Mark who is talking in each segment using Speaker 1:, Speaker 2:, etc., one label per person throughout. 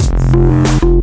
Speaker 1: Um,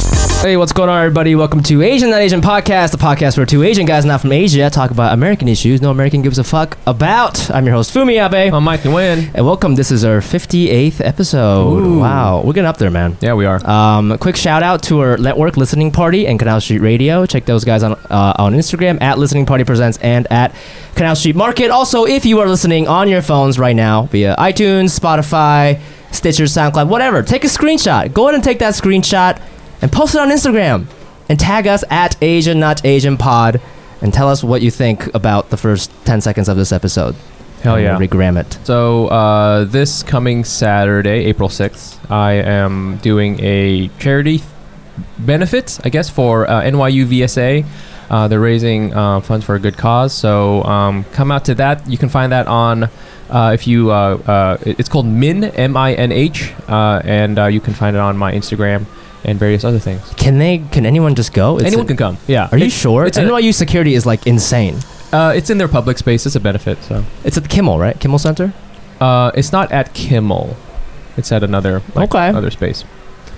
Speaker 1: Hey, what's going on, everybody? Welcome to Asian Not Asian Podcast, the podcast where two Asian guys not from Asia talk about American issues no American gives a fuck about. I'm your host, Fumi Abe.
Speaker 2: I'm Mike Nguyen.
Speaker 1: and welcome. This is our 58th episode. Wow. We're getting up there, man.
Speaker 2: Yeah, we are.
Speaker 1: Um, a quick shout out to our network listening party and Canal Street Radio. Check those guys on uh, on Instagram at Listening Party Presents and at Canal Street Market. Also, if you are listening on your phones right now via iTunes, Spotify, Stitcher, SoundCloud, whatever, take a screenshot. Go ahead and take that screenshot and post it on Instagram and tag us at Asian Not Asian Pod and tell us what you think about the first ten seconds of this episode.
Speaker 2: Hell
Speaker 1: And
Speaker 2: yeah.
Speaker 1: we'll regram it.
Speaker 2: So uh, this coming Saturday, April sixth, I am doing a charity th- benefit, I guess, for uh, NYU VSA. Uh, they're raising uh, funds for a good cause, so um, come out to that. You can find that on uh, if you. Uh, uh, it- it's called Min M I N H, uh, and uh, you can find it on my Instagram and various other things.
Speaker 1: Can they? Can anyone just go? It's-
Speaker 2: Anyone can come. Yeah.
Speaker 1: Are you
Speaker 2: It's-
Speaker 1: sure?
Speaker 2: It's, a-
Speaker 1: NYU security is like insane.
Speaker 2: uh, it's in their public space. It's a benefit. So.
Speaker 1: It's at the Kimmel, right? Kimmel Center.
Speaker 2: Uh, it's not at Kimmel. It's at another like,
Speaker 1: Okay.
Speaker 2: other space.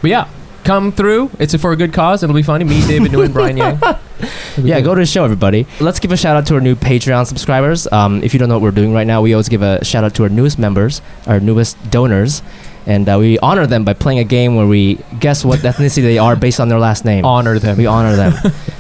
Speaker 2: But yeah, come through. It's for a good cause. It'll be funny. Me, David Nguyen, Brian Yang. It'll be
Speaker 1: Yeah,
Speaker 2: good.
Speaker 1: go to the show, everybody. Let's give a shout out to our new Patreon subscribers. Um, if you don't know what we're doing right now, we always give a shout out to our newest members, our newest donors, and uh, we honor them by playing a game where we guess what ethnicity they are based on their last name.
Speaker 2: honor them.
Speaker 1: We honor them.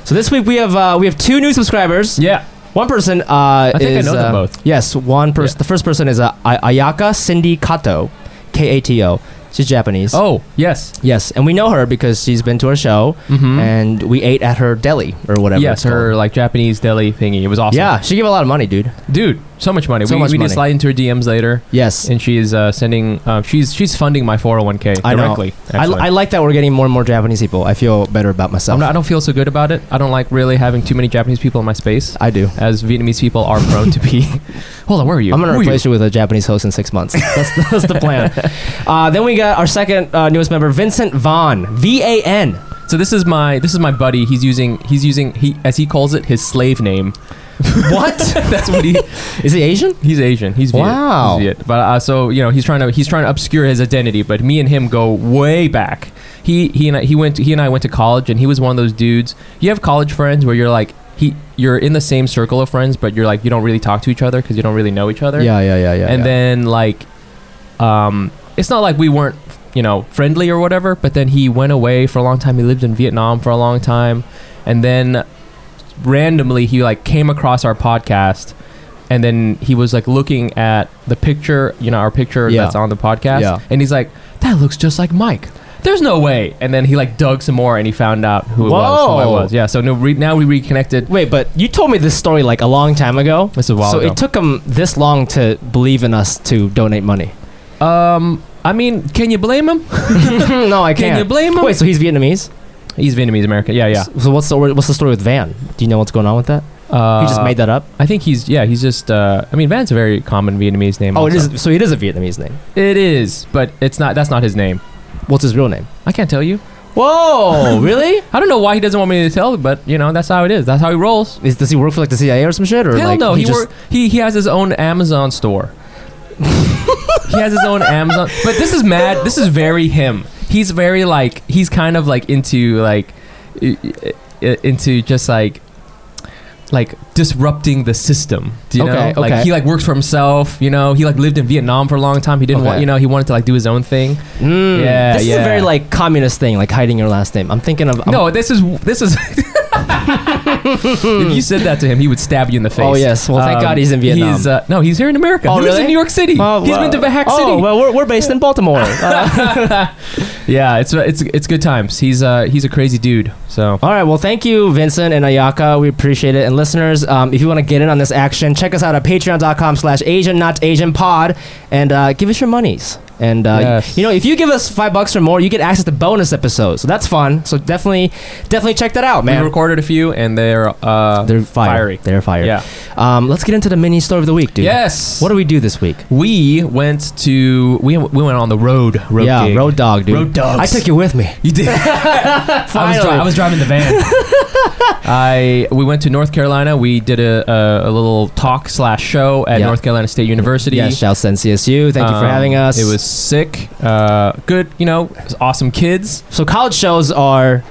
Speaker 1: so this week we have uh, we have two new subscribers.
Speaker 2: yeah,
Speaker 1: One person uh, I
Speaker 2: think I
Speaker 1: is,
Speaker 2: know them
Speaker 1: uh,
Speaker 2: both.
Speaker 1: Yes, one person.
Speaker 2: Yeah.
Speaker 1: The first person is uh, Ay- Ayaka Cindy Kato, K A T O. She's Japanese.
Speaker 2: Oh yes.
Speaker 1: Yes, and we know her because she's been to our show,
Speaker 2: Mm-hmm.
Speaker 1: and we ate at her deli or whatever.
Speaker 2: yes,
Speaker 1: it's called.
Speaker 2: her like Japanese deli thingy. It was awesome.
Speaker 1: Yeah, she gave a lot of money, dude.
Speaker 2: dude, so much money.
Speaker 1: So
Speaker 2: we
Speaker 1: much
Speaker 2: we
Speaker 1: money.
Speaker 2: did slide into her DMs later,
Speaker 1: Yes.
Speaker 2: and she is uh, sending. Uh, she's she's funding my 401k
Speaker 1: I know.
Speaker 2: directly.
Speaker 1: I,
Speaker 2: actually.
Speaker 1: I like that we're getting more and more Japanese people. I feel better about myself.
Speaker 2: I'm not, I don't feel so good about it. I don't like really having too many Japanese people in my space,
Speaker 1: I do.
Speaker 2: as Vietnamese people are prone to be. Hold on, where are you?
Speaker 1: I'm gonna
Speaker 2: Who are you?
Speaker 1: replace you? with a Japanese host in six months. That's, that's the plan. Uh, then we got our second uh, newest member, Vincent Vaughn, V A N.
Speaker 2: So this is my this is my buddy. He's using he's using he as he calls it his slave name.
Speaker 1: What
Speaker 2: That's what he
Speaker 1: is he Asian?
Speaker 2: he's Asian. He's Viet.
Speaker 1: Wow.
Speaker 2: He's Viet. But uh, so you know he's trying to he's trying to obscure his identity. But me and him go way back. He he and I, he went he and I went to college and he was one of those dudes. You have college friends where you're like he you're in the same circle of friends, but you're like you don't really talk to each other because you don't really know each other.
Speaker 1: Yeah, yeah, yeah, yeah.
Speaker 2: and
Speaker 1: yeah.
Speaker 2: then like um it's not like we weren't you know friendly or whatever but then he went away for a long time he lived in vietnam for a long time and then randomly he like came across our podcast and then he was like looking at the picture you know our picture
Speaker 1: Yeah.
Speaker 2: that's on the podcast
Speaker 1: Yeah.
Speaker 2: and he's like that looks just like mike there's no way and then he like dug some more and he found out who it was who I
Speaker 1: Whoa.
Speaker 2: was yeah so no re- now we reconnected
Speaker 1: wait, but you told me this story like a long time ago.
Speaker 2: This is a while
Speaker 1: so
Speaker 2: ago.
Speaker 1: it took him this long to believe in us to donate money.
Speaker 2: um i mean can you blame him
Speaker 1: no, I
Speaker 2: can
Speaker 1: can't.
Speaker 2: you blame him
Speaker 1: Wait, so he's Vietnamese?
Speaker 2: he's vietnamese american yeah yeah
Speaker 1: S- So what's the what's the story with Van? Do you know what's going on with that?
Speaker 2: Uh,
Speaker 1: he just made that up.
Speaker 2: I think he's yeah. He's just. Uh, I mean, Van's a very common Vietnamese name.
Speaker 1: Oh, it
Speaker 2: also.
Speaker 1: is. So it is a Vietnamese name.
Speaker 2: It is, but it's not. That's not his name.
Speaker 1: What's his real name?
Speaker 2: I can't tell you.
Speaker 1: Whoa, really?
Speaker 2: I don't know why he doesn't want me to tell, but you know that's how it is. That's how he rolls.
Speaker 1: Is, does he work for like the CIA or some shit? Or
Speaker 2: Hell
Speaker 1: like,
Speaker 2: no. He,
Speaker 1: just-
Speaker 2: wor- he he has his own Amazon store. he has his own Amazon. But this is mad. This is very him. He's very like. He's kind of like into like, i- i- i- into just like. Like disrupting the system, do you
Speaker 1: Okay,
Speaker 2: know? Like
Speaker 1: okay.
Speaker 2: he like works for himself, you know. He like lived in Vietnam for a long time. He didn't want,
Speaker 1: Okay.
Speaker 2: you know, he wanted to like do his own thing.
Speaker 1: Mm,
Speaker 2: Yeah,
Speaker 1: this is a
Speaker 2: yeah.
Speaker 1: very like communist thing, like hiding your last name. I'm thinking of. I'm-
Speaker 2: no, this is this is. if you said that to him, he would stab you in the face.
Speaker 1: Oh, yes. Well, thank God he's in Vietnam.
Speaker 2: He's, uh, no, he's here in America.
Speaker 1: Oh,
Speaker 2: he lives
Speaker 1: really?
Speaker 2: in New York City.
Speaker 1: Oh,
Speaker 2: he's
Speaker 1: well-
Speaker 2: been to Hack
Speaker 1: Oh
Speaker 2: City.
Speaker 1: well, we're, we're based in Baltimore. Uh,
Speaker 2: yeah, it's it's it's good times. He's uh he's a crazy dude. So
Speaker 1: all right. Well, thank you, Vincent and Ayaka. We appreciate it. And listeners, um, if you want to get in on this action, check us out at patreon.com/slash Asian Not Asian Pod, and uh, give us your monies. And uh,
Speaker 2: Yes.
Speaker 1: you know, if you give us five bucks or more, you get access to bonus episodes. So that's fun. So definitely, definitely check that out,
Speaker 2: We
Speaker 1: man.
Speaker 2: recorded a few, and they're uh,
Speaker 1: They're fire.
Speaker 2: fiery.
Speaker 1: They're fire.
Speaker 2: yeah.
Speaker 1: Um, let's get into the mini story of the week, dude.
Speaker 2: Yes.
Speaker 1: What do we do this week?
Speaker 2: we went to we, we went on the road. Road
Speaker 1: yeah,
Speaker 2: gig.
Speaker 1: road dog, dude.
Speaker 2: Road dogs.
Speaker 1: I took you with me.
Speaker 2: You did. I, was dri-
Speaker 1: Finally.
Speaker 2: I was driving the van. I we went to North Carolina. We did a, a, a little talk slash show at
Speaker 1: Yeah.
Speaker 2: North Carolina State University.
Speaker 1: Yeah, shout send CSU. Thank you for
Speaker 2: Um,
Speaker 1: having us.
Speaker 2: It was sick. Uh, good, you know, awesome kids.
Speaker 1: so college shows are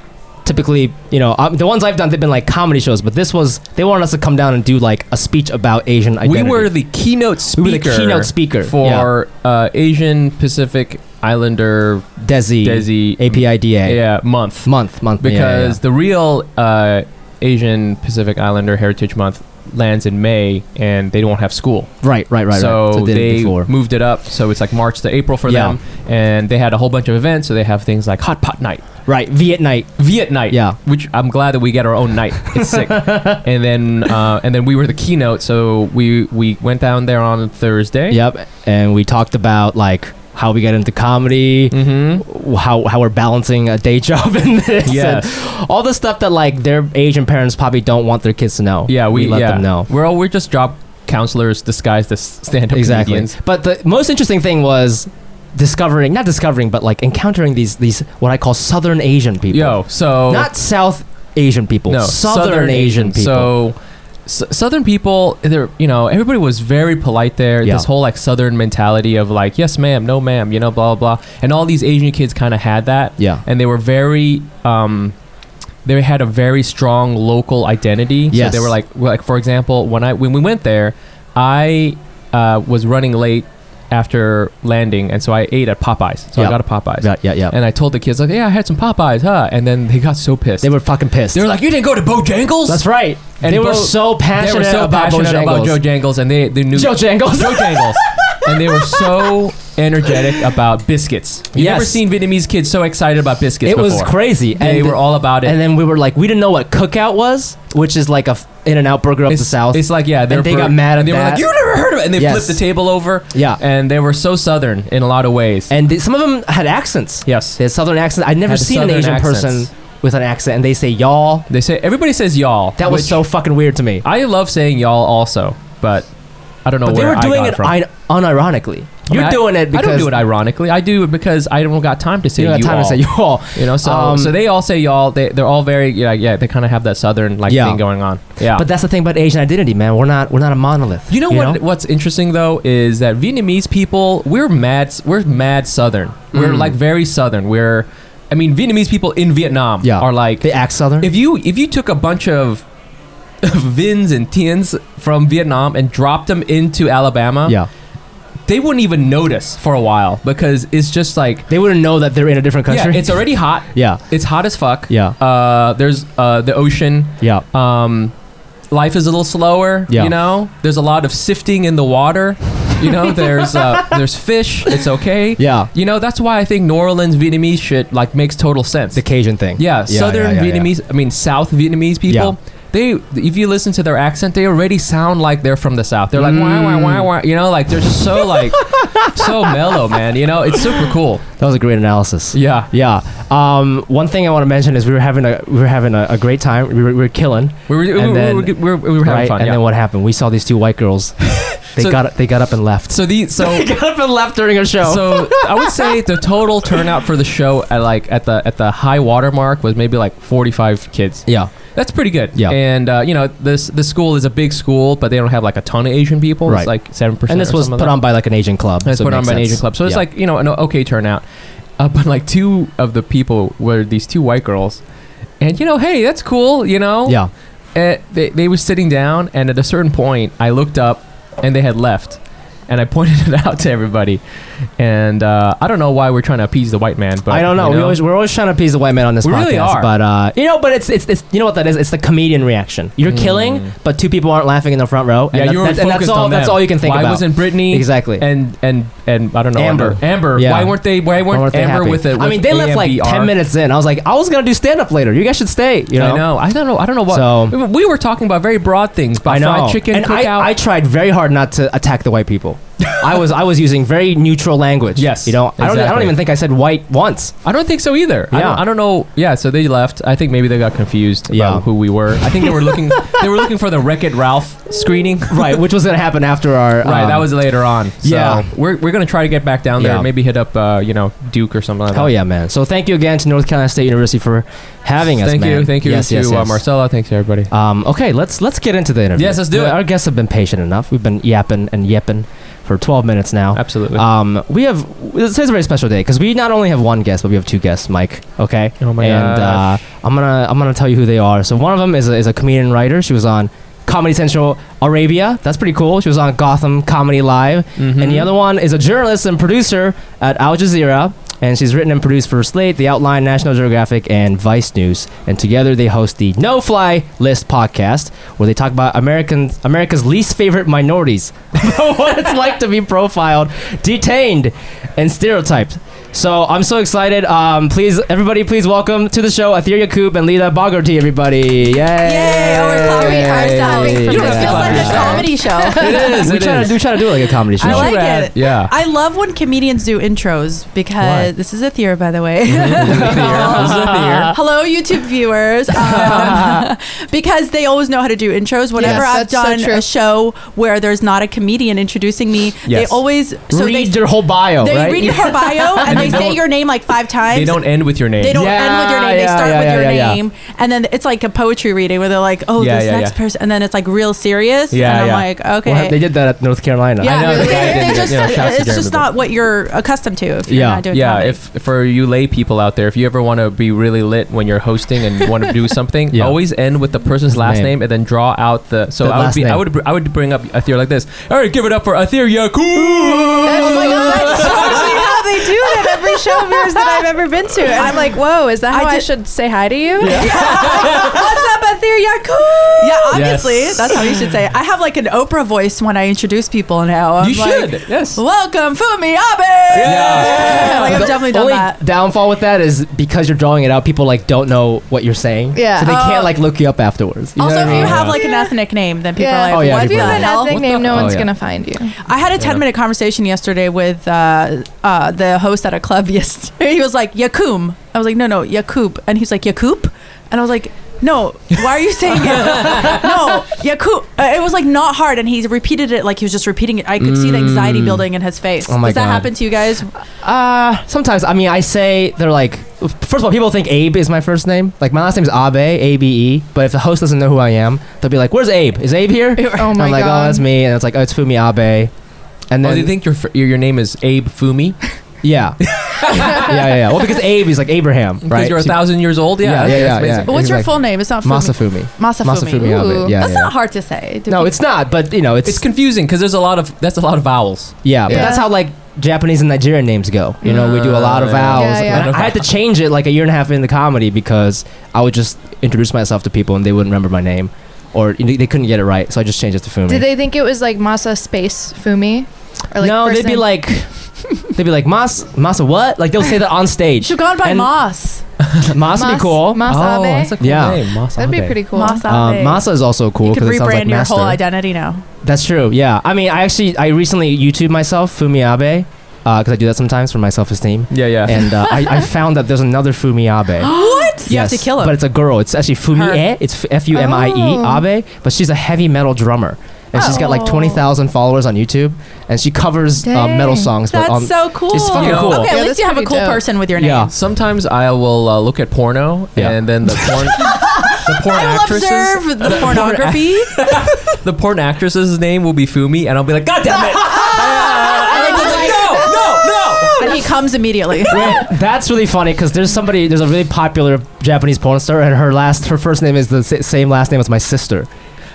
Speaker 1: typically you know um, the ones I've done they've been like comedy shows, but this was they wanted us to come down and do like a speech about Asian identity.
Speaker 2: We were the keynote
Speaker 1: we
Speaker 2: speaker.
Speaker 1: were the keynote speaker yeah.
Speaker 2: for uh, Asian Pacific Islander
Speaker 1: Desi,
Speaker 2: Desi
Speaker 1: APIDA
Speaker 2: yeah month
Speaker 1: month month yeah, yeah, yeah.
Speaker 2: because the real uh, Asian Pacific Islander Heritage Month lands in May and they don't have school.
Speaker 1: right right right
Speaker 2: so
Speaker 1: right. did it
Speaker 2: they
Speaker 1: before.
Speaker 2: moved it up. So it's like March to April for
Speaker 1: Yeah.
Speaker 2: them, and they had a whole bunch of events. So they have things like hot pot night,
Speaker 1: right Viet night
Speaker 2: Viet night,
Speaker 1: Yeah.
Speaker 2: Which I'm glad that we get our own night. It's sick. and then uh, and then we were the keynote. So we we went down there on Thursday.
Speaker 1: yep and we talked about like how we got into comedy
Speaker 2: Mm-hmm.
Speaker 1: how how we're balancing a day job in this and
Speaker 2: Yes.
Speaker 1: all the stuff that like their Asian parents probably don't want their kids to know
Speaker 2: Yeah. We,
Speaker 1: let
Speaker 2: yeah.
Speaker 1: them know
Speaker 2: We're all, we're just job counselors disguised as stand up
Speaker 1: exactly.
Speaker 2: comedians.
Speaker 1: But the most interesting thing was discovering, not discovering, but like encountering these these what I call Southern Asian people.
Speaker 2: Yo. So
Speaker 1: not South Asian people.
Speaker 2: no
Speaker 1: Southern, Asian people.
Speaker 2: So. S- Southern people, they're you know everybody was very polite there.
Speaker 1: Yeah.
Speaker 2: This whole like Southern mentality of like yes ma'am, no ma'am, you know blah blah blah, and all these Asian kids kind of had that,
Speaker 1: yeah,
Speaker 2: and they were very um, they had a very strong local identity.
Speaker 1: Yes.
Speaker 2: So they were like like for example when I when we went there, I uh, was running late after landing, and so I ate at Popeyes. So
Speaker 1: Yeah.
Speaker 2: I got a Popeyes,
Speaker 1: yeah, yeah, yeah.
Speaker 2: and I told the kids like yeah I had some Popeyes, huh? And then they got so pissed.
Speaker 1: they were fucking pissed.
Speaker 2: They were like, you didn't go to Bojangles?
Speaker 1: That's right.
Speaker 2: And
Speaker 1: they were
Speaker 2: Bo-
Speaker 1: so
Speaker 2: They
Speaker 1: passionate
Speaker 2: were so
Speaker 1: about
Speaker 2: passionate about
Speaker 1: Bojangles.
Speaker 2: Bojangles, and they, they knew
Speaker 1: Bojangles.
Speaker 2: Bojangles. and they were so energetic about biscuits. You've never
Speaker 1: Yes.
Speaker 2: seen Vietnamese kids so excited about biscuits
Speaker 1: It was
Speaker 2: before.
Speaker 1: crazy.
Speaker 2: They
Speaker 1: and
Speaker 2: were all about it.
Speaker 1: And then we were like, we didn't know what cookout was, which is like a in and out burger up
Speaker 2: it's,
Speaker 1: the south.
Speaker 2: It's like, yeah.
Speaker 1: And they got
Speaker 2: bur-
Speaker 1: mad at
Speaker 2: and they were
Speaker 1: that.
Speaker 2: like, you never heard of it. And they
Speaker 1: Yes.
Speaker 2: flipped the table over.
Speaker 1: Yeah.
Speaker 2: And they were so Southern in a lot of ways.
Speaker 1: and th- some of them had accents.
Speaker 2: yes.
Speaker 1: They had southern accents. I'd never
Speaker 2: Had
Speaker 1: seen an
Speaker 2: southern
Speaker 1: Asian
Speaker 2: accents.
Speaker 1: person with an accent, and they say y'all.
Speaker 2: They say, everybody says y'all.
Speaker 1: That was
Speaker 2: which
Speaker 1: so fucking weird to me.
Speaker 2: I love saying y'all also, but I don't know
Speaker 1: But they
Speaker 2: where
Speaker 1: were
Speaker 2: I
Speaker 1: doing
Speaker 2: got
Speaker 1: it
Speaker 2: from.
Speaker 1: I- unironically.
Speaker 2: I
Speaker 1: You're
Speaker 2: mean, I-
Speaker 1: doing it because
Speaker 2: I don't do it ironically. I do it because I don't got time to say
Speaker 1: you
Speaker 2: you,
Speaker 1: don't have time
Speaker 2: all.
Speaker 1: to say y'all.
Speaker 2: You know, so
Speaker 1: Um,
Speaker 2: so they all say y'all. They they're all very yeah yeah. They kind of have that southern like
Speaker 1: Yeah.
Speaker 2: thing going on. Yeah.
Speaker 1: But that's the thing about Asian identity, man. We're not we're not a monolith.
Speaker 2: you know what? What's interesting though is that Vietnamese people we're mad we're mad southern. We're
Speaker 1: Mm.
Speaker 2: like very southern. We're I mean Vietnamese people in Vietnam
Speaker 1: Yeah.
Speaker 2: are like
Speaker 1: They act southern.
Speaker 2: if you if you took a bunch of Vins and Tiens from Vietnam and dropped them into Alabama,
Speaker 1: yeah,
Speaker 2: they wouldn't even notice for a while because it's just like
Speaker 1: they wouldn't know that they're in a different country.
Speaker 2: yeah, it's already hot.
Speaker 1: yeah,
Speaker 2: It's hot as fuck.
Speaker 1: yeah,
Speaker 2: Uh, there's uh, the ocean.
Speaker 1: yeah.
Speaker 2: Um, life is a little slower.
Speaker 1: Yeah.
Speaker 2: You know, there's a lot of sifting in the water. You know, there's uh, there's fish. It's okay.
Speaker 1: Yeah.
Speaker 2: You know, that's why I think New Orleans Vietnamese shit like makes total sense.
Speaker 1: The Cajun thing.
Speaker 2: yeah, Southern
Speaker 1: yeah, yeah.
Speaker 2: Vietnamese. I mean, South Vietnamese people. They, if you listen to their accent, they already sound like they're from the South. They're
Speaker 1: Mm.
Speaker 2: like, wah, wah, wah, wah. You know, like they're just so like, so mellow, man. You know, it's super cool.
Speaker 1: That was a great analysis.
Speaker 2: Yeah.
Speaker 1: Yeah. Um, one thing I want to mention is we were having a we were having a, a great time. We were, we were killing.
Speaker 2: We were, we,
Speaker 1: And
Speaker 2: were-
Speaker 1: then-
Speaker 2: we were, we were having
Speaker 1: right?
Speaker 2: fun.
Speaker 1: and
Speaker 2: yeah.
Speaker 1: then what happened? We saw these two white girls. They
Speaker 2: So-
Speaker 1: got they got up and left.
Speaker 2: so the so
Speaker 1: They got up and left during a show.
Speaker 2: so I would say the total turnout for the show at like at the at the high water mark was maybe like 45 kids.
Speaker 1: yeah,
Speaker 2: That's pretty good.
Speaker 1: Yeah.
Speaker 2: And uh, you know this the school is a big school, but they don't have like a ton of Asian people.
Speaker 1: Right.
Speaker 2: It's like seven
Speaker 1: and
Speaker 2: percent.
Speaker 1: this was put on by like an Asian club.
Speaker 2: It's
Speaker 1: so it
Speaker 2: put on
Speaker 1: makes
Speaker 2: by an
Speaker 1: sense.
Speaker 2: Asian club, so it's
Speaker 1: Yeah.
Speaker 2: like you know an okay turnout. Uh, but like two of the people were these two white girls, and you know hey that's cool you know
Speaker 1: yeah,
Speaker 2: uh, they, they were sitting down and at a certain point i looked up and they had left and i pointed it out to everybody and uh, i don't know why we're trying to appease the white man but
Speaker 1: I don't know.
Speaker 2: you
Speaker 1: We always, we're always trying to appease the white man on this
Speaker 2: We
Speaker 1: podcast,
Speaker 2: really are.
Speaker 1: but uh, you know, but it's, it's it's you know what that is? It's the comedian reaction. You're killing, but two people aren't laughing in the front row. And
Speaker 2: Hmm. yeah
Speaker 1: that-
Speaker 2: you were
Speaker 1: that- and
Speaker 2: focused
Speaker 1: that's all.
Speaker 2: on
Speaker 1: That's
Speaker 2: them.
Speaker 1: all you can think
Speaker 2: why
Speaker 1: about.
Speaker 2: wasn't brittany
Speaker 1: exactly.
Speaker 2: and and and i don't know
Speaker 1: Amber.
Speaker 2: amber
Speaker 1: Yeah.
Speaker 2: why weren't they
Speaker 1: Why
Speaker 2: why weren't,
Speaker 1: weren't they
Speaker 2: amber
Speaker 1: happy?
Speaker 2: with it
Speaker 1: I mean, they left like ten minutes in. I was like, I was gonna do stand up later. You guys should stay. You know.
Speaker 2: I know. I don't know. I don't know what.
Speaker 1: So-
Speaker 2: we were talking about very broad things, but
Speaker 1: I know.
Speaker 2: fried chicken
Speaker 1: and
Speaker 2: cookout.
Speaker 1: I, I tried very hard not to attack the white people. I was I was using very neutral language.
Speaker 2: Yes,
Speaker 1: you know I don't e, I don't
Speaker 2: exactly.
Speaker 1: even think I said white once.
Speaker 2: I don't think so either. I,
Speaker 1: Yeah.
Speaker 2: don't, I don't know. Yeah, so they left. I think maybe they got confused about
Speaker 1: Yeah.
Speaker 2: who we were. I think they were looking. they were looking for the Wreck It Ralph screening.
Speaker 1: Right, which was gonna happen after our
Speaker 2: Right,
Speaker 1: um,
Speaker 2: that was later on. So
Speaker 1: yeah.
Speaker 2: we're, we're gonna try to get back down there.
Speaker 1: Yeah.
Speaker 2: Maybe hit up uh, you know Duke or something like
Speaker 1: Hell
Speaker 2: that.
Speaker 1: yeah, man! So thank you again to North Carolina State University for having us.
Speaker 2: Thank
Speaker 1: man.
Speaker 2: you, thank you
Speaker 1: Yes,
Speaker 2: to
Speaker 1: yes,
Speaker 2: Uh,
Speaker 1: yes.
Speaker 2: Marcella. Thanks to everybody.
Speaker 1: Um, okay, let's let's get into the interview.
Speaker 2: Yes, let's do it.
Speaker 1: Our guests have been patient enough. We've been yapping and yapping for 12 minutes now.
Speaker 2: Absolutely.
Speaker 1: Um, we have today's a very special day because we not only have one guest, but we have two guests, Mike. Okay.
Speaker 2: oh my
Speaker 1: and
Speaker 2: god.
Speaker 1: uh, I'm gonna I'm gonna tell you who they are. So one of them is a, is a comedian writer. She was on Comedy Central Arabia. That's pretty cool. She was on Gotham Comedy Live.
Speaker 2: Mm-hmm.
Speaker 1: And the other one is a journalist and producer at Al Jazeera. And she's written and produced for Slate, The Outline, National Geographic, and Vice News. And together they host the No Fly List podcast, where they talk about American, America's least favorite minorities, what it's like to be profiled, detained, and stereotyped. So I'm so excited. Um, please, everybody, please welcome to the show Atheria Coop and Lida Bogarty, everybody. Yay!
Speaker 3: Yay! Oh, we're clapping ourselves.
Speaker 1: Yay.
Speaker 3: It
Speaker 2: You don't have to
Speaker 3: feels
Speaker 2: clap
Speaker 3: like a
Speaker 2: yourself.
Speaker 3: comedy show.
Speaker 2: it is.
Speaker 1: we
Speaker 2: it
Speaker 1: try
Speaker 2: is.
Speaker 1: to do try to do it like a comedy show.
Speaker 3: I like
Speaker 2: Yeah.
Speaker 3: it.
Speaker 2: Yeah.
Speaker 3: I love when comedians do intros because
Speaker 1: Why?
Speaker 3: this is a theater, by the way.
Speaker 2: This is a theater.
Speaker 3: Hello, YouTube viewers. Um, because they always know how to do intros. Whenever
Speaker 4: Yes,
Speaker 3: I've
Speaker 4: that's so
Speaker 3: done
Speaker 4: true.
Speaker 3: a show where there's not a comedian introducing me,
Speaker 2: Yes.
Speaker 3: they always so
Speaker 1: read
Speaker 3: they,
Speaker 1: your whole bio,
Speaker 3: they
Speaker 1: right?
Speaker 3: read your bio and,
Speaker 2: And
Speaker 3: they,
Speaker 2: they
Speaker 3: say
Speaker 2: don't-
Speaker 3: your name like five times.
Speaker 2: They don't end with your name.
Speaker 3: They don't
Speaker 1: Yeah,
Speaker 3: end with your name. They
Speaker 1: yeah,
Speaker 3: start
Speaker 1: yeah,
Speaker 3: with
Speaker 1: yeah,
Speaker 3: your
Speaker 1: yeah, yeah.
Speaker 3: name, and then it's like a poetry reading where they're like, "Oh,
Speaker 2: Yeah,
Speaker 3: this
Speaker 2: yeah,
Speaker 3: next
Speaker 2: yeah.
Speaker 3: person," and then it's like real serious.
Speaker 2: Yeah,
Speaker 3: and I'm
Speaker 2: yeah.
Speaker 3: like, "Okay."
Speaker 1: Well, they did that at North Carolina.
Speaker 3: yeah,
Speaker 2: I know,
Speaker 3: they-
Speaker 2: the guy
Speaker 3: they-
Speaker 2: did
Speaker 3: they
Speaker 2: it.
Speaker 3: just-
Speaker 2: Yeah, shouts to
Speaker 3: it's
Speaker 2: Jeremy
Speaker 3: just
Speaker 2: Bell.
Speaker 3: not what you're accustomed to if you're
Speaker 1: Yeah.
Speaker 3: not doing
Speaker 2: yeah,
Speaker 3: comedy.
Speaker 2: if for you lay people out there, if you ever want to be really lit when you're hosting and want to do something,
Speaker 1: Yeah.
Speaker 2: always end with the person's last
Speaker 1: Name.
Speaker 2: name. and then draw out the. So
Speaker 1: The
Speaker 2: I would
Speaker 1: last
Speaker 2: be, I
Speaker 1: name.
Speaker 2: would br- I would bring up a theory like this. All right, give it up for Atheria Cool.
Speaker 4: Oh my god, that's totally how they do it at every show of yours that I've ever been to. And I'm like, whoa, is that how
Speaker 3: I
Speaker 4: I,
Speaker 3: did-
Speaker 4: should say hi to you?
Speaker 3: What's up, Aether Yaku? Yeah, obviously
Speaker 2: Yes.
Speaker 3: that's how you should say. it. I have like an Oprah voice when I introduce people now. I'm
Speaker 2: You
Speaker 3: like,
Speaker 2: should. Yes.
Speaker 3: Welcome, Fumi Abe.
Speaker 2: Yeah.
Speaker 3: like I've
Speaker 1: The
Speaker 3: definitely done
Speaker 1: only
Speaker 3: that.
Speaker 1: downfall with that is because you're drawing it out, people like don't know what you're saying.
Speaker 4: Yeah.
Speaker 1: So they
Speaker 3: Oh.
Speaker 1: can't like look you up afterwards. You
Speaker 3: also,
Speaker 1: know
Speaker 3: if
Speaker 1: what I
Speaker 3: you
Speaker 1: mean?
Speaker 3: have like an ethnic name, then people
Speaker 4: Yeah.
Speaker 3: are like,
Speaker 1: Oh, yeah,
Speaker 3: "What
Speaker 4: If
Speaker 1: people
Speaker 4: you
Speaker 3: the
Speaker 4: have an
Speaker 3: hell?"
Speaker 4: ethnic
Speaker 2: What
Speaker 4: name,
Speaker 2: the-
Speaker 4: no
Speaker 2: oh,
Speaker 4: one's
Speaker 2: yeah.
Speaker 4: gonna find you.
Speaker 3: I had a 10 minute conversation yesterday with uh, uh, the host at a club yesterday. He was like, Yakum. I was like, no, no, Yakub. And he's like, Yakoop? And I was like, no, why are you saying it? no, Yakoop. Uh, it was like not hard. And he repeated it like he was just repeating it. I could see the anxiety building in his face.
Speaker 1: Mm. Oh my
Speaker 3: Does that
Speaker 1: God.
Speaker 3: happen to you guys?
Speaker 1: Uh, sometimes I mean I say they're like first of all people think Abe is my first name like my last name is Abe A B E but if the host doesn't know who I am they'll be like where's Abe is Abe here
Speaker 4: Oh my
Speaker 1: I'm like
Speaker 4: god.
Speaker 1: oh that's me and it's like oh it's Fumi Abe and
Speaker 2: Oh,
Speaker 1: then
Speaker 2: do you think your fr- your, your name is Abe Fumi?
Speaker 1: yeah. yeah yeah yeah well because Abe is like Abraham
Speaker 2: Because
Speaker 1: right
Speaker 2: you're a
Speaker 1: She-
Speaker 2: thousand years old.
Speaker 1: Yeah,
Speaker 2: Yeah,
Speaker 1: yeah,
Speaker 2: that's
Speaker 1: yeah,
Speaker 2: amazing.
Speaker 1: yeah.
Speaker 3: But what's
Speaker 1: He's
Speaker 3: your
Speaker 1: like,
Speaker 3: full name? It's not Fumi.
Speaker 1: Masafumi
Speaker 3: Masafumi.
Speaker 1: Masafumi Abe
Speaker 4: Ooh.
Speaker 1: yeah
Speaker 3: That's
Speaker 1: yeah.
Speaker 3: not hard to say. Do
Speaker 1: no
Speaker 3: people-
Speaker 1: it's not but you know it's,
Speaker 2: It's confusing because there's a lot of that's a lot of vowels.
Speaker 1: Yeah, but
Speaker 4: Yeah.
Speaker 1: that's how like Japanese and Nigerian names go. You know, we do a lot of
Speaker 2: Yeah, yeah.
Speaker 1: vowels.
Speaker 4: Yeah, yeah.
Speaker 1: And I had to change it like a year and a half into comedy because I would just introduce myself to people and they wouldn't remember my name, or you know, they couldn't get it right. So I just changed it to Fumi.
Speaker 4: Did they think it was like Masa Space Fumi? Or
Speaker 1: no,
Speaker 4: first
Speaker 1: they'd be
Speaker 4: name-
Speaker 1: like, they'd be like Mas Masa what? Like they'll say that on
Speaker 3: You
Speaker 1: stage.
Speaker 3: should have gone by
Speaker 1: And-
Speaker 3: Moss.
Speaker 1: Mas be
Speaker 4: Mas-
Speaker 1: cool.
Speaker 4: Mas
Speaker 2: oh,
Speaker 4: Abe?
Speaker 2: that's a cool
Speaker 1: Yeah.
Speaker 2: name. Mas
Speaker 4: That'd be
Speaker 2: Abe.
Speaker 4: pretty cool.
Speaker 3: Moss
Speaker 1: Um,
Speaker 3: Abe.
Speaker 1: Masa is also cool
Speaker 3: You could
Speaker 1: because it sounds
Speaker 3: rebrand
Speaker 1: like
Speaker 3: your
Speaker 1: master.
Speaker 3: whole identity now.
Speaker 1: That's true. Yeah, I mean, I actually I recently YouTube myself Fumi Abe because I do that sometimes for my self esteem.
Speaker 2: Yeah, yeah.
Speaker 1: and uh, I, I found that there's another Fumi Abe.
Speaker 3: What? You have
Speaker 1: Yes,
Speaker 3: to kill him.
Speaker 1: But it's a girl. It's actually Fumi
Speaker 3: Her.
Speaker 1: E. It's F U M I
Speaker 4: Oh.
Speaker 1: E Abe, but she's a heavy metal drummer. And she's got like
Speaker 4: Oh.
Speaker 1: 20,000 followers on YouTube, and she covers uh, metal
Speaker 4: Dang.
Speaker 1: songs.
Speaker 3: That's
Speaker 1: but on,
Speaker 3: so cool.
Speaker 1: it's fucking cool.
Speaker 3: Okay,
Speaker 4: Yeah,
Speaker 3: at least
Speaker 4: that's
Speaker 3: you have a
Speaker 4: pretty
Speaker 3: cool
Speaker 4: dope.
Speaker 3: person with your name.
Speaker 1: Yeah.
Speaker 2: Sometimes I will uh, look at porno
Speaker 1: Yeah.
Speaker 2: and then the porn the porn
Speaker 3: I will
Speaker 2: actresses
Speaker 3: observe the pornography.
Speaker 2: the porn actress's name will be Fumi and I'll be like god damn it. And I'll be like, no,
Speaker 3: and he comes immediately.
Speaker 1: Wait, that's really funny because there's somebody, there's a really popular Japanese porn star, and her last, her first name is the sa- same last name as my sister.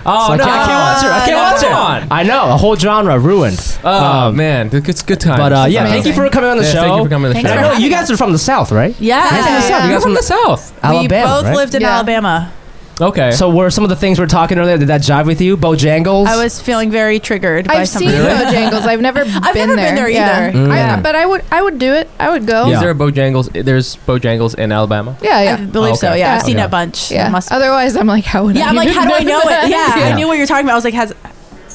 Speaker 2: no, no. Oh,
Speaker 1: So I
Speaker 2: no,
Speaker 1: can't-
Speaker 2: I can't watch her. I can't watch her. on.
Speaker 1: I know, a whole genre ruined.
Speaker 2: Oh, man, it's good time.
Speaker 1: But uh, yeah,
Speaker 4: amazing.
Speaker 1: thank you for coming on the show.
Speaker 2: Thank you for coming to the
Speaker 4: Thanks
Speaker 1: And I
Speaker 4: for
Speaker 2: show.
Speaker 1: know you guys are from the South, right?
Speaker 3: yeah.
Speaker 4: Yeah.
Speaker 2: You
Speaker 4: You
Speaker 2: guys from the south.
Speaker 3: we
Speaker 1: Alabama,
Speaker 3: both
Speaker 1: right?
Speaker 3: lived in
Speaker 4: Yeah.
Speaker 3: Alabama.
Speaker 2: Okay.
Speaker 1: So were some of the things we are talking earlier? Did that jive with you? Bojangles.
Speaker 3: I was feeling very triggered by
Speaker 4: I've
Speaker 3: something.
Speaker 4: seen Bojangles. I've never been
Speaker 3: I've never been there
Speaker 4: Yeah.
Speaker 3: either.
Speaker 4: I-
Speaker 1: Yeah.
Speaker 4: but I would I would do it. I would go.
Speaker 2: Is
Speaker 1: Mm. Yeah.
Speaker 2: there a Bojangles? There's Bojangles in Alabama.
Speaker 4: Yeah,
Speaker 3: I
Speaker 4: yeah.
Speaker 3: believe so.
Speaker 2: Okay.
Speaker 3: Yeah, I've
Speaker 2: Yeah.
Speaker 3: seen
Speaker 2: Okay.
Speaker 3: a bunch.
Speaker 4: yeah.
Speaker 3: Must-
Speaker 4: Otherwise I'm like, how would
Speaker 3: yeah
Speaker 4: I
Speaker 3: I'm like,
Speaker 4: even
Speaker 3: how do I know it?
Speaker 4: that?
Speaker 3: Yeah,
Speaker 1: Yeah.
Speaker 3: I knew what you were talking about. I was like, has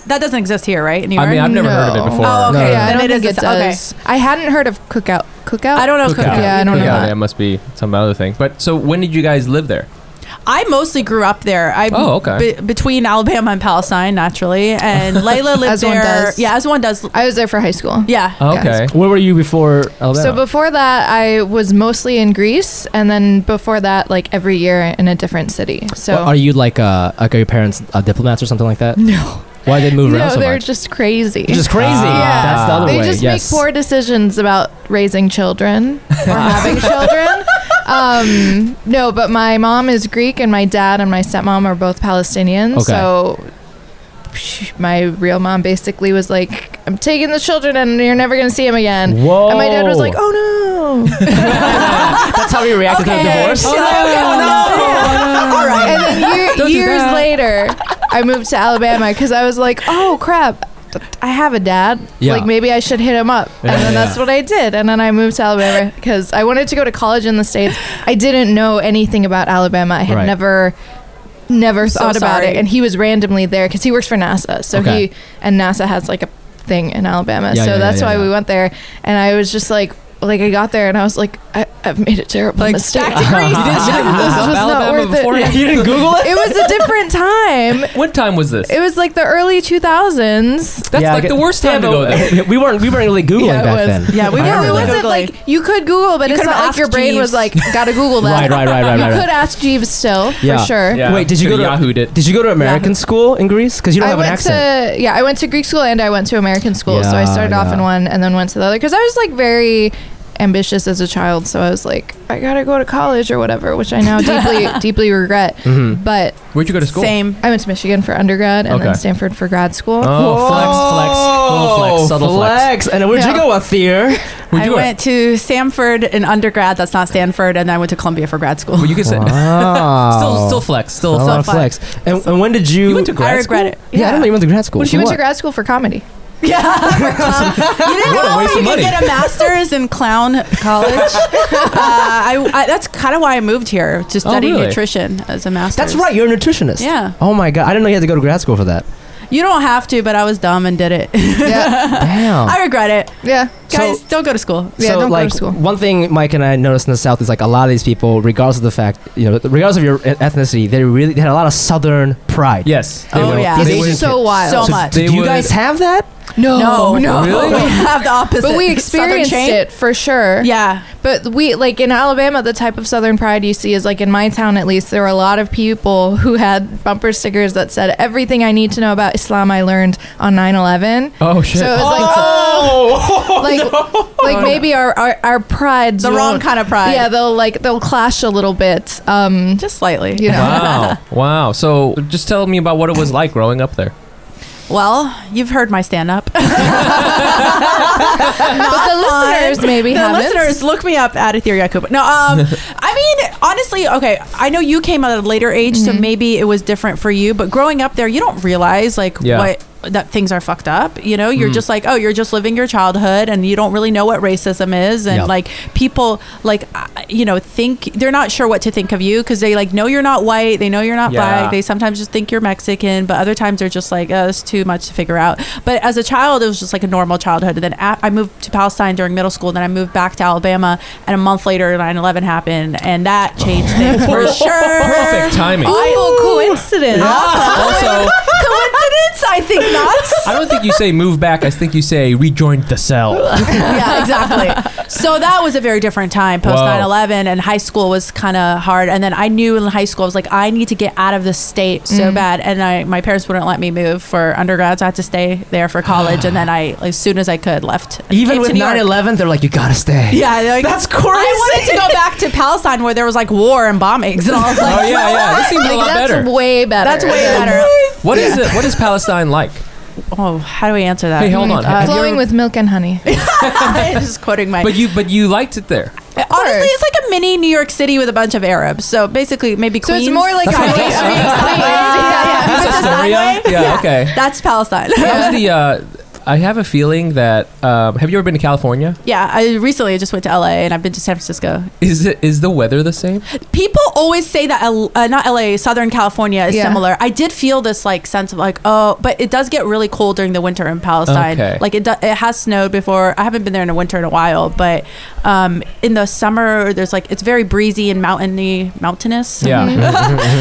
Speaker 3: that doesn't exist here, right?
Speaker 2: I mean, I've never heard of it
Speaker 5: No.
Speaker 2: before.
Speaker 3: Oh, okay.
Speaker 5: No,
Speaker 3: Yeah,
Speaker 4: I
Speaker 3: then
Speaker 4: don't
Speaker 3: it
Speaker 4: think
Speaker 3: is
Speaker 4: it
Speaker 3: a- okay.
Speaker 4: does. I hadn't heard of cookout. Cookout.
Speaker 3: I don't know.
Speaker 5: Cookout.
Speaker 3: Cookout.
Speaker 4: Yeah, I don't know
Speaker 2: yeah,
Speaker 4: that.
Speaker 2: that must be some other thing. But so when did you guys live there?
Speaker 3: I mostly grew up there. I
Speaker 2: Oh, okay.
Speaker 3: be- between Alabama and Palestine, naturally, and Layla lived
Speaker 4: As one
Speaker 3: there.
Speaker 4: does.
Speaker 3: Yeah, as one does.
Speaker 4: I was there for high school.
Speaker 3: Yeah.
Speaker 2: Okay.
Speaker 1: Where were you before
Speaker 4: So
Speaker 1: Alabama?
Speaker 4: before that, I was mostly in Greece, and then before that, like every year in a different city. So
Speaker 1: Well, are you like uh like are your parents uh, diplomats or something like that? No. Why they move around
Speaker 4: no,
Speaker 1: so
Speaker 4: they're
Speaker 1: much?
Speaker 4: just crazy.
Speaker 1: Just crazy.
Speaker 2: Ah.
Speaker 4: Yeah.
Speaker 1: That's the other
Speaker 4: they
Speaker 1: way.
Speaker 4: just
Speaker 1: yes.
Speaker 4: make poor decisions about raising children or having children. Um, no, but my mom is Greek, and my dad and my stepmom are both Palestinian.
Speaker 1: Okay.
Speaker 4: So psh, my real mom basically was like, "I'm taking the children, and you're never gonna see them again."
Speaker 1: Whoa.
Speaker 4: And my dad was like, "Oh no!"
Speaker 1: That's how we reacted to the
Speaker 4: Okay.
Speaker 1: divorce. Oh,
Speaker 4: Oh,
Speaker 3: All right.
Speaker 4: and then year-
Speaker 3: Don't do
Speaker 4: years
Speaker 3: that.
Speaker 4: later, I moved to Alabama because I was like, oh crap, I have a dad.
Speaker 1: Yeah.
Speaker 4: Like maybe I should hit him up.
Speaker 1: Yeah,
Speaker 4: and then
Speaker 1: yeah.
Speaker 4: that's what I did. And then I moved to Alabama because I wanted to go to college in the States. I didn't know anything about Alabama. I had
Speaker 1: Right.
Speaker 4: never. Never
Speaker 3: So
Speaker 4: thought about
Speaker 3: sorry.
Speaker 4: it, and he was randomly there because he works for NASA. So
Speaker 1: Okay.
Speaker 4: he and NASA has like a thing in Alabama,
Speaker 1: Yeah,
Speaker 4: so
Speaker 1: yeah,
Speaker 4: that's
Speaker 1: yeah,
Speaker 4: why
Speaker 1: yeah.
Speaker 4: we went there. And I was just like, like I got there, and I was like, I, I've made a terrible
Speaker 3: Like,
Speaker 4: mistake.
Speaker 3: back to Greece.
Speaker 4: this was not worth it
Speaker 2: beforehand?
Speaker 1: you didn't Google
Speaker 4: it was a different time.
Speaker 2: What time was this?
Speaker 4: It was like the early 2000s.
Speaker 2: That's like the worst time to go there.
Speaker 1: we weren't we weren't really googling
Speaker 4: Yeah, it
Speaker 1: back
Speaker 4: was.
Speaker 1: then.
Speaker 3: Yeah, we
Speaker 1: I
Speaker 3: were-
Speaker 4: No,
Speaker 1: remember
Speaker 4: it
Speaker 3: we
Speaker 1: that.
Speaker 3: were-
Speaker 4: wasn't
Speaker 3: Googling.
Speaker 4: like you could Google, but it's
Speaker 3: could've
Speaker 4: not like
Speaker 3: asked
Speaker 4: your brain was
Speaker 3: Jeeves.
Speaker 4: like, gotta Google that.
Speaker 1: Right, right, right, right,
Speaker 4: you
Speaker 1: right,
Speaker 4: could ask Jeeves still
Speaker 1: Yeah.
Speaker 4: for sure.
Speaker 2: Yeah,
Speaker 1: Wait, did you go
Speaker 2: could've
Speaker 1: to-
Speaker 2: Yahooed it?
Speaker 1: Did you go to American school in Greece? Because you don't
Speaker 4: I
Speaker 1: have an
Speaker 4: went
Speaker 1: accent.
Speaker 4: to yeah, I went to Greek school and I went to American school. so I
Speaker 1: Yeah,
Speaker 4: started off in
Speaker 1: yeah.
Speaker 4: one and then went to the other because I was like very ambitious as a child. So I was like, I gotta go to college or whatever, which I now deeply deeply regret.
Speaker 1: Mm-hmm.
Speaker 4: But
Speaker 2: Where'd you go to school?
Speaker 3: Same.
Speaker 4: I went to Michigan for undergrad and then
Speaker 2: Okay.
Speaker 4: Stanford for grad school.
Speaker 2: Oh, flex, flex, little flex,
Speaker 1: Whoa,
Speaker 2: subtle flex.
Speaker 1: And where'd you
Speaker 4: Yeah.
Speaker 1: go, Athir?
Speaker 2: Would
Speaker 3: I
Speaker 2: you
Speaker 3: went to Samford in undergrad. That's not Stanford, and I went to Columbia for grad school.
Speaker 2: Well, you could say
Speaker 1: Wow.
Speaker 2: still, still flex, still.
Speaker 1: a
Speaker 3: so
Speaker 1: lot of
Speaker 3: fun.
Speaker 1: flex. And, and when did you?
Speaker 2: You went to grad
Speaker 3: I regret
Speaker 1: Yeah,
Speaker 3: it.
Speaker 1: I don't know. You went to grad school.
Speaker 4: Well, she
Speaker 1: for
Speaker 4: went
Speaker 1: what?
Speaker 4: to grad school for comedy.
Speaker 3: Yeah. you didn't
Speaker 2: What a
Speaker 3: know
Speaker 2: waste
Speaker 3: you
Speaker 2: of
Speaker 3: could
Speaker 2: money.
Speaker 3: get a master's in clown college. uh, I, I, that's kind of why I moved here to study
Speaker 2: really?
Speaker 3: nutrition as a master's.
Speaker 1: That's right. You're a nutritionist.
Speaker 3: Yeah.
Speaker 1: Oh my god, I didn't know you had to go to grad school for that.
Speaker 3: You don't have to, but I was dumb and did it.
Speaker 4: Yeah,
Speaker 1: Damn.
Speaker 3: I regret it.
Speaker 4: yeah.
Speaker 3: Guys, don't go to school.
Speaker 4: Yeah,
Speaker 1: so
Speaker 4: don't go to
Speaker 1: like
Speaker 4: school.
Speaker 1: one thing Mike and I noticed in the South is like a lot of these people, regardless of the fact, you know, regardless of your e-, ethnicity, they really they had a lot of Southern pride.
Speaker 2: Yes.
Speaker 3: Oh,
Speaker 2: would-
Speaker 3: yeah.
Speaker 1: These
Speaker 2: they
Speaker 1: Asian
Speaker 2: would-
Speaker 1: kids.
Speaker 4: so wild.
Speaker 3: So much.
Speaker 1: Do
Speaker 2: They
Speaker 1: you
Speaker 2: would-
Speaker 1: guys have that?
Speaker 3: No, no.
Speaker 2: Really?
Speaker 3: We have the opposite.
Speaker 4: Oh, But we
Speaker 3: Southern
Speaker 4: experienced
Speaker 3: chain?
Speaker 4: it for sure.
Speaker 3: Yeah.
Speaker 4: But we like in Alabama, the type of Southern pride you see is like in my town at least. There were a lot of people who had bumper stickers that said "Everything I need to know about Islam I learned on 9/11."
Speaker 2: Oh shit.
Speaker 4: So it was like,
Speaker 2: oh.
Speaker 4: like, like maybe our our, our prides
Speaker 3: The wrong
Speaker 4: won't-
Speaker 3: kind of pride.
Speaker 4: Yeah, they'll like they'll clash a little bit. Um,
Speaker 3: Just slightly.
Speaker 4: you know.
Speaker 2: wow. Wow. So just tell me about what it was like growing up there.
Speaker 3: Well, you've heard my stand up.
Speaker 4: But the listeners maybe
Speaker 3: the
Speaker 4: haven't.
Speaker 3: listeners look me up at Etheria Cooper. No, um, I mean honestly, okay. I know you came at a later age, so maybe it was different for you. But growing up there, you don't realize like
Speaker 2: Yeah.
Speaker 3: what that things are fucked up. You know, you're just like, oh, you're just living your childhood, and you don't really know what racism is, and
Speaker 1: Yep.
Speaker 3: like people like uh, you know think they're not sure what to think of you because they like know you're not white, they know you're not
Speaker 2: Yeah.
Speaker 3: black, they sometimes just think you're Mexican, but other times they're just like, oh, it's too much to figure out. But as a child, it was just like a normal childhood. And then a I moved to Palestine during middle school. Then I moved back to Alabama. And a month later, 9 11 happened. And that changed things for sure.
Speaker 2: Perfect timing.
Speaker 3: I,
Speaker 4: coincidence.
Speaker 2: Also,
Speaker 3: coincidence? I think not.
Speaker 2: I don't think you say move back. I think you say rejoin the cell.
Speaker 3: yeah, exactly. So that was a very different time post
Speaker 2: Whoa.
Speaker 3: 9 11, and high school was kind of hard. And then I knew in high school, I was like, I need to get out of the state so bad. And I, my parents wouldn't let me move for undergrad, so I had to stay there for college. and then I, as soon as I could, left. and
Speaker 1: Even
Speaker 3: came
Speaker 1: with
Speaker 3: to New York.
Speaker 1: 9/11, they're like, you gotta stay.
Speaker 3: Yeah, they're like,
Speaker 1: That's crazy.
Speaker 3: I wanted to go back to Palestine where there was like war and bombings, and I was like,
Speaker 2: Oh yeah, yeah. This seems a
Speaker 4: Like,
Speaker 2: lot
Speaker 4: that's
Speaker 2: better.
Speaker 4: way better.
Speaker 3: that's way better.
Speaker 2: What is it? What is Palestine like?
Speaker 3: Oh, how do we answer that?
Speaker 2: Hey, hold on. Have you
Speaker 4: Flowing
Speaker 2: ever-
Speaker 4: with milk and honey.
Speaker 3: I'm just quoting my.
Speaker 2: But you, but you liked it there.
Speaker 3: honestly, it's like a mini New York City with a bunch of Arabs. So basically, maybe
Speaker 4: So
Speaker 3: Queens.
Speaker 4: it's more like a
Speaker 2: what
Speaker 4: mix
Speaker 2: I
Speaker 4: between-
Speaker 3: Yeah, yeah, yeah.
Speaker 4: Yeah,
Speaker 3: Is
Speaker 4: yeah.
Speaker 3: that
Speaker 2: Syria?
Speaker 3: Sinai?
Speaker 2: Yeah, okay.
Speaker 3: That's Palestine.
Speaker 2: How's the uh, I have a feeling that um, have you ever been to California?
Speaker 3: Yeah, I recently I just went to LA and I've been to San Francisco.
Speaker 2: Is it is the weather the same?
Speaker 3: People always say that L- uh, not LA, Southern California is
Speaker 4: Yeah.
Speaker 3: similar. I did feel this like sense of like oh, but it does get really cold during the winter in Palestine.
Speaker 2: Okay.
Speaker 3: Like it do- it has snowed before. I haven't been there in the winter in a while, but um, in the summer there's like it's very breezy and mountainy, mountainous.
Speaker 2: Yeah,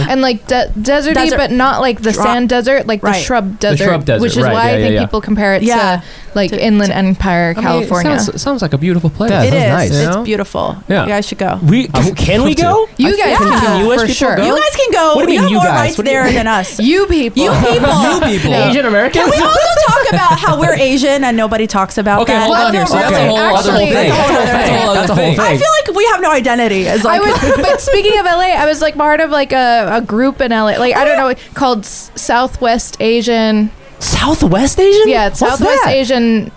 Speaker 4: and like de- deserty,
Speaker 3: Desert-
Speaker 4: but not like the
Speaker 3: Dro-
Speaker 4: sand desert, like the
Speaker 3: Right.
Speaker 4: shrub desert,
Speaker 2: shrub desert,
Speaker 4: which is
Speaker 2: right,
Speaker 4: why
Speaker 2: yeah,
Speaker 4: I
Speaker 2: yeah,
Speaker 4: think
Speaker 2: yeah.
Speaker 4: people compare it
Speaker 3: Yeah.
Speaker 4: to like
Speaker 3: To-
Speaker 4: Inland Empire, California.
Speaker 2: I mean, it sounds, sounds like a beautiful place.
Speaker 6: Yeah,
Speaker 3: It is.
Speaker 6: sounds nice.
Speaker 2: You
Speaker 3: It's
Speaker 2: know?
Speaker 3: beautiful.
Speaker 2: Yeah.
Speaker 3: You guys should go.
Speaker 1: We can, can we go?
Speaker 4: you guys
Speaker 3: think
Speaker 4: can go
Speaker 1: continuous
Speaker 4: for
Speaker 1: people
Speaker 4: sure.
Speaker 1: go?
Speaker 3: You guys can go.
Speaker 1: What do you mean,
Speaker 3: have
Speaker 1: you
Speaker 3: more
Speaker 1: guys?
Speaker 3: rights
Speaker 1: What do you-
Speaker 3: there than us.
Speaker 4: You people.
Speaker 3: You people.
Speaker 1: people,
Speaker 4: No.
Speaker 1: Asian
Speaker 3: Can
Speaker 1: Americans.
Speaker 3: we also talk about how we're Asian and nobody talks about
Speaker 2: Okay,
Speaker 3: that?
Speaker 2: hold on here. So that's a
Speaker 4: Okay.
Speaker 2: whole other
Speaker 4: Actually,
Speaker 2: thing.
Speaker 4: that's a whole
Speaker 2: That's a whole other thing.
Speaker 3: I feel like we have no identity. As
Speaker 4: I
Speaker 3: like,
Speaker 4: was, but speaking of LA, I was like part of like a, a group in LA, like I don't know, called S- Southwest Asian.
Speaker 1: Southwest Asian?
Speaker 4: Yeah, it's
Speaker 1: What's
Speaker 4: Southwest
Speaker 1: that?
Speaker 4: Asian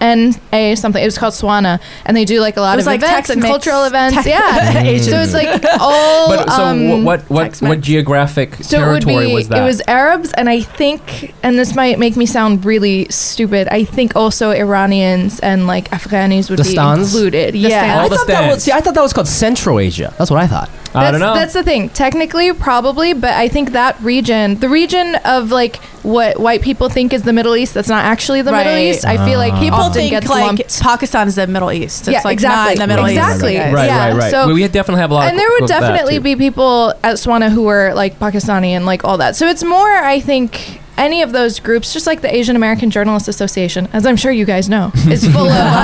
Speaker 4: NA something. It was called Swana, and they do like a lot
Speaker 3: It was
Speaker 4: of
Speaker 3: like
Speaker 4: events and
Speaker 3: Tex-Mex.
Speaker 4: cultural events.
Speaker 3: Tex-
Speaker 4: yeah, so it's like all.
Speaker 2: But so
Speaker 4: um,
Speaker 2: wh- what what
Speaker 3: Tex-Mex.
Speaker 2: what geographic
Speaker 4: so it would
Speaker 2: territory
Speaker 4: be
Speaker 2: was that?
Speaker 4: it was Arabs and I think and this might make me sound really stupid I think also Iranians and like Afghanis would be
Speaker 1: Dastans?
Speaker 4: included
Speaker 3: Dastans.
Speaker 4: yeah
Speaker 1: I
Speaker 2: the
Speaker 1: thought that
Speaker 2: stands.
Speaker 1: was. See, I thought that was called Central Asia. That's what I thought.
Speaker 2: I don't know.
Speaker 4: That's the thing. Technically, probably, but I think that region, the region of like what white people think is the Middle East, that's not actually the Middle
Speaker 3: Right.
Speaker 4: East. I feel like people
Speaker 3: people
Speaker 4: often
Speaker 3: think
Speaker 4: gets
Speaker 3: like
Speaker 4: lumped.
Speaker 3: Pakistan is the Middle East. It's
Speaker 4: Yeah,
Speaker 3: like
Speaker 4: exactly.
Speaker 3: not the Middle
Speaker 4: Exactly.
Speaker 3: East.
Speaker 4: Right,
Speaker 2: right,
Speaker 4: yeah,
Speaker 2: right, right.
Speaker 4: so-
Speaker 2: we, we definitely have a lot.
Speaker 4: And there would
Speaker 2: of that,
Speaker 4: definitely
Speaker 2: too.
Speaker 4: be people at Swana who were like Pakistani and like all that. So it's more, I think, any of those groups, just like the Asian American Journalists Association, as I'm sure you guys know, is full of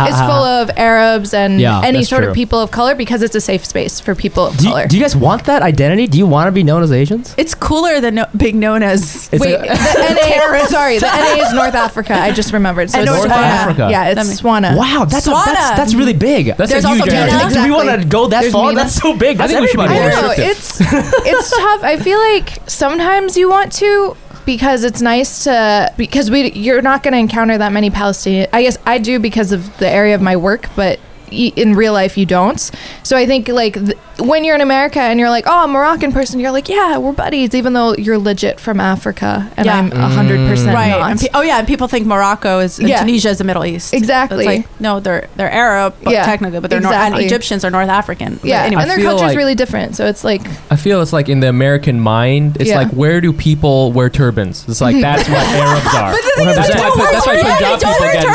Speaker 4: um, is full of Arabs and
Speaker 1: Yeah,
Speaker 4: any
Speaker 1: that's
Speaker 4: sort
Speaker 1: true.
Speaker 4: of people of color because it's a safe space for people of
Speaker 1: Do
Speaker 4: color.
Speaker 1: you, do you guys want that identity? Do you want to be known as Asians?
Speaker 3: It's cooler than no- being known as.
Speaker 1: It's
Speaker 4: Wait,
Speaker 1: like-
Speaker 4: the NA, sorry, the NA is North Africa. I just remembered. So
Speaker 3: And
Speaker 4: it's
Speaker 3: North
Speaker 4: Swana.
Speaker 2: Africa.
Speaker 4: Yeah, it's
Speaker 3: That means-
Speaker 4: Swana.
Speaker 1: wow, that's, a, that's
Speaker 3: Swana.
Speaker 1: that's really big.
Speaker 2: That's
Speaker 3: There's
Speaker 2: a huge
Speaker 3: also
Speaker 2: area.
Speaker 3: Canada.
Speaker 1: Do we want to go that
Speaker 4: There's
Speaker 1: far?
Speaker 4: Mina.
Speaker 1: That's so big.
Speaker 2: I
Speaker 1: That's
Speaker 2: think we should be
Speaker 1: everybody.
Speaker 4: I
Speaker 2: more
Speaker 4: don't know.
Speaker 2: restrictive.
Speaker 4: It's it's tough. I feel like sometimes you want to because it's nice to because we you're not going to encounter that many Palestinian. I guess I do because of the area of my work, but y- in real life you don't. So I think like th- when you're in America and you're like, "Oh, a Moroccan person." You're like, "Yeah, we're buddies," even though you're legit from Africa and
Speaker 3: Yeah.
Speaker 4: I'm 100%
Speaker 3: Right.
Speaker 4: not.
Speaker 3: And pe- oh yeah, and people think Morocco is and
Speaker 4: Yeah.
Speaker 3: Tunisia is the Middle East.
Speaker 4: Exactly.
Speaker 3: It's like, no, they're they're Arab but
Speaker 4: Yeah.
Speaker 3: technically, but they're North,
Speaker 4: Exactly.
Speaker 3: and Egyptians are North African. But
Speaker 4: yeah,
Speaker 3: Anyway,
Speaker 4: and their
Speaker 2: feel
Speaker 4: culture's
Speaker 2: like-
Speaker 4: really different. So it's like
Speaker 2: I feel it's like in the American mind, it's
Speaker 4: Yeah.
Speaker 2: like where do people wear turbans? It's like that's what Arabs are. that's
Speaker 3: they
Speaker 2: why
Speaker 3: don't
Speaker 2: put-
Speaker 3: wear
Speaker 2: that's why
Speaker 3: turbans.
Speaker 2: Punjabis
Speaker 3: They don't wear
Speaker 2: look at me.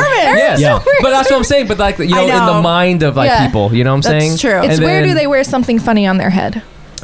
Speaker 2: Yes.
Speaker 3: turbans.
Speaker 4: don't wear
Speaker 2: but that's what I'm saying. But like you
Speaker 3: I
Speaker 2: know, in
Speaker 3: know.
Speaker 2: the mind of like
Speaker 4: Yeah.
Speaker 2: people, you know what I'm
Speaker 3: That's
Speaker 2: saying?
Speaker 3: true.
Speaker 4: it's
Speaker 2: And
Speaker 4: where do
Speaker 2: then-
Speaker 4: they wear something funny on their head?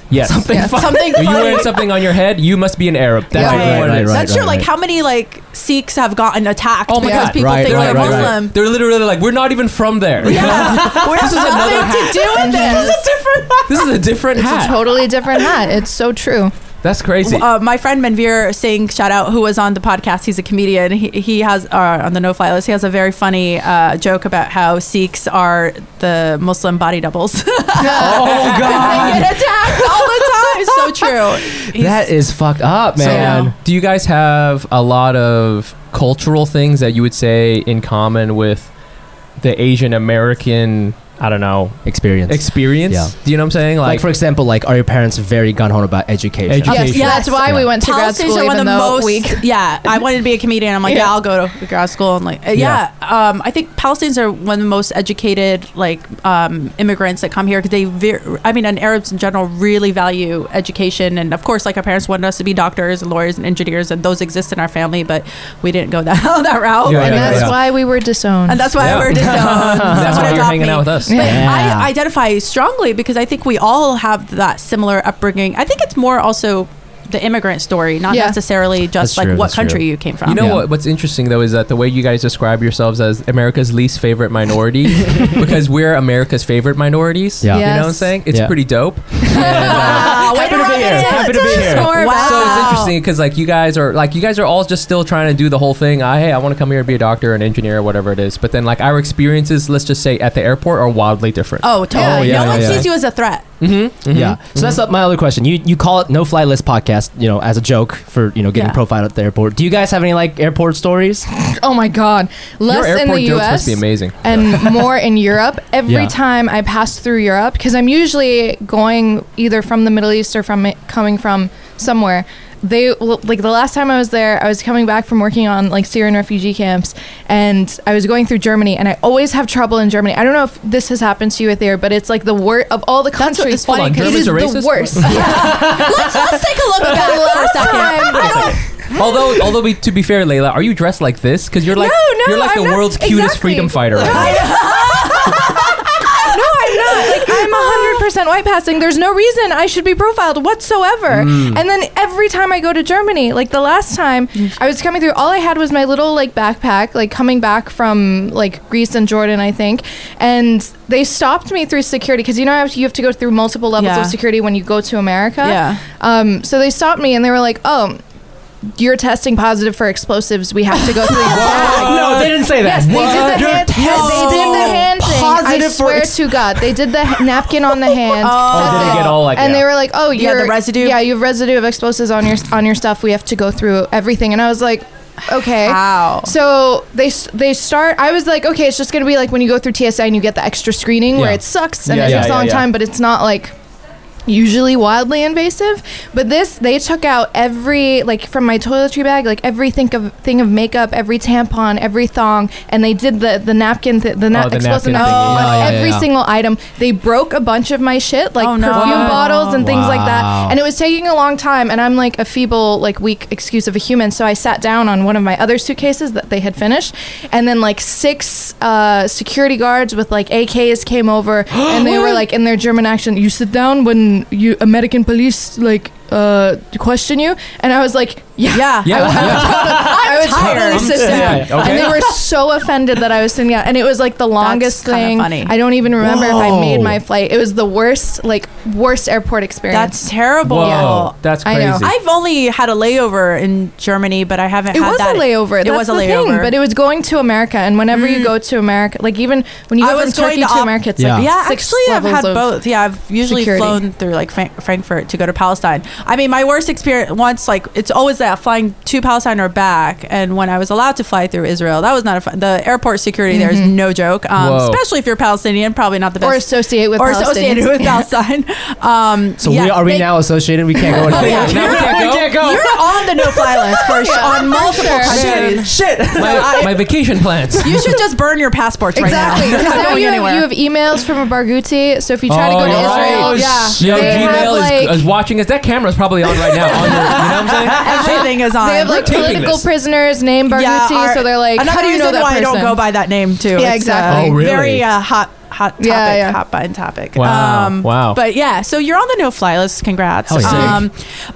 Speaker 2: Yes.
Speaker 1: Something
Speaker 4: Yeah.
Speaker 1: fun.
Speaker 3: something
Speaker 2: If you
Speaker 3: funny.
Speaker 2: wear something on your head, you must be an Arab. That's
Speaker 3: Right,
Speaker 2: what
Speaker 1: right,
Speaker 2: it is.
Speaker 1: right.
Speaker 3: That's true. Like how many like Sikhs have gotten attacked
Speaker 2: Oh my
Speaker 3: because
Speaker 2: God.
Speaker 3: people
Speaker 1: Right,
Speaker 3: think
Speaker 1: right,
Speaker 3: they're
Speaker 1: right, right.
Speaker 3: Muslim.
Speaker 2: They're literally like, we're not even from there.
Speaker 3: Yeah. we have
Speaker 2: is another
Speaker 3: nothing to
Speaker 2: hat.
Speaker 3: do with this.
Speaker 4: Yes.
Speaker 3: This is a different
Speaker 2: This is a different
Speaker 4: It's a
Speaker 2: hat.
Speaker 4: totally different hat. It's so true.
Speaker 2: That's crazy.
Speaker 3: uh, my friend Manveer Singh, shout out, who was on the podcast. He's a comedian. He, he has uh, on the No Fly List. He has a very funny uh, joke about how Sikhs are the Muslim body doubles. they
Speaker 1: oh god,
Speaker 3: get attacked all the time. So true. He's-
Speaker 1: that is fucked up,
Speaker 2: So,
Speaker 1: man.
Speaker 3: Yeah.
Speaker 2: do you guys have a lot of cultural things that you would say in common with the Asian American? I don't know
Speaker 1: Experience.
Speaker 2: experience.
Speaker 1: Yeah.
Speaker 2: Do you know what I'm saying?
Speaker 1: like, for example, like are your parents very gun ho about education?
Speaker 2: Education.
Speaker 4: Yes,
Speaker 2: Yes.
Speaker 4: that's why we went to grad
Speaker 3: Palestinians
Speaker 4: school,
Speaker 3: are one
Speaker 4: even
Speaker 3: of the
Speaker 4: though
Speaker 3: most.
Speaker 4: we
Speaker 3: Yeah, I wanted to be a comedian. I'm like, yeah,
Speaker 4: Yeah.
Speaker 3: I'll go to grad school and like, uh, yeah. Um, I think Palestinians are one of the most educated like um, immigrants that come here because they, ver- I mean, and Arabs in general really value education. And of course, like our parents wanted us to be doctors and lawyers and engineers, and those exist in our family, but we didn't go that that route.
Speaker 2: Yeah,
Speaker 4: and
Speaker 2: yeah,
Speaker 4: that's
Speaker 2: yeah.
Speaker 4: why we were disowned.
Speaker 3: And that's why
Speaker 2: Yeah.
Speaker 3: I wear
Speaker 2: that's
Speaker 3: disowned. Someone
Speaker 2: why you're
Speaker 3: adopt
Speaker 2: hanging
Speaker 3: me.
Speaker 2: out with us.
Speaker 4: Yeah.
Speaker 3: But
Speaker 1: Yeah.
Speaker 3: I identify strongly because I think we all have that similar upbringing. I think it's more also the immigrant story, not
Speaker 4: Yeah.
Speaker 3: necessarily just
Speaker 1: That's
Speaker 3: like
Speaker 1: true,
Speaker 3: what
Speaker 1: that's
Speaker 3: country
Speaker 1: true.
Speaker 3: you came from.
Speaker 2: You know
Speaker 1: Yeah.
Speaker 2: what? What's interesting though is that the way you guys describe yourselves as America's least favorite minority, because we're America's favorite minorities.
Speaker 1: Yeah.
Speaker 2: You know what I'm
Speaker 4: Yes.
Speaker 2: saying? It's
Speaker 1: Yeah.
Speaker 2: pretty dope. And, uh,
Speaker 3: Wow, way to
Speaker 1: to be
Speaker 3: rub it
Speaker 1: here.
Speaker 3: in.
Speaker 1: Happy to be
Speaker 3: Tell us
Speaker 1: here.
Speaker 3: more about
Speaker 2: So it's
Speaker 3: it.
Speaker 2: interesting because like you guys are like you guys are all just still trying to do the whole thing. I hey, I want to come here and be a doctor, an engineer, whatever it is. But then like our experiences, let's just say at the airport, are wildly different. Mm-hmm.
Speaker 3: Oh, totally.
Speaker 1: Oh, yeah,
Speaker 3: no one
Speaker 1: yeah,
Speaker 3: sees
Speaker 1: yeah.
Speaker 3: you as a threat.
Speaker 1: Yeah. So that's up my other question. You you call it no fly list podcast, you know, as a joke for you know getting
Speaker 3: Yeah.
Speaker 1: profiled at the airport. Do you guys have any like airport stories?
Speaker 4: oh my god,
Speaker 2: Your
Speaker 4: less in
Speaker 2: airport
Speaker 4: the
Speaker 2: jokes
Speaker 4: U.S.
Speaker 2: must be amazing.
Speaker 4: and more in Europe. Every
Speaker 1: Yeah.
Speaker 4: time I pass through Europe, because I'm usually going either from the Middle East or from coming from somewhere. they well, like the last time I was there, I was coming back from working on like Syrian refugee camps, and I was going through Germany, and I always have trouble in Germany. I don't know if this has happened to you with there, but it's like the worst of all the
Speaker 3: That's
Speaker 4: countries.
Speaker 3: what- it's funny
Speaker 4: Hold on,
Speaker 3: 'cause
Speaker 4: it is
Speaker 2: Germans are
Speaker 4: the
Speaker 2: racist?
Speaker 4: worst.
Speaker 3: let's, let's take a look back for a second.
Speaker 2: although, although we, to be fair, Layla, are you dressed like this? Because you're like
Speaker 4: No, no,
Speaker 2: you're like
Speaker 4: I'm
Speaker 2: the
Speaker 4: not-
Speaker 2: world's cutest
Speaker 4: exactly.
Speaker 2: freedom fighter. Right now.
Speaker 4: No, I'm not. Like I'm hundred percent white passing. There's no reason I should be profiled whatsoever. And then every time I go to Germany, like the last time
Speaker 3: Mm.
Speaker 4: I was coming through, all I had was my little like backpack, like coming back from like Greece and Jordan, I think. And they stopped me through security because you know how you have to go through multiple levels
Speaker 3: Yeah.
Speaker 4: of security when you go to America.
Speaker 3: Yeah.
Speaker 4: Um. So they stopped me and they were like, "Oh, you're testing positive for explosives. We have to go through." your bag."
Speaker 1: no, they didn't say that.
Speaker 4: Yes, they did the hand. They did the hand thing. I
Speaker 1: positive for
Speaker 4: swear
Speaker 1: ex-
Speaker 4: to God, they did the h- napkin on the hand.
Speaker 3: Oh.
Speaker 2: Oh, did it get all like
Speaker 4: and
Speaker 2: yeah.
Speaker 4: they were like, "Oh,
Speaker 3: Yeah,
Speaker 4: you're,
Speaker 3: the residue.
Speaker 4: Yeah, you have residue of explosives on your on your stuff. We have to go through everything." And I was like, "Okay."
Speaker 3: Wow.
Speaker 4: So they s- they start. I was like, "Okay, it's just gonna be like when you go through TSA and you get the extra screening where
Speaker 2: Yeah.
Speaker 4: it sucks and
Speaker 2: Yeah,
Speaker 4: it
Speaker 2: yeah,
Speaker 4: takes a
Speaker 2: yeah,
Speaker 4: long
Speaker 2: yeah.
Speaker 4: time, but it's not like." usually wildly invasive but this they took out every like from my toiletry bag like every think of thing of makeup every tampon every thong and they did the the napkin th- the, na-
Speaker 2: Oh, the
Speaker 4: explosive
Speaker 2: napkin
Speaker 4: napkin
Speaker 2: thingy.
Speaker 4: on
Speaker 1: Yeah, yeah,
Speaker 4: every
Speaker 1: yeah.
Speaker 4: single item they broke a bunch of my shit like
Speaker 3: Oh, no.
Speaker 4: perfume
Speaker 3: Wow.
Speaker 4: bottles and things like
Speaker 1: Wow.
Speaker 4: that and it was taking a long time and i'm like a feeble like weak excuse of a human so i sat down on one of my other suitcases that they had finished and then like six uh, security guards with like ak's came over and they were like in their german accent you sit down when you american police like uh, question you and i was like yeah
Speaker 3: Yeah.
Speaker 2: Yeah.
Speaker 4: I, would- I would totally- I would
Speaker 3: tired.
Speaker 4: totally
Speaker 3: I'm
Speaker 4: sit down.
Speaker 2: sad. Okay.
Speaker 4: And they were so offended that I was sitting out. And it was like the longest
Speaker 3: kinda
Speaker 4: thing.
Speaker 3: funny.
Speaker 4: I don't even remember if I made
Speaker 1: Whoa.
Speaker 4: my flight. It was the worst, like worst airport experience.
Speaker 3: That's terrible.
Speaker 2: Whoa, that's
Speaker 4: I
Speaker 2: crazy.
Speaker 4: know.
Speaker 3: I've only had a layover in Germany, but I haven't
Speaker 4: it
Speaker 3: had
Speaker 4: was
Speaker 3: that. e-
Speaker 4: a layover.
Speaker 3: It
Speaker 4: That's
Speaker 3: was a
Speaker 4: the
Speaker 3: layover. Mm.
Speaker 4: Thing, but it was going to America. And whenever you go to America, like even when you
Speaker 3: I
Speaker 4: go from
Speaker 3: was going
Speaker 4: Turkey
Speaker 3: to
Speaker 4: to,
Speaker 3: op-
Speaker 4: America, it's
Speaker 1: Yeah.
Speaker 4: like
Speaker 3: yeah,
Speaker 4: six
Speaker 3: actually, I've had
Speaker 4: levels of-
Speaker 3: both. Yeah, I've usually
Speaker 4: security.
Speaker 3: flown through like Fran- Frankfurt to go to Palestine. I mean, my worst experience once, like it's always that flying to Palestine or back. And when I was allowed to fly through Israel, that was not a fun. The airport security there is no joke, um,
Speaker 2: Whoa.
Speaker 3: especially if you're Palestinian. Probably not the best.
Speaker 4: Or associate with
Speaker 3: or
Speaker 4: Palestinians.
Speaker 3: associated with Palestine. Um,
Speaker 1: So we
Speaker 3: yeah,
Speaker 1: are we
Speaker 3: they- Oh,
Speaker 1: now associated? We can't go anywhere.
Speaker 2: Now we can't go?
Speaker 3: You're on the no-fly list for sh- on multiple
Speaker 4: sure.
Speaker 3: countries.
Speaker 1: Shit.
Speaker 2: my, my vacation plans.
Speaker 3: You should just burn your passports right now.
Speaker 4: Exactly. Because
Speaker 3: You're not
Speaker 4: now
Speaker 3: going
Speaker 4: you have,
Speaker 3: anywhere.
Speaker 4: you have emails from a Barghouti. So if you try
Speaker 2: Oh,
Speaker 4: to go to
Speaker 2: you're right.
Speaker 4: Israel, yeah.
Speaker 2: Yo,
Speaker 4: They have,
Speaker 2: Gmail is,
Speaker 4: like-
Speaker 2: is watching us. That camera's probably on right now. on your- you know what I'm saying?
Speaker 3: Everything is on.
Speaker 4: They have like
Speaker 2: taking
Speaker 4: political
Speaker 2: this.
Speaker 4: prisoners named Barghouti,
Speaker 3: our-
Speaker 4: so they're like,
Speaker 3: another
Speaker 4: how do you know
Speaker 3: reason
Speaker 4: that
Speaker 3: why
Speaker 4: person?
Speaker 3: I don't go by that name too.
Speaker 4: Yeah,
Speaker 3: It's, uh,
Speaker 4: exactly.
Speaker 2: Oh, really?
Speaker 3: Very uh, hot, hot topic,
Speaker 4: Yeah, yeah.
Speaker 3: hot button topic. Um,
Speaker 2: Wow, wow.
Speaker 3: But yeah, so you're on the no-fly list. Congrats.
Speaker 2: Hell yeah.
Speaker 3: Um,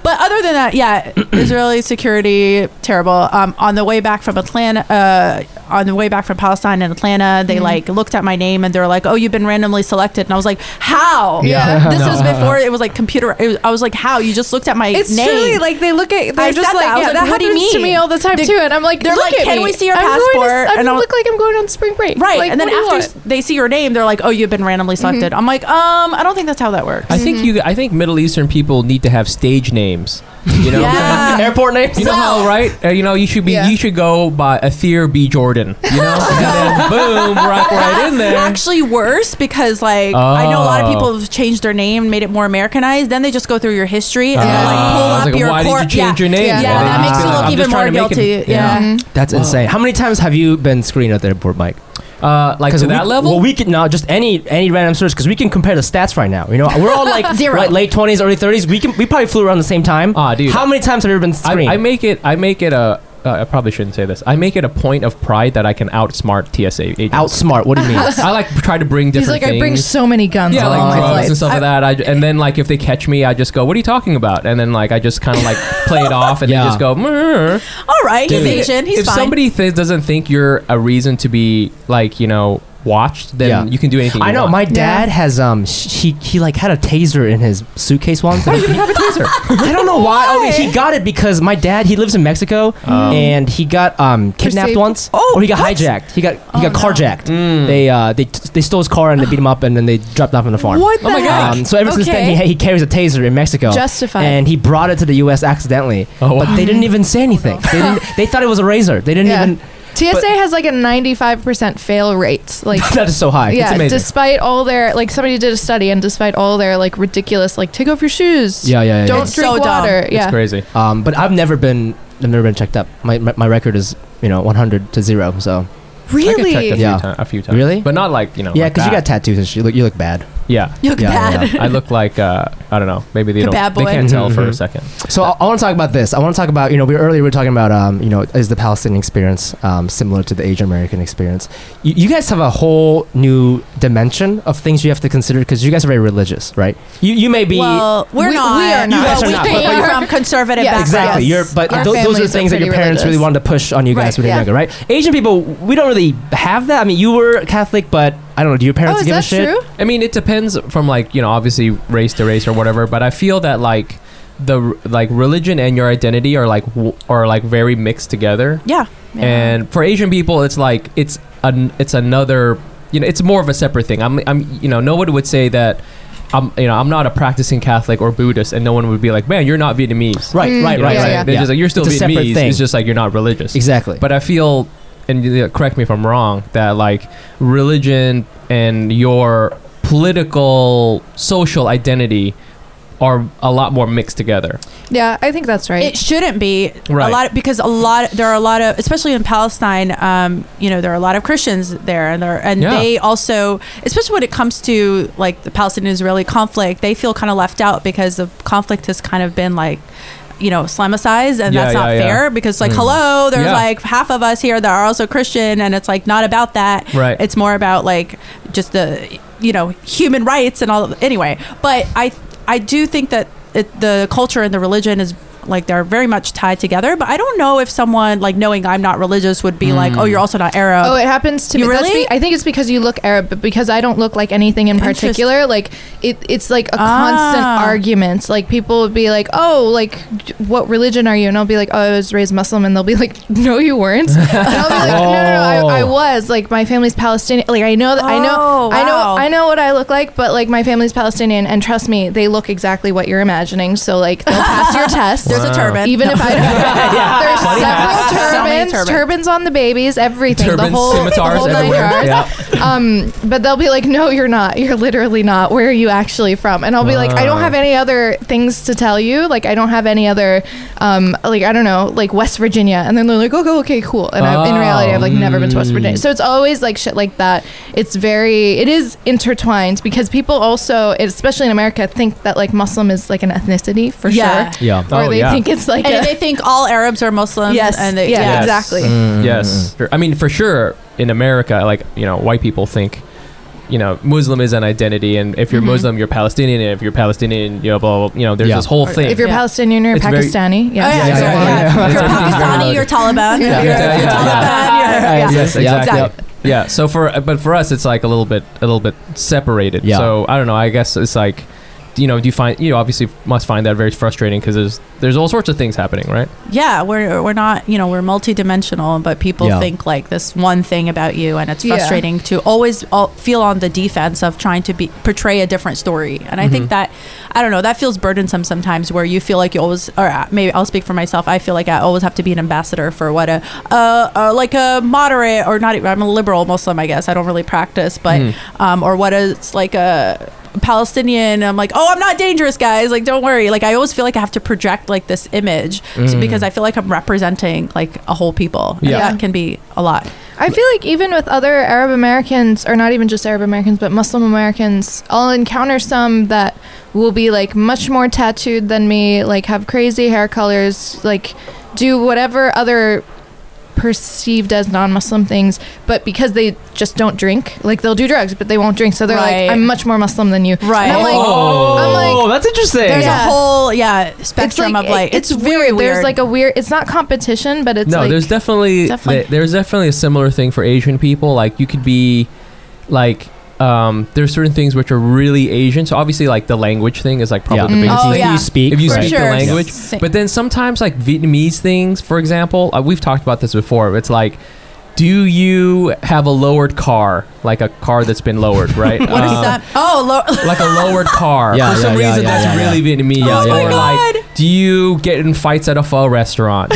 Speaker 3: but other than that, yeah, Israeli security terrible. Um, on the way back from Atlanta, uh, on the way back from Palestine and Atlanta,
Speaker 4: Mm-hmm.
Speaker 3: they like looked at my name and they're like, "Oh, you've been randomly selected," and I was like, "How?"
Speaker 4: Yeah.
Speaker 3: This was before it was like computer. It was, I was like, "How?" You just looked at my
Speaker 4: It's
Speaker 3: name.
Speaker 4: truly like they look at. They're
Speaker 3: I
Speaker 4: just
Speaker 3: said
Speaker 4: like,
Speaker 3: that. I was
Speaker 4: yeah,
Speaker 3: like,
Speaker 4: that
Speaker 3: what do you
Speaker 4: happens to
Speaker 3: mean?
Speaker 4: me all the time
Speaker 3: They-
Speaker 4: too. And I'm like,
Speaker 3: they're
Speaker 4: look
Speaker 3: like,
Speaker 4: at
Speaker 3: "Can
Speaker 4: me.
Speaker 3: we see your
Speaker 4: I'm Going
Speaker 3: passport?"
Speaker 4: to,
Speaker 3: And
Speaker 4: I
Speaker 3: I'm-
Speaker 4: look like I'm going on spring break.
Speaker 3: Right.
Speaker 4: Like,
Speaker 3: and then
Speaker 4: what do you
Speaker 3: after
Speaker 4: want?
Speaker 3: s- they see your name, they're like, "Oh, you've been randomly selected." I'm like, "Um, I don't think that's how that works."
Speaker 2: I think you. I think Middle Eastern people need to have stage names. You know, what I'm saying?
Speaker 3: Yeah.
Speaker 1: Airport names.
Speaker 2: You know how, right? Uh, you know, you should be.
Speaker 4: Yeah.
Speaker 2: You should go by Aether B Jordan. You know, and then boom, rock right in there.
Speaker 3: actually worse because like I know a lot of
Speaker 2: Oh.
Speaker 3: people have changed their name, made it more Americanized. Then they just go through your history and
Speaker 4: Yeah.
Speaker 3: then like pull
Speaker 2: Ah. I was
Speaker 3: up
Speaker 2: Oh. like,
Speaker 3: your
Speaker 2: why
Speaker 3: court.
Speaker 2: did you change
Speaker 3: yeah.
Speaker 2: your name?
Speaker 4: Yeah,
Speaker 3: Yeah,
Speaker 2: And
Speaker 4: Yeah.
Speaker 2: then
Speaker 3: that
Speaker 2: you
Speaker 3: makes
Speaker 2: feel
Speaker 3: you
Speaker 2: like, I'm
Speaker 3: look
Speaker 2: just
Speaker 3: even more
Speaker 2: trying to make
Speaker 3: guilty.
Speaker 2: it-
Speaker 3: yeah.
Speaker 1: That's insane. How many times have you been screened at the airport, Mike?
Speaker 2: Uh, like to
Speaker 1: we-
Speaker 2: that level.
Speaker 1: Well, we can no, just any any random search because we can compare the stats right now. You know, we're all like
Speaker 3: Zero.
Speaker 1: right, late twenties, early thirties. We can we probably flew around the same time.
Speaker 2: Ah, dude.
Speaker 1: How many times have you ever been
Speaker 2: I,
Speaker 1: screened?
Speaker 2: I make it. I make it a. Uh, I probably shouldn't say this. I make it a point of pride that I can outsmart TSA agents.
Speaker 1: outsmart. What do you mean?
Speaker 2: I like try to bring
Speaker 4: He's
Speaker 2: different
Speaker 4: like,
Speaker 2: things.
Speaker 4: I bring so many guns.
Speaker 2: yeah,
Speaker 4: on all
Speaker 2: like
Speaker 4: my
Speaker 1: uh,
Speaker 2: drugs and
Speaker 4: flights.
Speaker 2: stuff like that. I, and then like if they catch me, I just go, "What are you talking about?" And then like I just kind of like play it off, and
Speaker 1: Yeah.
Speaker 2: they just go, "Mrr."
Speaker 3: All right,
Speaker 2: Dude.
Speaker 3: he's Asian. He's
Speaker 2: if
Speaker 3: fine.
Speaker 2: somebody th- doesn't think you're a reason to be like you know watched, then
Speaker 1: Yeah.
Speaker 2: you can do anything.
Speaker 1: I
Speaker 2: you
Speaker 1: know.
Speaker 2: want.
Speaker 1: My dad has um sh- he he like had a taser in his suitcase once. Why do you even have a taser? I don't know why. Oh, he got it because my dad he lives in Mexico and he got um kidnapped once.
Speaker 4: Perceived-
Speaker 3: Oh,
Speaker 1: or he got
Speaker 3: what?
Speaker 1: hijacked. He got he got carjacked. They uh they t- they stole his car and they beat him up and then they dropped him off on the farm.
Speaker 3: What the
Speaker 2: Oh my
Speaker 3: heck?
Speaker 2: God.
Speaker 1: Um, so ever since then,
Speaker 4: Okay.
Speaker 1: he, he carries a taser in Mexico.
Speaker 4: Justified.
Speaker 1: And he brought it to the U.S. accidentally.
Speaker 2: Oh, wow.
Speaker 1: But they didn't even say anything. They, didn't, they thought it was a razor. They didn't
Speaker 4: Yeah.
Speaker 1: even.
Speaker 4: TSA has like a 95% fail rate. Like
Speaker 1: that is so high.
Speaker 4: yeah,
Speaker 5: amazing.
Speaker 4: despite all their like somebody did a study and despite all their like ridiculous like take off your shoes.
Speaker 1: Yeah, yeah, yeah.
Speaker 4: Don't
Speaker 3: It's so
Speaker 4: drink
Speaker 3: dumb.
Speaker 4: water.
Speaker 2: It's
Speaker 4: Yeah.
Speaker 2: crazy.
Speaker 1: yeah. Um, but I've never been. I've never been checked up. My my, my record is you know 100 to zero. So
Speaker 2: I get checked a
Speaker 4: Really?
Speaker 2: few,
Speaker 1: Yeah.
Speaker 2: ti- a few times.
Speaker 1: Really?
Speaker 2: But not like you know.
Speaker 1: yeah,
Speaker 2: like
Speaker 1: because you got
Speaker 2: that.
Speaker 1: tattoos and shit. You look, you look bad.
Speaker 2: Yeah.
Speaker 3: You look
Speaker 1: Yeah, yeah,
Speaker 3: bad.
Speaker 2: I look like uh, I don't know. Maybe they
Speaker 3: The
Speaker 2: don't.
Speaker 3: bad
Speaker 2: They
Speaker 3: boy.
Speaker 2: can't tell for a
Speaker 1: Mhm.
Speaker 2: second.
Speaker 1: So I, I want to talk about this. I want to talk about you know we earlier we were talking about um you know is the Palestinian experience um, similar to the Asian American experience? You, you guys have a whole new dimension of things you have to consider because you guys are very religious, right? You you may be
Speaker 3: well, we're
Speaker 4: We-
Speaker 3: not.
Speaker 4: we are not.
Speaker 3: Well,
Speaker 1: You
Speaker 3: we
Speaker 1: guys are
Speaker 3: came
Speaker 4: not.
Speaker 3: from conservative
Speaker 4: Yes.
Speaker 1: exactly.
Speaker 3: backgrounds.
Speaker 1: You're but
Speaker 4: Our
Speaker 1: tho- those are the
Speaker 4: families are
Speaker 1: things that your
Speaker 4: pretty
Speaker 1: parents really
Speaker 4: religious.
Speaker 1: wanted to push on you guys
Speaker 3: Right,
Speaker 1: when you were
Speaker 4: yeah.
Speaker 1: younger, right? Asian people we don't really have that. I mean, you were Catholic, but I don't know. Do your
Speaker 4: Oh,
Speaker 1: parents
Speaker 4: is
Speaker 1: give a
Speaker 4: that
Speaker 1: shit?
Speaker 4: true?
Speaker 2: I mean, it depends from like you know, obviously race to race or whatever. But I feel that like the r- like religion and your identity are like w- are like very mixed together.
Speaker 3: yeah. Yeah.
Speaker 2: And for Asian people, it's like it's an it's another you know it's more of a separate thing. I'm I'm you know no one would say that I'm you know I'm not a practicing Catholic or Buddhist, and no one would be like, man, you're not Vietnamese.
Speaker 1: Right,
Speaker 4: Mm,
Speaker 1: right,
Speaker 2: You know
Speaker 1: right,
Speaker 2: what I'm
Speaker 4: yeah,
Speaker 1: right.
Speaker 2: saying?
Speaker 4: yeah.
Speaker 2: They're just like you're still
Speaker 1: It's a separate
Speaker 2: Vietnamese.
Speaker 1: thing.
Speaker 2: It's just like you're not religious.
Speaker 1: Exactly.
Speaker 2: But I feel, and you- uh, correct me if I'm wrong, that like religion and your political social identity are a lot more mixed together.
Speaker 4: Yeah, I think that's right.
Speaker 3: It shouldn't be
Speaker 2: Right.
Speaker 3: a lot because a lot there are a lot of especially in Palestine. Um, you know there are a lot of Christians there, and there and
Speaker 2: Yeah.
Speaker 3: they also especially when it comes to like the Palestinian-Israeli conflict, they feel kind of left out because the conflict has kind of been like. You know, Islamicized, and
Speaker 2: Yeah,
Speaker 3: that's not
Speaker 2: yeah, yeah.
Speaker 3: fair because, like, hello, there's
Speaker 2: Yeah.
Speaker 3: like half of us here that are also Christian, and it's like not about that.
Speaker 2: Right.
Speaker 3: It's more about like just the you know human rights and all. Of, anyway, but I I do think that it, the culture and the religion is like they're very much tied together. But I don't know if someone like knowing I'm not religious would be like, oh, you're also not Arab.
Speaker 4: Oh, it happens to
Speaker 3: You
Speaker 4: me. That's
Speaker 3: really?
Speaker 4: be- I think it's because you look Arab, but because I don't look like anything in
Speaker 3: Interesting.
Speaker 4: particular, like it, it's like a constant
Speaker 3: Ah.
Speaker 4: argument. Like people would be like, "Oh, like d- what religion are you?" And I'll be like, "Oh, I was raised Muslim," and they'll be like, "No, you weren't." And I'll be like, "No, no, no, I, I was. Like my family's Palestinian. Like I know that I know,
Speaker 3: Oh,
Speaker 4: I
Speaker 3: wow.
Speaker 4: know, I know what I look like, but like my family's Palestinian, and trust me, they look exactly what you're imagining. So like they'll pass your test.
Speaker 3: there's a turban.
Speaker 4: Even if I don't,
Speaker 3: hats. So many
Speaker 4: there's several turbans,
Speaker 3: turbans.
Speaker 4: turbans on the babies, everything,
Speaker 2: Turbans,
Speaker 4: the whole,
Speaker 2: scimitars
Speaker 4: the whole nine
Speaker 2: everywhere.
Speaker 4: yards.
Speaker 2: Yeah.
Speaker 4: Um, but they'll be like, "No, you're not. You're literally not. Where are you actually from?" And I'll be like, "I don't
Speaker 2: Wow.
Speaker 4: have any other things to tell you. Like, I don't have any other, um, like I don't know, like West Virginia." And then they're like, "Okay, okay, cool." And I've, in
Speaker 2: Oh,
Speaker 4: reality, I've like never been to West
Speaker 2: mm.
Speaker 4: Virginia. So it's always like shit like that. It's very, it is intertwined because people also, especially in America, think that like Muslim is like an ethnicity for
Speaker 3: Yeah.
Speaker 4: sure
Speaker 2: Yeah.
Speaker 4: or they think it's like
Speaker 3: and
Speaker 4: a,
Speaker 3: they think all Arabs are Muslims.
Speaker 4: yes,
Speaker 3: Um, and they,
Speaker 4: yeah,
Speaker 2: Yes.
Speaker 4: exactly.
Speaker 1: Mm. Mm-hmm.
Speaker 2: Yes. Sure. I mean, for sure, in America, like, you know, white people think, you know, Muslim is an identity, and if you're
Speaker 4: Mhm.
Speaker 2: Muslim, you're Palestinian, and if you're Palestinian, you know, blah, blah, blah. You know, there's
Speaker 1: Yeah.
Speaker 2: this whole
Speaker 3: Or
Speaker 2: thing.
Speaker 4: If you're
Speaker 3: Yeah.
Speaker 4: Palestinian or
Speaker 2: It's very-
Speaker 4: Pakistani,
Speaker 3: Oh,
Speaker 4: yes.
Speaker 3: yeah,
Speaker 1: Yeah,
Speaker 3: exactly,
Speaker 1: yeah,
Speaker 3: yeah.
Speaker 2: yeah.
Speaker 3: If you're
Speaker 2: It's very
Speaker 3: Pakistani,
Speaker 2: relative.
Speaker 3: you're Taliban.
Speaker 4: Yeah.
Speaker 3: If you're,
Speaker 2: Yeah.
Speaker 3: if you're
Speaker 1: Yeah.
Speaker 3: Taliban, you're, yeah.
Speaker 2: Yes,
Speaker 1: Yeah.
Speaker 2: exactly.
Speaker 3: Exactly.
Speaker 2: Yeah. So for but for us, it's like a little bit a little bit separated.
Speaker 1: Yeah.
Speaker 2: So I don't know. I guess it's like, you know, do you find you obviously must find that very frustrating because there's there's all sorts of things happening, right?
Speaker 3: Yeah, we're we're not you know we're multidimensional, but people
Speaker 1: Yeah.
Speaker 3: think like this one thing about you, and it's
Speaker 4: Yeah.
Speaker 3: frustrating to always all, feel on the defense of trying to be portray a different story. And I think that I don't know that feels burdensome sometimes, where you feel like you always, or uh, maybe I'll speak for myself. I feel like I always have to be an ambassador for what a uh, uh, like a moderate or not. even- I'm a liberal Muslim, I guess. I don't really practice, but um, or what is like a Palestinian. I'm like, oh, I'm not dangerous, guys. Like, don't worry. Like, I always feel like I have to project like this image so- because I feel like I'm representing like a whole people. And
Speaker 2: Mm. Yeah.
Speaker 3: that can be a lot.
Speaker 4: I feel like even with other Arab Americans, or not even just Arab Americans, but Muslim Americans, I'll encounter some that will be like much more tattooed than me, like have crazy hair colors, like do whatever other perceived as non-Muslim things, but because they just don't drink, like they'll do drugs, but they won't drink, so they're
Speaker 3: Right.
Speaker 4: like, I'm much more Muslim than you.
Speaker 3: Right.
Speaker 4: And I'm like, I'm like,
Speaker 1: oh, that's interesting.
Speaker 3: There's
Speaker 4: Yeah.
Speaker 3: a whole yeah spectrum
Speaker 4: like,
Speaker 3: of like
Speaker 4: it-
Speaker 3: it's, very weird.
Speaker 4: There's like a weird. It's not competition, but it's
Speaker 2: no,
Speaker 4: like,
Speaker 2: there's definitely,
Speaker 4: definitely-
Speaker 2: th- there's definitely a similar thing for Asian people. Like you could be, like um, there's certain things which are really Asian. So obviously, like the language thing is like probably
Speaker 1: Yeah.
Speaker 2: the biggest
Speaker 3: Oh,
Speaker 2: thing.
Speaker 3: yeah.
Speaker 1: If you speak,
Speaker 2: If you
Speaker 3: For
Speaker 2: speak
Speaker 3: sure.
Speaker 2: the language,
Speaker 3: Same.
Speaker 2: but then sometimes like Vietnamese things, for example, uh, we've talked about this before. It's like. do you have a lowered car, like a car that's been lowered, right?
Speaker 3: What is
Speaker 2: Um,
Speaker 3: that? Oh, lo-
Speaker 2: Like a lowered car.
Speaker 1: Yeah,
Speaker 2: For
Speaker 1: yeah,
Speaker 2: some
Speaker 1: yeah,
Speaker 2: reason,
Speaker 1: yeah,
Speaker 2: that's
Speaker 1: yeah, yeah.
Speaker 2: really Vietnamese.
Speaker 3: Oh my
Speaker 2: or
Speaker 3: God.
Speaker 2: like, do you get in fights at a pho restaurant?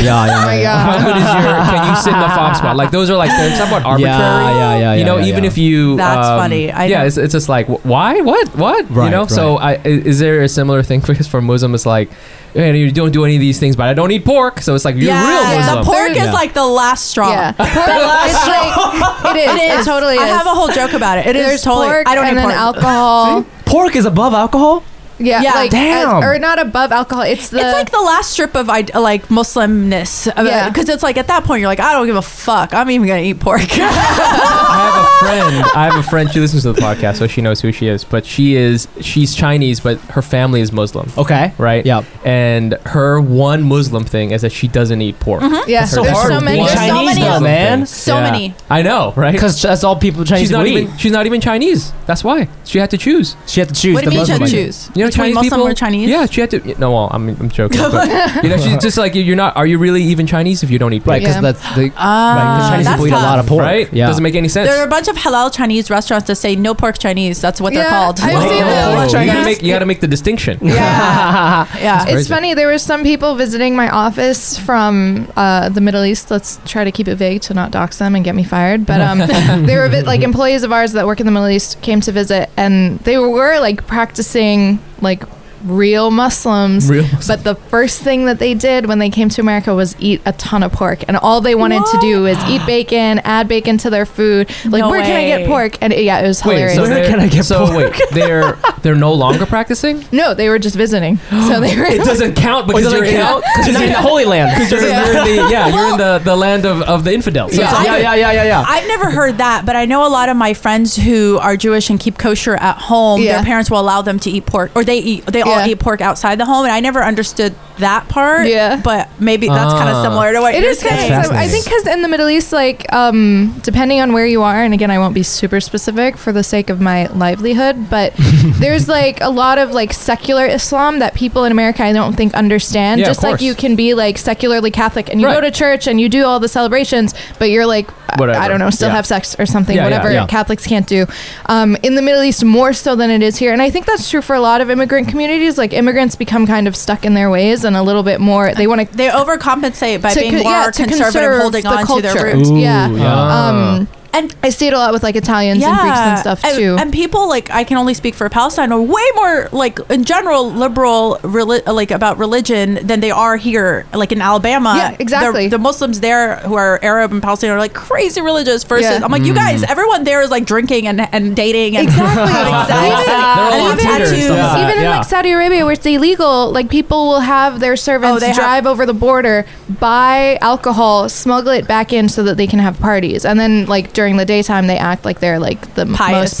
Speaker 1: Yeah, yeah,
Speaker 4: Oh my
Speaker 1: yeah.
Speaker 2: How
Speaker 4: god.
Speaker 2: good is your? Can you sit in the fob spot? Like those are like they're somewhat arbitrary.
Speaker 1: yeah, yeah,
Speaker 2: you know,
Speaker 1: yeah,
Speaker 2: even
Speaker 1: yeah.
Speaker 2: if you
Speaker 3: That's
Speaker 2: um,
Speaker 3: funny. I
Speaker 2: yeah,
Speaker 3: don't-
Speaker 2: it's, it's just like wh- why, what, what? you
Speaker 1: Right,
Speaker 2: know. So I, i- is there a similar thing for for Muslim? It's like, hey, you don't do any of these things, but I don't eat pork. So it's like you're
Speaker 3: yeah,
Speaker 2: real Muslim.
Speaker 3: the pork
Speaker 1: Yeah.
Speaker 3: is like the last straw.
Speaker 4: Yeah. it's like it is. It, totally is.
Speaker 3: I have a whole joke about it. It is
Speaker 4: There's
Speaker 3: totally.
Speaker 4: pork
Speaker 3: I don't
Speaker 4: and
Speaker 3: eat
Speaker 4: then
Speaker 3: pork.
Speaker 4: alcohol.
Speaker 1: Pork is above alcohol.
Speaker 4: Yeah,
Speaker 3: Yeah.
Speaker 4: like
Speaker 1: Damn.
Speaker 4: as- or not above alcohol. It's the
Speaker 3: it's like the last strip of id- like Muslimness,
Speaker 4: Yeah.
Speaker 3: because it's like at that point you're like, I don't give a fuck. I'm even gonna eat pork.
Speaker 2: I have a friend. I have a friend. She listens to the podcast, so she knows who she is. But she is she's Chinese, but her family is Muslim.
Speaker 1: Okay.
Speaker 2: Right.
Speaker 1: Yep.
Speaker 2: And her one Muslim thing is that she doesn't eat pork.
Speaker 3: Mm-hmm.
Speaker 4: yeah.
Speaker 2: That's her
Speaker 4: there's
Speaker 2: hard
Speaker 4: so many.
Speaker 2: one
Speaker 4: There's so
Speaker 1: Chinese
Speaker 3: many
Speaker 1: though,
Speaker 2: Muslim
Speaker 1: man.
Speaker 2: thing.
Speaker 3: So many.
Speaker 2: I know, right?
Speaker 1: Because that's all people Chinese
Speaker 2: she's not
Speaker 1: people
Speaker 2: even she's not even Chinese. That's why she had to choose.
Speaker 1: eat. She had to choose.
Speaker 3: what do
Speaker 1: the
Speaker 3: you mean you
Speaker 1: Muslim
Speaker 3: should
Speaker 1: idea.
Speaker 3: choose?
Speaker 2: You know, Chinese
Speaker 3: Between Muslim
Speaker 2: people
Speaker 3: or Chinese?
Speaker 2: Yeah, she had to. No, well, I'm I'm joking. but, you know, she's just like you're not. Are you really even Chinese if you don't eat pork?
Speaker 1: Right, because
Speaker 4: Yeah.
Speaker 1: that's the
Speaker 3: Ah,
Speaker 1: right, 'cause Chinese
Speaker 3: that's
Speaker 1: people eat a
Speaker 3: tough.
Speaker 1: lot of pork.
Speaker 2: Right?
Speaker 1: Yeah.
Speaker 2: Doesn't make any sense.
Speaker 3: There are a bunch of halal Chinese restaurants that say no pork Chinese. That's what
Speaker 4: Yeah,
Speaker 3: they're called.
Speaker 4: I've
Speaker 2: Whoa.
Speaker 4: seen those.
Speaker 2: You gotta
Speaker 4: Chinese.
Speaker 2: make you gotta make the distinction.
Speaker 4: Yeah.
Speaker 3: yeah.
Speaker 4: It's
Speaker 2: Crazy.
Speaker 4: funny. There were some people visiting my office from uh, the Middle East. Let's try to keep it vague to not dox them and get me fired. But um, there were vi- like employees of ours that work in the Middle East came to visit, and they were like practicing like real Muslims.
Speaker 2: Real.
Speaker 4: But the first thing that they did when they came to America was eat a ton of pork, and all they wanted to do was eat bacon, add bacon to their food. Like,
Speaker 3: No
Speaker 4: where can I
Speaker 3: way.
Speaker 4: get pork? And it, yeah, it was hilarious.
Speaker 1: Where
Speaker 2: they're-
Speaker 1: can I get
Speaker 2: so wait, they're they're no longer practicing.
Speaker 4: no, they were just visiting, so they were.
Speaker 2: It doesn't count because
Speaker 1: Oh, doesn't
Speaker 2: you're
Speaker 1: count?
Speaker 2: in because
Speaker 1: Not in the Holy Land.
Speaker 2: you're, you're in the yeah you're in the, the land of, of the infidels.
Speaker 1: Yeah,
Speaker 3: I-
Speaker 1: yeah, yeah, yeah, yeah, yeah.
Speaker 3: I've never heard that, but I know a lot of my friends who are Jewish and keep kosher at home.
Speaker 4: Yeah.
Speaker 3: Their parents will allow them to eat pork, or they eat. They
Speaker 4: Yeah.
Speaker 3: all eat pork outside the home, and I never understood that part.
Speaker 4: Yeah.
Speaker 3: but maybe that's kind
Speaker 2: Ah.
Speaker 3: of similar to what
Speaker 4: It
Speaker 3: you're
Speaker 4: is kind
Speaker 3: saying.
Speaker 4: of. I
Speaker 1: fascinating.
Speaker 4: think because in the Middle East, like um, depending on where you are, and again, I won't be super specific for the sake of my livelihood, but there's like a lot of like secular Islam that people in America I don't think understand.
Speaker 2: Yeah, of
Speaker 4: Just like
Speaker 2: course.
Speaker 4: you can be like secularly Catholic and you go
Speaker 2: Right.
Speaker 4: to church and you do all the celebrations, but you're like I- I
Speaker 2: Whatever.
Speaker 4: don't know, still
Speaker 2: Yeah.
Speaker 4: have sex or something,
Speaker 2: Yeah, yeah,
Speaker 4: whatever
Speaker 2: yeah.
Speaker 4: Catholics can't do. Um, in the Middle East, more so than it is here, and I think that's true for a lot of immigrant communities. Like immigrants become kind of stuck in their ways and a little bit more. They want to
Speaker 3: They overcompensate by being
Speaker 4: co-
Speaker 3: more
Speaker 4: yeah,
Speaker 3: conservative,
Speaker 4: conserve
Speaker 3: holding
Speaker 4: the
Speaker 3: on to
Speaker 4: culture.
Speaker 3: their roots.
Speaker 4: yeah.
Speaker 2: Ah.
Speaker 4: Um,
Speaker 3: And
Speaker 4: I see it a lot with like Italians and Greeks and stuff too.
Speaker 3: And people like I can only speak for Palestine are way more like in general liberal reli- like about religion than they are here like in Alabama.
Speaker 4: Yeah, exactly.
Speaker 3: The, the Muslims there who are Arab and Palestinian are like crazy religious versus
Speaker 4: Yeah.
Speaker 3: I'm like you
Speaker 2: Mm.
Speaker 3: guys everyone there is like drinking and, and dating and
Speaker 4: Exactly.
Speaker 3: having sex
Speaker 4: They're
Speaker 3: and
Speaker 2: all on
Speaker 3: having
Speaker 2: Tinder and
Speaker 3: tattoos.
Speaker 2: stuff like that.
Speaker 4: even in
Speaker 2: yeah.
Speaker 4: like Saudi Arabia, where it's illegal, like people will have their servants
Speaker 3: Oh, they have-
Speaker 4: drive over the border, buy alcohol, smuggle it back in so that they can have parties, and then like during the daytime they act like they're like the
Speaker 3: Pious.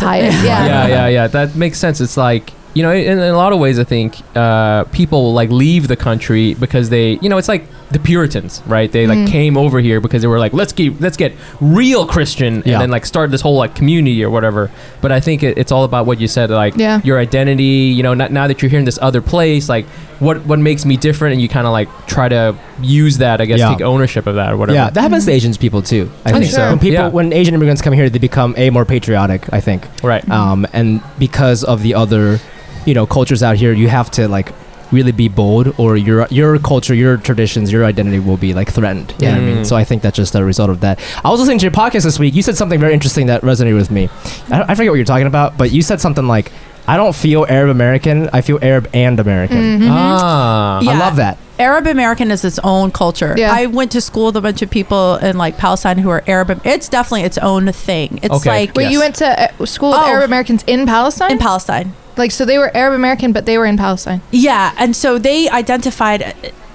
Speaker 4: most pious. Yeah.
Speaker 2: yeah, yeah, yeah. That makes sense. It's like you know, in, in a lot of ways, I think uh, people like leave the country because they, you know, it's like the Puritans, right? They
Speaker 4: Mm.
Speaker 2: like came over here because they were like, let's keep, let's get real Christian,
Speaker 1: Yeah.
Speaker 2: and then like start this whole like community or whatever. But I think it, it's all about what you said, like
Speaker 4: Yeah.
Speaker 2: your identity. You know, not, now that you're here in this other place, like what what makes me different, and you kind of like try to use that, I guess,
Speaker 1: Yeah.
Speaker 2: take ownership of that or whatever.
Speaker 1: Yeah, that happens to Asian people too. I
Speaker 2: think
Speaker 1: think
Speaker 4: so.
Speaker 1: When people,
Speaker 2: Yeah.
Speaker 1: when Asian immigrants come here, they become a more patriotic. I think,
Speaker 2: Right.
Speaker 1: um, and because of the other, you know, cultures out here, you have to like really be bold, or your your culture, your traditions, your identity will be like threatened. You know what I mean?
Speaker 2: Mm.
Speaker 1: So I think that's just a result of that. I was listening to your podcast this week. You said something very interesting that resonated with me. I, I forget what you're talking about, but you said something like, "I don't feel Arab American. I feel Arab and American."
Speaker 4: Mm. Mm-hmm.
Speaker 2: Ah.
Speaker 3: Yeah.
Speaker 1: I love that.
Speaker 3: Arab American is its own culture.
Speaker 4: Yeah.
Speaker 3: I went to school with a bunch of people in like Palestine who are Arab. It's definitely its own thing. It's
Speaker 2: Okay.
Speaker 3: like
Speaker 4: Wait,
Speaker 2: Yes.
Speaker 4: you went to uh, school with
Speaker 3: Oh.
Speaker 4: Arab Americans in Palestine?
Speaker 3: in Palestine.
Speaker 4: like, so they were Arab American, but they were in Palestine.
Speaker 3: Yeah, and so they identified uh,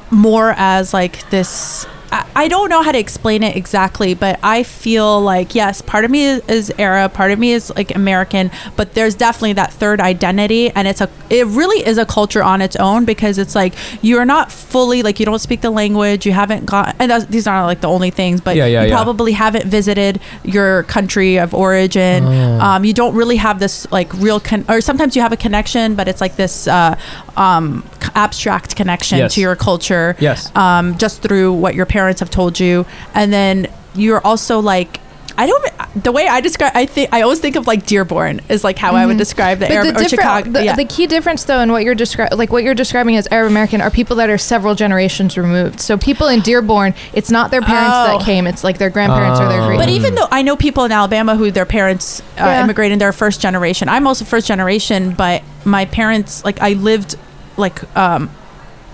Speaker 3: more as like this. I, I don't know how to explain it exactly, but I feel like yes, part of me is, is Arab, part of me is like American, but there's definitely that third identity, and it's a it really is a culture on its own because it's like you're not fully like you don't speak the language, you haven't got, and that's, these aren't like the only things, but
Speaker 2: Yeah, yeah,
Speaker 3: you
Speaker 2: yeah.
Speaker 3: probably haven't visited your country of origin. Um, you don't really have this like real con- or sometimes you have a connection, but it's like this. Uh, um, c- abstract connection
Speaker 2: Yes.
Speaker 3: to your culture
Speaker 2: Yes.
Speaker 3: um, just through what your parents have told you, and then you're also like. I don't. The way I describe, I think I always think of like Dearborn is like how I would describe the Arab or
Speaker 4: different-
Speaker 3: Chicago.
Speaker 4: The,
Speaker 3: yeah.
Speaker 4: the key difference, though, in what you're describing, like what you're describing as Arab American, are people that are several generations removed. So people in Dearborn, it's not their parents
Speaker 3: Oh.
Speaker 4: that came; it's like their grandparents or their.
Speaker 2: Oh.
Speaker 4: great-
Speaker 3: But even though I know people in Alabama who their parents uh,
Speaker 4: Mm. Yeah.
Speaker 3: immigrated, they're first generation. I'm also first generation, but my parents, like, I lived, like, um,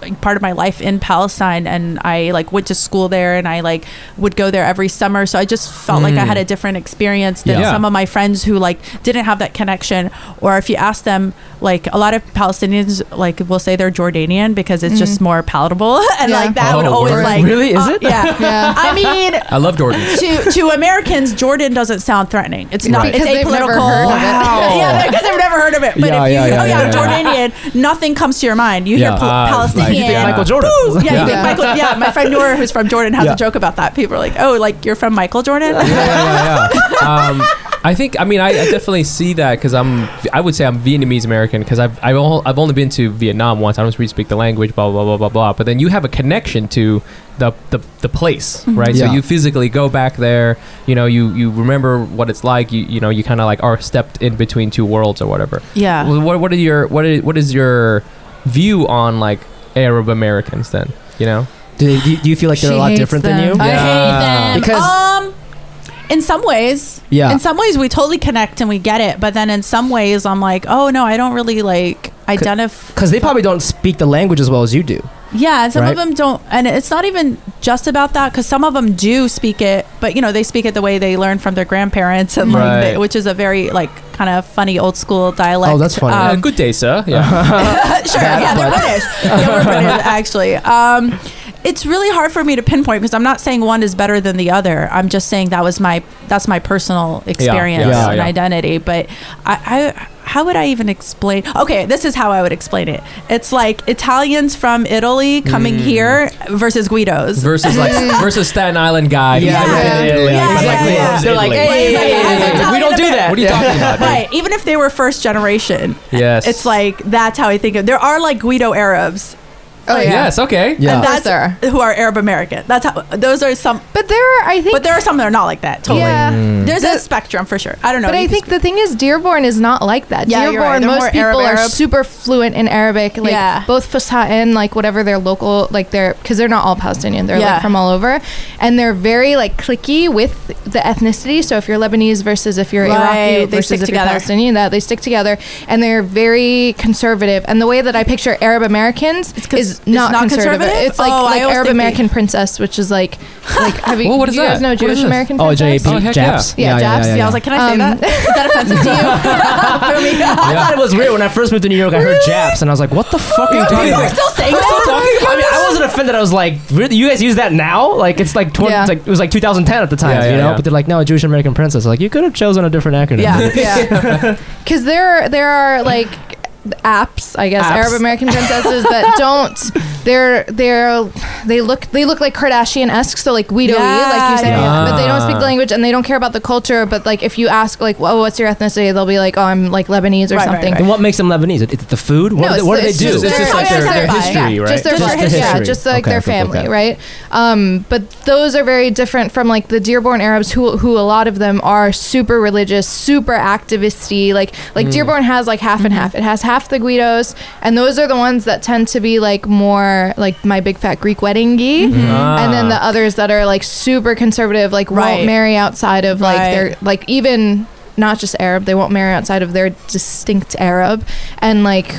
Speaker 3: like, part of my life in Palestine, and I like went to school there, and I like would go there every summer. So I just felt like I had a
Speaker 1: Mm.
Speaker 3: different experience than
Speaker 2: Yeah.
Speaker 3: some of my friends who like didn't have that connection. Or if you ask them, like a lot of Palestinians, like will say they're Jordanian because it's just more palatable, and
Speaker 4: Mm. Yeah.
Speaker 3: like that would
Speaker 2: Oh,
Speaker 3: always
Speaker 2: word.
Speaker 3: like
Speaker 1: Really? Is
Speaker 3: uh,
Speaker 1: it?
Speaker 3: Yeah.
Speaker 4: Yeah.
Speaker 3: I mean,
Speaker 2: I love Jordan.
Speaker 3: to to Americans, Jordan doesn't sound threatening. It's not.
Speaker 4: Right.
Speaker 3: It's
Speaker 4: Because they've never
Speaker 3: apolitical.
Speaker 4: heard of it.
Speaker 3: yeah, because they've never heard of it. But
Speaker 2: Oh. Yeah,
Speaker 3: if you,
Speaker 2: yeah, yeah,
Speaker 3: oh yeah,
Speaker 2: yeah,
Speaker 3: Jordanian, nothing comes to your mind. You
Speaker 2: Yeah.
Speaker 3: hear Pal-
Speaker 2: Ah, like,
Speaker 3: Palestinian.
Speaker 2: you think Michael
Speaker 1: Jordan.
Speaker 3: Boo! Yeah, you
Speaker 2: Yeah.
Speaker 3: think
Speaker 4: Yeah.
Speaker 3: Michael. Yeah, my friend Noor, who's from Jordan, has
Speaker 1: Yeah.
Speaker 3: a joke about that. People are like, "Oh, like you're from Michael Jordan."
Speaker 2: yeah, yeah, yeah, yeah. Um, I think I mean I, I definitely see that because I'm I would say I'm Vietnamese American because I've I've, all, I've only been to Vietnam once. I don't really speak the language, blah blah blah blah blah. But then you have a connection to the the, the place, right?
Speaker 1: Yeah.
Speaker 2: So you physically go back there. You know, you you remember what it's like. You you know, you kind of like are stepped in between two worlds or whatever.
Speaker 3: yeah.
Speaker 2: Well, What what are your what is, what is your view on like Arab Americans then? You know,
Speaker 1: Do, they, do, you- do you feel like they're a
Speaker 4: She
Speaker 1: lot
Speaker 4: hates
Speaker 1: different
Speaker 4: them.
Speaker 1: than you?
Speaker 2: I Yeah.
Speaker 1: them. Because-
Speaker 3: um, in some ways,
Speaker 1: Yeah.
Speaker 3: in some ways we totally connect and we get it. But then in some ways, I'm like, "Oh no, I don't really like identify."
Speaker 1: Because they probably don't speak the language as well as you do.
Speaker 3: Yeah, and some
Speaker 1: Right?
Speaker 3: of them don't, and it's not even just about that because some of them do speak it, but you know they speak it the way they learn from their grandparents, and like
Speaker 2: Right.
Speaker 3: they, which is a very like kind of funny old school dialect.
Speaker 1: Oh, that's funny.
Speaker 3: Um,
Speaker 2: Uh, good day, sir. Yeah,
Speaker 3: sure, yeah, they're British. Yeah, we're British actually. Um, it's really hard for me to pinpoint because I'm not saying one is better than the other. I'm just saying that was my that's my personal experience
Speaker 2: yeah,
Speaker 3: and
Speaker 2: yeah.
Speaker 3: identity. But I, I how would I even explain? Okay, this is how I would explain it. It's like Italians from Italy coming
Speaker 2: Mm.
Speaker 3: here versus Guidos.
Speaker 2: versus like versus Staten Island guy. who's
Speaker 1: Yeah.
Speaker 2: never been to
Speaker 3: Mm. Yeah.
Speaker 2: Italy,
Speaker 3: Yeah,
Speaker 2: but, like,
Speaker 3: yeah, yeah.
Speaker 2: loves
Speaker 1: They're like,
Speaker 2: Italy.
Speaker 1: hey,
Speaker 3: Wait, wait, wait, wait, wait.
Speaker 1: we don't do that.
Speaker 2: What are you talking about? dude?
Speaker 3: Uh, Right, even if they were first generation,
Speaker 2: Yes.
Speaker 3: it's like that's how I think of. There are like Guido Arabs
Speaker 4: oh yeah.
Speaker 2: Yes, okay.
Speaker 1: Yeah.
Speaker 3: and
Speaker 4: Of course
Speaker 3: that's who are Arab American. That's how those are some,
Speaker 4: But there are, I think.
Speaker 3: but there are some that are not like that. Totally,
Speaker 4: Yeah.
Speaker 3: there's a spectrum for sure. I don't know.
Speaker 4: But I
Speaker 3: You can
Speaker 4: think the thing is, Dearborn is not like that.
Speaker 3: Yeah, you're
Speaker 4: Dearborn,
Speaker 3: right. They're more
Speaker 4: most people
Speaker 3: Arab,
Speaker 4: are
Speaker 3: Arab.
Speaker 4: super fluent in Arabic, like
Speaker 3: Yeah.
Speaker 4: both Fusha and like whatever their local, like they're because they're not all Palestinian. They're
Speaker 3: Yeah.
Speaker 4: like from all over, and they're very like clicky with the ethnicity. So if you're Lebanese versus if you're
Speaker 3: Right, they
Speaker 4: Iraqi versus
Speaker 3: stick
Speaker 4: if
Speaker 3: together.
Speaker 4: you're Palestinian, that they stick together, and they're very conservative. And the way that I picture Arab Americans
Speaker 3: cons-
Speaker 4: is
Speaker 3: it's
Speaker 4: not,
Speaker 3: not
Speaker 4: conservative.
Speaker 3: conservative?
Speaker 4: It's like
Speaker 3: Oh, I always
Speaker 4: like Arab
Speaker 3: think they-
Speaker 4: American princess, which is like like have you,
Speaker 2: Well, what
Speaker 4: do
Speaker 2: is
Speaker 4: you guys
Speaker 2: that?
Speaker 4: know
Speaker 2: What is
Speaker 4: Jewish
Speaker 2: this?
Speaker 4: American
Speaker 1: Oh,
Speaker 4: princess?
Speaker 1: JAP,
Speaker 2: Oh, heck
Speaker 1: Japs.
Speaker 4: yeah. Yeah, Japs,
Speaker 3: see, I was like, Oh, can I say
Speaker 4: Um,
Speaker 3: that? Is that offensive to you? Threw me off.
Speaker 1: I thought it was weird when I first moved to New York. I heard Japs, and I was like, "What the fuck are you talking
Speaker 3: People
Speaker 1: about?"
Speaker 3: are still saying that.
Speaker 1: I mean, I wasn't offended. I was like, really? "You guys use that now? Like, it's like, tw-
Speaker 4: Yeah.
Speaker 1: it's like it was like 2010 at the time,
Speaker 2: Yeah, yeah,
Speaker 1: you know?"
Speaker 2: yeah.
Speaker 1: But they're like, "No, a Jewish American princess." Like, you could have chosen a different acronym.
Speaker 3: Yeah,
Speaker 4: because there are, there are like apps i guess
Speaker 1: Apps.
Speaker 4: arab american princesses that don't they're they're they look they look like kardashian-esque so like guido like you said
Speaker 2: Yeah.
Speaker 4: but they don't speak the language and they don't care about the culture but like if you ask like oh what's your ethnicity they'll be like oh i'm like lebanese or
Speaker 3: Right, right,
Speaker 4: something
Speaker 3: right.
Speaker 1: And what makes them Lebanese? It- It's the food. What, do,
Speaker 4: it's
Speaker 1: they, what do
Speaker 4: the-
Speaker 1: they
Speaker 4: it's
Speaker 1: do?
Speaker 4: Just
Speaker 2: It's
Speaker 4: their,
Speaker 2: just like their- their
Speaker 4: identify.
Speaker 2: history,
Speaker 4: yeah,
Speaker 2: right?
Speaker 4: Just their,
Speaker 1: Just
Speaker 4: their
Speaker 1: the
Speaker 4: history, yeah,
Speaker 1: history.
Speaker 4: just like
Speaker 1: Okay,
Speaker 4: their
Speaker 1: okay,
Speaker 4: family,
Speaker 1: okay.
Speaker 4: right? Um, but those are very different from like the Dearborn Arabs, who who a lot of them are super religious, super activisty. Like like Dearborn has like half and half. It has half the Guidos, and those are the ones that tend to be like more like my big fat Greek wedding
Speaker 3: Mm-hmm.
Speaker 4: y, and then the others that are like super conservative, like
Speaker 3: Ah. Right.
Speaker 4: won't marry outside of like
Speaker 3: Right.
Speaker 4: their like even. Not just Arab, they won't marry outside of their distinct Arab, and like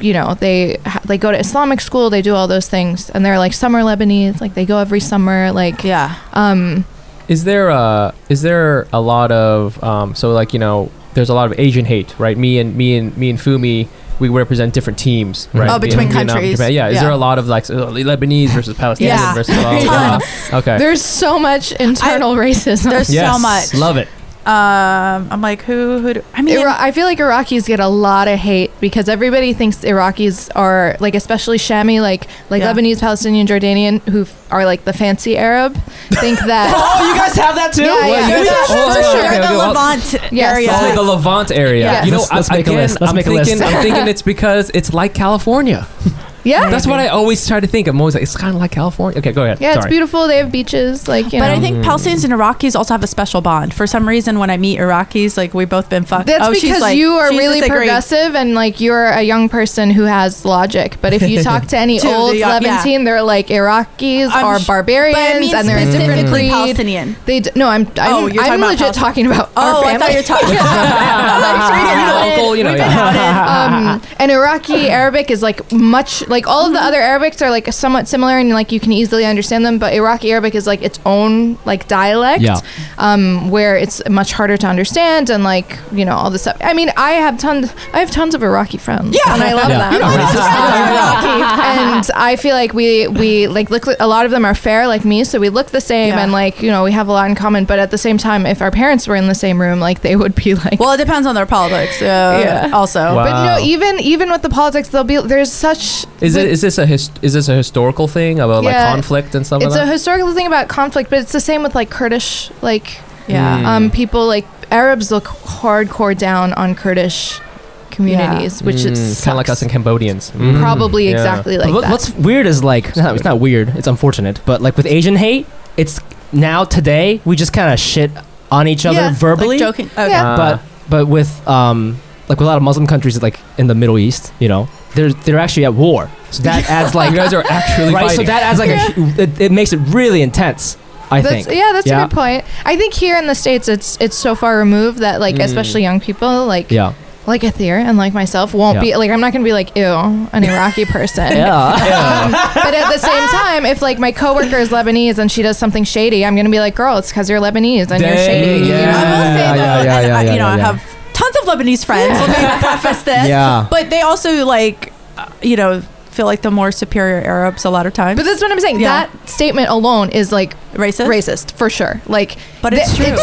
Speaker 4: you know they ha- they go to Islamic school, they do all those things, and they're like summer Lebanese, like they go every summer, like
Speaker 3: yeah.
Speaker 4: um
Speaker 2: Is there a is there a lot of um, so like you know there's a lot of Asian hate, right? Me and me and me and Fumi, we represent different teams, right?
Speaker 3: Oh,
Speaker 2: Me
Speaker 3: between
Speaker 2: and Vietnam,
Speaker 3: countries.
Speaker 2: Japan. Yeah. Is
Speaker 3: Yeah.
Speaker 2: there a lot of like uh, Lebanese versus Palestinian
Speaker 3: Yeah.
Speaker 2: versus blah, blah, blah? Okay.
Speaker 4: there's so much internal racism.
Speaker 3: There's
Speaker 2: yes.
Speaker 3: so much.
Speaker 2: Love it.
Speaker 3: Um, I'm like, who? Who? Do, I mean,
Speaker 4: Ira- I feel like Iraqis get a lot of hate because everybody thinks Iraqis are like, especially Shami, like like
Speaker 3: Yeah.
Speaker 4: Lebanese, Palestinian, Jordanian, who f- are like the fancy Arab, think that.
Speaker 1: Oh, you guys have that too?
Speaker 4: Yeah,
Speaker 1: What,
Speaker 4: yeah.
Speaker 1: you
Speaker 3: they're
Speaker 1: guys-
Speaker 3: the,
Speaker 2: Oh,
Speaker 3: for
Speaker 2: okay,
Speaker 3: sure,
Speaker 2: okay,
Speaker 3: the
Speaker 2: okay, well-
Speaker 3: Levant
Speaker 4: Yes.
Speaker 3: area.
Speaker 2: Oh, the Levant area.
Speaker 4: Yeah.
Speaker 2: You know,
Speaker 1: Let's-
Speaker 2: I-
Speaker 1: let's make a
Speaker 2: again,
Speaker 1: list. Let's
Speaker 2: I'm
Speaker 1: make a
Speaker 2: thinking,
Speaker 1: list.
Speaker 2: I'm thinking it's because it's like California.
Speaker 4: Yeah.
Speaker 2: That's what I always try to think. I'm always like, it's kind of like California. Okay, go ahead.
Speaker 4: Yeah, it's
Speaker 2: Sorry.
Speaker 4: beautiful. They have beaches. Like, you
Speaker 3: But
Speaker 4: know.
Speaker 3: I think Palestinians and Iraqis also have a special bond. For some reason, when I meet Iraqis, like we've both been fucked.
Speaker 4: That's
Speaker 3: Oh, she's
Speaker 4: because
Speaker 3: like-
Speaker 4: you are
Speaker 3: she's
Speaker 4: really
Speaker 3: disagreeing.
Speaker 4: progressive and like you're a young person who has logic. But if you talk to any
Speaker 3: To the
Speaker 4: old
Speaker 3: young- yeah.
Speaker 4: Levantine, they're like Iraqis
Speaker 3: I'm
Speaker 4: are
Speaker 3: sh-
Speaker 4: barbarians
Speaker 3: But I mean
Speaker 4: and they're a different
Speaker 3: specifically
Speaker 4: breed.
Speaker 3: Palestinian.
Speaker 4: They d- no, I'm I'm,
Speaker 3: Oh, you're talking
Speaker 4: I'm
Speaker 3: about
Speaker 4: legit
Speaker 3: Palestinians.
Speaker 4: talking about
Speaker 3: Oh,
Speaker 4: our
Speaker 3: I
Speaker 4: family.
Speaker 3: thought you were talking. about
Speaker 2: uncle, you know, yeah.
Speaker 4: um, and Iraqi Arabic is like much like all of the other Arabics are like somewhat similar and like you can easily understand them, but Iraqi Arabic is like its own like dialect,
Speaker 1: Yeah.
Speaker 4: um, where it's much harder to understand and like you know all this stuff. I mean, I have tons, I have tons of Iraqi friends, yeah, and I love
Speaker 1: Yeah.
Speaker 4: them.
Speaker 1: You're not
Speaker 4: and I feel like we we like look a lot of them are fair like me, so we look the same
Speaker 3: Yeah.
Speaker 4: and like you know we have a lot in common. But at the same time, if our parents were in the same room, like they would be like.
Speaker 3: Well, it depends on their politics. Uh,
Speaker 4: Yeah.
Speaker 3: Also,
Speaker 2: Wow.
Speaker 4: But no, even even with the politics, they'll be there's such.
Speaker 2: Is it is this a his, is this a historical thing about
Speaker 4: Yeah.
Speaker 2: like conflict and stuff
Speaker 4: It's a
Speaker 2: like that?
Speaker 4: historical thing about conflict, but it's the same with like Kurdish, like
Speaker 1: Mm.
Speaker 3: yeah.
Speaker 4: um
Speaker 1: Mm-hmm.
Speaker 4: people like Arabs look hardcore down on Kurdish communities, which is
Speaker 1: Mm,
Speaker 2: kind of like us and Cambodians.
Speaker 1: Mm-hmm.
Speaker 2: Mm,
Speaker 4: probably
Speaker 2: yeah.
Speaker 4: exactly
Speaker 1: But
Speaker 4: like
Speaker 1: what-
Speaker 4: that.
Speaker 1: what's weird is like it's not, it's not weird. It's unfortunate, but like with Asian hate, it's now today we just kind of shit on each other
Speaker 4: Yeah, like
Speaker 1: verbally.
Speaker 3: Like joking. Okay.
Speaker 4: Yeah.
Speaker 2: Ah.
Speaker 1: but
Speaker 2: Uh-huh.
Speaker 1: but with um like with a lot of Muslim countries like in the Middle East, you know, they're they're actually at war. So that adds like
Speaker 2: you guys are actually
Speaker 1: right. So
Speaker 2: fighting.
Speaker 1: that adds like a hu- it, it makes it really intense. I
Speaker 4: that's,
Speaker 1: think.
Speaker 4: yeah, that's
Speaker 1: Yeah.
Speaker 4: a good point. I think here in the states, it's it's so far removed that like
Speaker 2: Mm.
Speaker 4: especially young people like
Speaker 1: Yeah.
Speaker 4: like Aether and like myself won't
Speaker 1: Yeah.
Speaker 4: be like I'm not gonna be like ew an Iraqi person. Um,
Speaker 1: Yeah.
Speaker 4: but at the same time, if like my coworker is Lebanese and she does something shady, I'm gonna be like, girl, it's because you're Lebanese and you're
Speaker 2: Dang,
Speaker 4: shady.
Speaker 2: yeah.
Speaker 3: I will say
Speaker 1: Yeah,
Speaker 3: though,
Speaker 1: yeah,
Speaker 3: and
Speaker 1: yeah,
Speaker 3: I,
Speaker 1: yeah,
Speaker 3: uh, you know, I
Speaker 1: yeah.
Speaker 3: have tons of Lebanese friends. Let me preface this.
Speaker 1: Yeah.
Speaker 3: But they also like, uh, you know, feel like the more superior Arabs a lot of times.
Speaker 4: But that's what I'm saying.
Speaker 3: Yeah.
Speaker 4: That statement alone is like
Speaker 3: racist.
Speaker 4: racist for sure. Like,
Speaker 3: But it's
Speaker 4: th-
Speaker 3: true.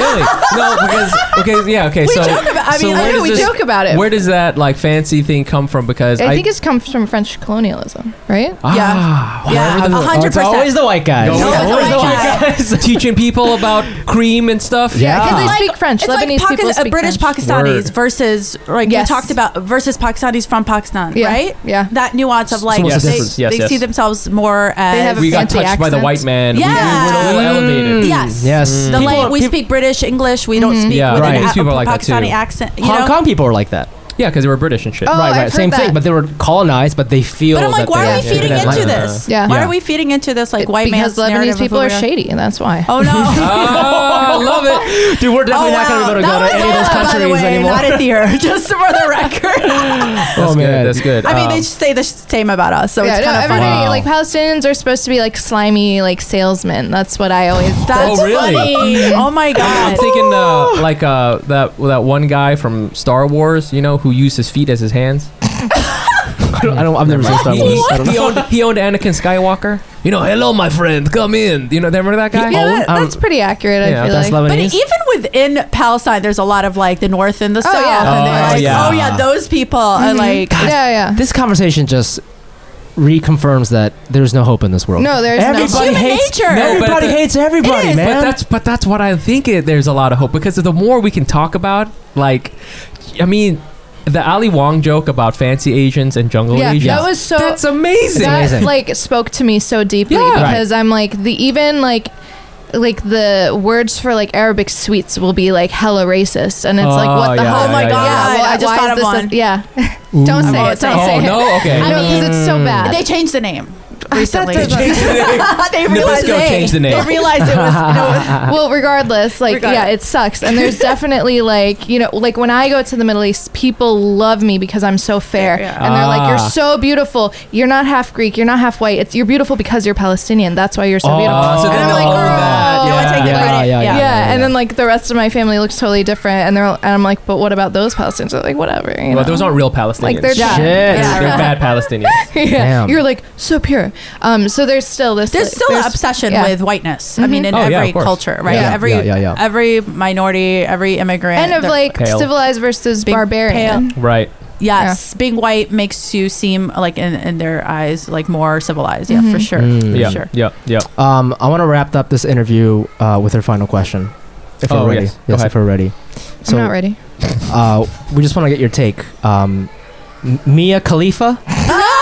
Speaker 2: really? No, because okay, yeah, okay.
Speaker 3: We
Speaker 2: so
Speaker 3: joke about- I
Speaker 2: so
Speaker 3: mean, I
Speaker 2: where
Speaker 3: know
Speaker 2: does
Speaker 4: we
Speaker 2: this-
Speaker 4: joke about it.
Speaker 2: Where does that like fancy thing come from? Because
Speaker 4: I think it comes from French colonialism, right?
Speaker 2: ah,
Speaker 3: yeah,
Speaker 2: whatever the-
Speaker 3: a hundred
Speaker 1: Oh, It's always
Speaker 3: percent.
Speaker 1: the white guys.
Speaker 2: No,
Speaker 3: it's
Speaker 1: always the
Speaker 3: always
Speaker 1: white
Speaker 3: that.
Speaker 1: guys.
Speaker 2: teaching people about cream and stuff.
Speaker 1: Yeah.
Speaker 4: Because they
Speaker 3: Like-
Speaker 4: speak French.
Speaker 3: It's
Speaker 4: Lebanese
Speaker 3: like Paki-
Speaker 4: people
Speaker 3: uh,
Speaker 4: speak
Speaker 3: British
Speaker 4: French.
Speaker 3: Pakistanis
Speaker 2: Word.
Speaker 3: versus like
Speaker 4: Yes.
Speaker 3: we talked about versus Pakistanis from Pakistan,
Speaker 4: Yeah,
Speaker 3: right?
Speaker 4: yeah.
Speaker 3: That nuance of like
Speaker 2: what's the
Speaker 3: they,
Speaker 2: difference? Yes,
Speaker 3: they
Speaker 2: yes.
Speaker 3: see themselves more as
Speaker 4: have a
Speaker 2: we got touched
Speaker 4: Fancy
Speaker 2: by the
Speaker 4: accent.
Speaker 2: white man. We-
Speaker 3: Yeah.
Speaker 2: we, were a little elevated.
Speaker 3: Mm. Yes.
Speaker 1: Yes.
Speaker 3: the
Speaker 1: People-
Speaker 3: like we
Speaker 1: peop-
Speaker 3: speak British English. We don't speak
Speaker 2: Yeah,
Speaker 3: with
Speaker 2: right.
Speaker 3: an
Speaker 2: These
Speaker 3: a-
Speaker 2: people are like that
Speaker 3: Pakistani
Speaker 2: too.
Speaker 3: accent. You
Speaker 1: Hong
Speaker 3: know?
Speaker 1: Kong people are like that.
Speaker 2: Yeah, because they were British and shit.
Speaker 4: Oh,
Speaker 1: right,
Speaker 4: I've
Speaker 1: right.
Speaker 4: heard
Speaker 1: Same
Speaker 4: that.
Speaker 1: thing, but they were colonized, but they feel.
Speaker 3: But I'm like,
Speaker 1: that
Speaker 3: why are we
Speaker 1: they-
Speaker 3: feeding
Speaker 2: Yeah.
Speaker 3: into
Speaker 2: Yeah.
Speaker 3: this?
Speaker 4: Yeah.
Speaker 3: Why
Speaker 2: Yeah.
Speaker 3: are we feeding into this like
Speaker 4: It-
Speaker 3: white
Speaker 4: because
Speaker 3: man's narrative
Speaker 4: Lebanese
Speaker 3: of
Speaker 4: people are
Speaker 3: who we
Speaker 4: shady, and that's why.
Speaker 3: Oh no.
Speaker 2: Ah, I love it.
Speaker 1: Dude, we're definitely
Speaker 3: Oh,
Speaker 1: not
Speaker 3: wow.
Speaker 1: going to
Speaker 3: That
Speaker 1: go
Speaker 3: was
Speaker 1: to any of those
Speaker 3: Ella, by the
Speaker 1: countries
Speaker 3: way,
Speaker 1: anymore.
Speaker 3: Not at the ear, just for the record.
Speaker 2: That's
Speaker 1: Oh,
Speaker 2: good.
Speaker 1: man.
Speaker 2: That's good.
Speaker 3: I mean,
Speaker 2: Um,
Speaker 3: they just say the same about us, so
Speaker 4: yeah,
Speaker 3: it's
Speaker 4: no,
Speaker 3: kind of
Speaker 4: everybody
Speaker 3: funny.
Speaker 1: Wow.
Speaker 4: like Palestinians are supposed to be like slimy like salesmen. That's what I always.
Speaker 3: That's
Speaker 2: Oh, really?
Speaker 3: funny. Oh my
Speaker 2: I'm
Speaker 3: god.
Speaker 2: thinking uh, like uh, that that one guy from Star Wars, you know, who used his feet as his hands.
Speaker 1: I don't, I don't, I've never seen Star
Speaker 2: He,
Speaker 1: Wars. I don't
Speaker 2: he
Speaker 1: know.
Speaker 2: owned he owned Anakin Skywalker. You know, hello, my friend, come in. You know, remember that guy?
Speaker 4: yeah,
Speaker 1: own-
Speaker 4: that,
Speaker 1: um,
Speaker 4: that's pretty accurate.
Speaker 2: yeah,
Speaker 4: I feel
Speaker 1: That's
Speaker 4: like.
Speaker 3: But
Speaker 1: Lebanese.
Speaker 3: even within Palestine, there's a lot of like the north and the
Speaker 4: Oh,
Speaker 3: south.
Speaker 4: yeah. Mm-hmm.
Speaker 3: And
Speaker 1: Oh,
Speaker 3: they're like,
Speaker 1: yeah.
Speaker 3: oh yeah, those people are like.
Speaker 4: yeah, yeah.
Speaker 1: This conversation just reconfirms that there's no hope in this world.
Speaker 4: No, there's no- It's
Speaker 1: everybody
Speaker 3: human
Speaker 1: hates
Speaker 3: nature. No, but
Speaker 1: everybody
Speaker 2: the-
Speaker 1: hates everybody,
Speaker 4: is,
Speaker 1: man.
Speaker 2: But that's but that's what I think. It, there's a lot of hope because the more we can talk about, like, I mean, the Ali Wong joke about fancy Asians and jungle
Speaker 4: yeah,
Speaker 2: Asians.
Speaker 4: that was so.
Speaker 2: that's amazing.
Speaker 4: that
Speaker 1: amazing.
Speaker 4: like spoke to me so deeply
Speaker 2: Yeah.
Speaker 4: because I'm like the even like like the words for like Arabic sweets will be like hella racist and it's like
Speaker 2: Oh,
Speaker 4: what the
Speaker 2: yeah,
Speaker 4: hell
Speaker 2: yeah, Oh my yeah, God,
Speaker 3: yeah. I just
Speaker 4: why
Speaker 3: thought
Speaker 4: is
Speaker 3: of
Speaker 4: this a-
Speaker 3: one.
Speaker 4: yeah don't say
Speaker 3: not
Speaker 4: it
Speaker 3: saying
Speaker 4: don't say
Speaker 2: oh
Speaker 4: it
Speaker 2: no, okay.
Speaker 4: I know because it's
Speaker 2: Mm.
Speaker 4: so bad
Speaker 3: They changed the name
Speaker 4: recently
Speaker 3: recently. they realized
Speaker 2: Nabisco changed the name.
Speaker 3: They realized it was. No,
Speaker 2: Uh,
Speaker 4: well regardless like
Speaker 3: Regardless.
Speaker 4: yeah it sucks and there's definitely like you know like when i go to the middle east people love me because i'm so fair
Speaker 3: Yeah.
Speaker 4: and they're like
Speaker 2: Ah.
Speaker 4: you're so beautiful you're not half greek you're not half white it's you're beautiful because you're palestinian that's why you're so beautiful
Speaker 2: Oh, so
Speaker 4: and
Speaker 2: then
Speaker 4: i'm
Speaker 2: they'll
Speaker 4: like
Speaker 2: own
Speaker 4: girl
Speaker 2: that.
Speaker 3: no one
Speaker 2: Yeah,
Speaker 3: take the
Speaker 1: yeah,
Speaker 3: credit.
Speaker 1: yeah,
Speaker 4: yeah,
Speaker 3: Yeah.
Speaker 1: yeah.
Speaker 4: and then like the rest of my family looks totally different and they're and i'm like but what about those palestinians they're like whatever you
Speaker 2: Well,
Speaker 4: know?
Speaker 2: those aren't real Palestinians.
Speaker 4: Like, they're
Speaker 1: Shit.
Speaker 4: Yeah.
Speaker 3: Yeah.
Speaker 2: They're bad Palestinians.
Speaker 4: yeah
Speaker 1: Damn.
Speaker 4: you're like so pure um so there's still this
Speaker 3: There's
Speaker 4: like,
Speaker 3: still an obsession
Speaker 4: yeah.
Speaker 3: with whiteness. I mean, in
Speaker 2: Oh, yeah, of
Speaker 3: every
Speaker 2: course.
Speaker 3: culture, right?
Speaker 1: Yeah.
Speaker 3: Every
Speaker 1: Yeah, yeah, yeah.
Speaker 3: every minority, every immigrant,
Speaker 4: and of
Speaker 3: they're-
Speaker 4: like
Speaker 2: pale.
Speaker 4: civilized versus
Speaker 3: Being
Speaker 4: barbarian
Speaker 2: right.
Speaker 3: Yes, being white makes you seem like in, in their eyes like more civilized. Yeah, for sure, for
Speaker 2: Mm, Yeah.
Speaker 3: sure.
Speaker 2: Yeah. Yeah.
Speaker 1: Um, I want to wrap up this interview uh, with our final question. If
Speaker 2: Oh,
Speaker 1: we're ready.
Speaker 2: yes. Go ahead.
Speaker 1: if we're ready. So,
Speaker 4: i'm not ready
Speaker 1: uh, we just want to get your take. Um, M- Mia Khalifa?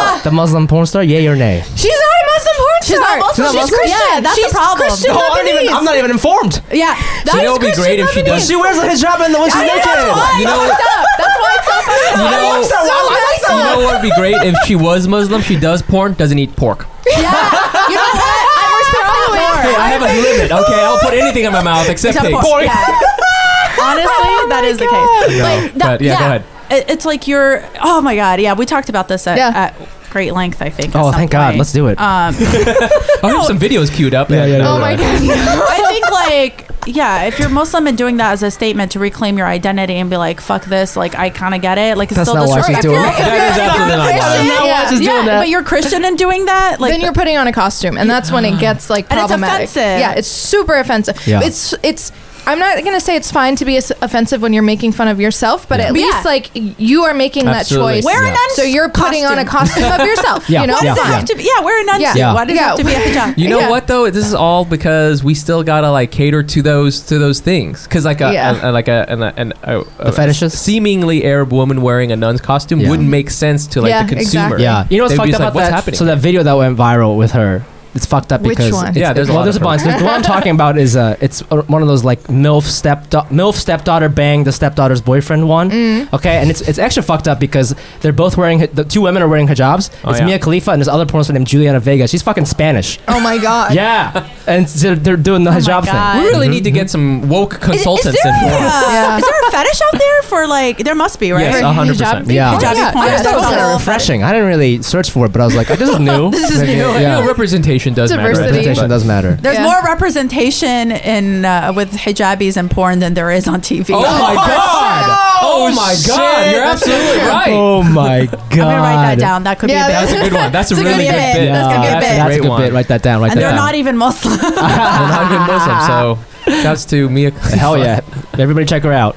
Speaker 3: No,
Speaker 1: the Muslim porn star? Yay or nay?
Speaker 3: She's not a Muslim porn
Speaker 4: She's
Speaker 3: star.
Speaker 4: not Muslim,
Speaker 1: She's not
Speaker 3: Oh, She's
Speaker 1: Muslim?
Speaker 3: Christian.
Speaker 4: Yeah, that's
Speaker 3: she's
Speaker 4: the problem.
Speaker 3: Christian
Speaker 1: Oh, I don't even,
Speaker 3: Lebanese.
Speaker 1: I'm not even informed.
Speaker 3: yeah, that's
Speaker 2: know what would be
Speaker 3: Christian
Speaker 2: great if she
Speaker 3: Lebanese.
Speaker 2: does-
Speaker 1: She wears a hijab and the when she's
Speaker 3: I know,
Speaker 1: naked.
Speaker 3: that's why
Speaker 2: You
Speaker 3: it's
Speaker 2: know-
Speaker 3: fucked up. That's why it's so fucked up.
Speaker 2: You know-
Speaker 3: It's so
Speaker 1: I like
Speaker 3: messed
Speaker 2: You
Speaker 3: up.
Speaker 2: know what would be great if she was Muslim? She does porn, doesn't eat pork.
Speaker 4: You know what? I'm respectful
Speaker 2: Hey, I have a limit. Okay, I'll put anything in my mouth except
Speaker 3: Except
Speaker 2: things.
Speaker 3: pork. Yeah. Honestly, that is the case. But, that,
Speaker 2: But yeah, go ahead.
Speaker 3: It- It's like you're. Oh my god. Yeah, we talked about this at,
Speaker 4: Yeah.
Speaker 3: at great length. I think. at
Speaker 1: Oh,
Speaker 3: some
Speaker 1: thank God.
Speaker 3: point.
Speaker 1: Let's do it.
Speaker 3: Um,
Speaker 2: I have Oh, some videos queued up.
Speaker 1: Yeah, yeah, yeah.
Speaker 4: Oh my god.
Speaker 3: I think like yeah, if you're Muslim and doing that as a statement to reclaim your identity and be like, fuck this, like I kind of get it. Like it's
Speaker 1: That's
Speaker 3: still
Speaker 1: not why
Speaker 3: disrespectful.
Speaker 1: she's doing
Speaker 3: If
Speaker 1: it.
Speaker 3: you're- if
Speaker 2: That is
Speaker 3: you're-
Speaker 2: absolutely not why.
Speaker 3: Christian,
Speaker 1: That's not why
Speaker 3: yeah,
Speaker 1: she's doing
Speaker 3: yeah,
Speaker 1: that.
Speaker 3: But you're Christian and doing that. Like
Speaker 4: then you're putting on a costume, and that's when it gets like
Speaker 3: And it's
Speaker 4: problematic.
Speaker 3: offensive.
Speaker 4: Yeah, it's super offensive.
Speaker 1: Yeah.
Speaker 4: It's it's. I'm not gonna say it's fine to be as- offensive when you're making fun of yourself, but at
Speaker 3: Yeah.
Speaker 4: least like you are making
Speaker 2: Absolutely.
Speaker 4: that choice.
Speaker 3: wear
Speaker 1: Yeah.
Speaker 3: an un-
Speaker 4: so you're putting on a costume of yourself.
Speaker 1: Yeah,
Speaker 4: You know,
Speaker 3: Why does
Speaker 1: Yeah,
Speaker 3: it
Speaker 1: yeah.
Speaker 3: have to be? Yeah, wear a nun
Speaker 4: Yeah.
Speaker 3: suit.
Speaker 1: Yeah.
Speaker 3: Why does it
Speaker 4: Yeah.
Speaker 3: have to be a hijab?
Speaker 2: You know
Speaker 4: Yeah.
Speaker 2: what though? This is all because we still gotta like cater to those to those things. Because like a,
Speaker 4: Yeah.
Speaker 2: a- a- like a an, a- an, a,
Speaker 1: The fetishes?
Speaker 2: seemingly Arab woman wearing a nun's costume
Speaker 1: Yeah.
Speaker 2: wouldn't make sense to like
Speaker 4: Yeah,
Speaker 2: the consumer.
Speaker 4: exactly.
Speaker 1: Yeah, you know what's
Speaker 2: They'd be
Speaker 1: fucked up
Speaker 2: just like,
Speaker 1: about
Speaker 2: what's
Speaker 1: that?
Speaker 2: happening?
Speaker 1: So that video that went viral with her, it's fucked up
Speaker 4: Which
Speaker 1: because
Speaker 4: one?
Speaker 1: it's-
Speaker 2: Yeah, there's a
Speaker 1: well,
Speaker 2: lot
Speaker 1: there's
Speaker 2: of
Speaker 1: a bunch.
Speaker 2: them.
Speaker 1: There's- the one I'm talking about is uh, it's uh, one of those like milf step milf stepdaughter bang the stepdaughter's boyfriend one.
Speaker 3: Mm.
Speaker 1: Okay, and it's it's extra fucked up because they're both wearing hi- the two women are wearing hijabs.
Speaker 2: Oh,
Speaker 1: it's
Speaker 2: yeah.
Speaker 1: Mia Khalifa and this other porn star named Juliana Vega. She's fucking Spanish.
Speaker 4: Oh my god.
Speaker 1: yeah, and they're, they're doing the
Speaker 3: Uh, Oh my
Speaker 1: hijab thing.
Speaker 3: God.
Speaker 2: we really need to get some woke
Speaker 3: Mm-hmm. Is- is,
Speaker 2: consultants
Speaker 3: there
Speaker 2: in.
Speaker 3: a,
Speaker 2: porn.
Speaker 4: Yeah.
Speaker 3: is there a fetish out there for like? There must be, right?
Speaker 2: Yes,
Speaker 3: For
Speaker 2: a hundred
Speaker 4: hijab
Speaker 2: percent.
Speaker 4: thing?
Speaker 1: Yeah.
Speaker 3: hijab.
Speaker 4: yeah.
Speaker 3: porn?
Speaker 4: I just
Speaker 1: That was
Speaker 4: thought
Speaker 1: kind
Speaker 4: that
Speaker 1: of
Speaker 3: Totally.
Speaker 1: refreshing. I didn't really search for it, but I was like, this is new.
Speaker 3: This is
Speaker 1: Maybe-
Speaker 3: new.
Speaker 1: Yeah,
Speaker 2: You know, representation does matter.
Speaker 4: Diversity.
Speaker 1: representation does matter.
Speaker 3: There's
Speaker 4: Yeah.
Speaker 3: more representation in uh, with hijabis and porn than there is on TV.
Speaker 2: Oh my god! Oh my god! You're absolutely right.
Speaker 1: Oh my god!
Speaker 3: I'm gonna write that down. That could
Speaker 4: Yeah,
Speaker 3: be a bit.
Speaker 2: That's a good one. That's a
Speaker 3: It's a
Speaker 2: really
Speaker 3: good
Speaker 2: good
Speaker 3: bit.
Speaker 2: bit.
Speaker 3: That's a good
Speaker 2: That's a
Speaker 3: bit.
Speaker 1: That's a
Speaker 2: great
Speaker 1: good bit.
Speaker 2: one.
Speaker 1: Write that down. Write
Speaker 3: and
Speaker 1: that
Speaker 3: they're
Speaker 1: down.
Speaker 3: not even Muslim.
Speaker 2: They're not even Muslim, so shouts to Mia.
Speaker 1: Hell yeah! Everybody check her out.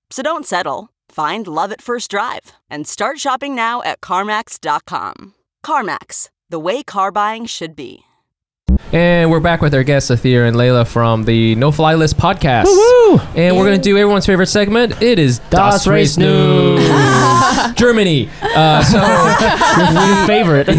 Speaker 7: So don't settle. Find love at first drive and start shopping now at CarMax.com. CarMax, the way car buying should be.
Speaker 2: And we're back with our guests, Athir and Layla from the No Fly List podcast. And we're going to do everyone's favorite segment. It is Das,
Speaker 1: Das Race
Speaker 2: Race News. Germany. Uh, so
Speaker 1: Your favorite.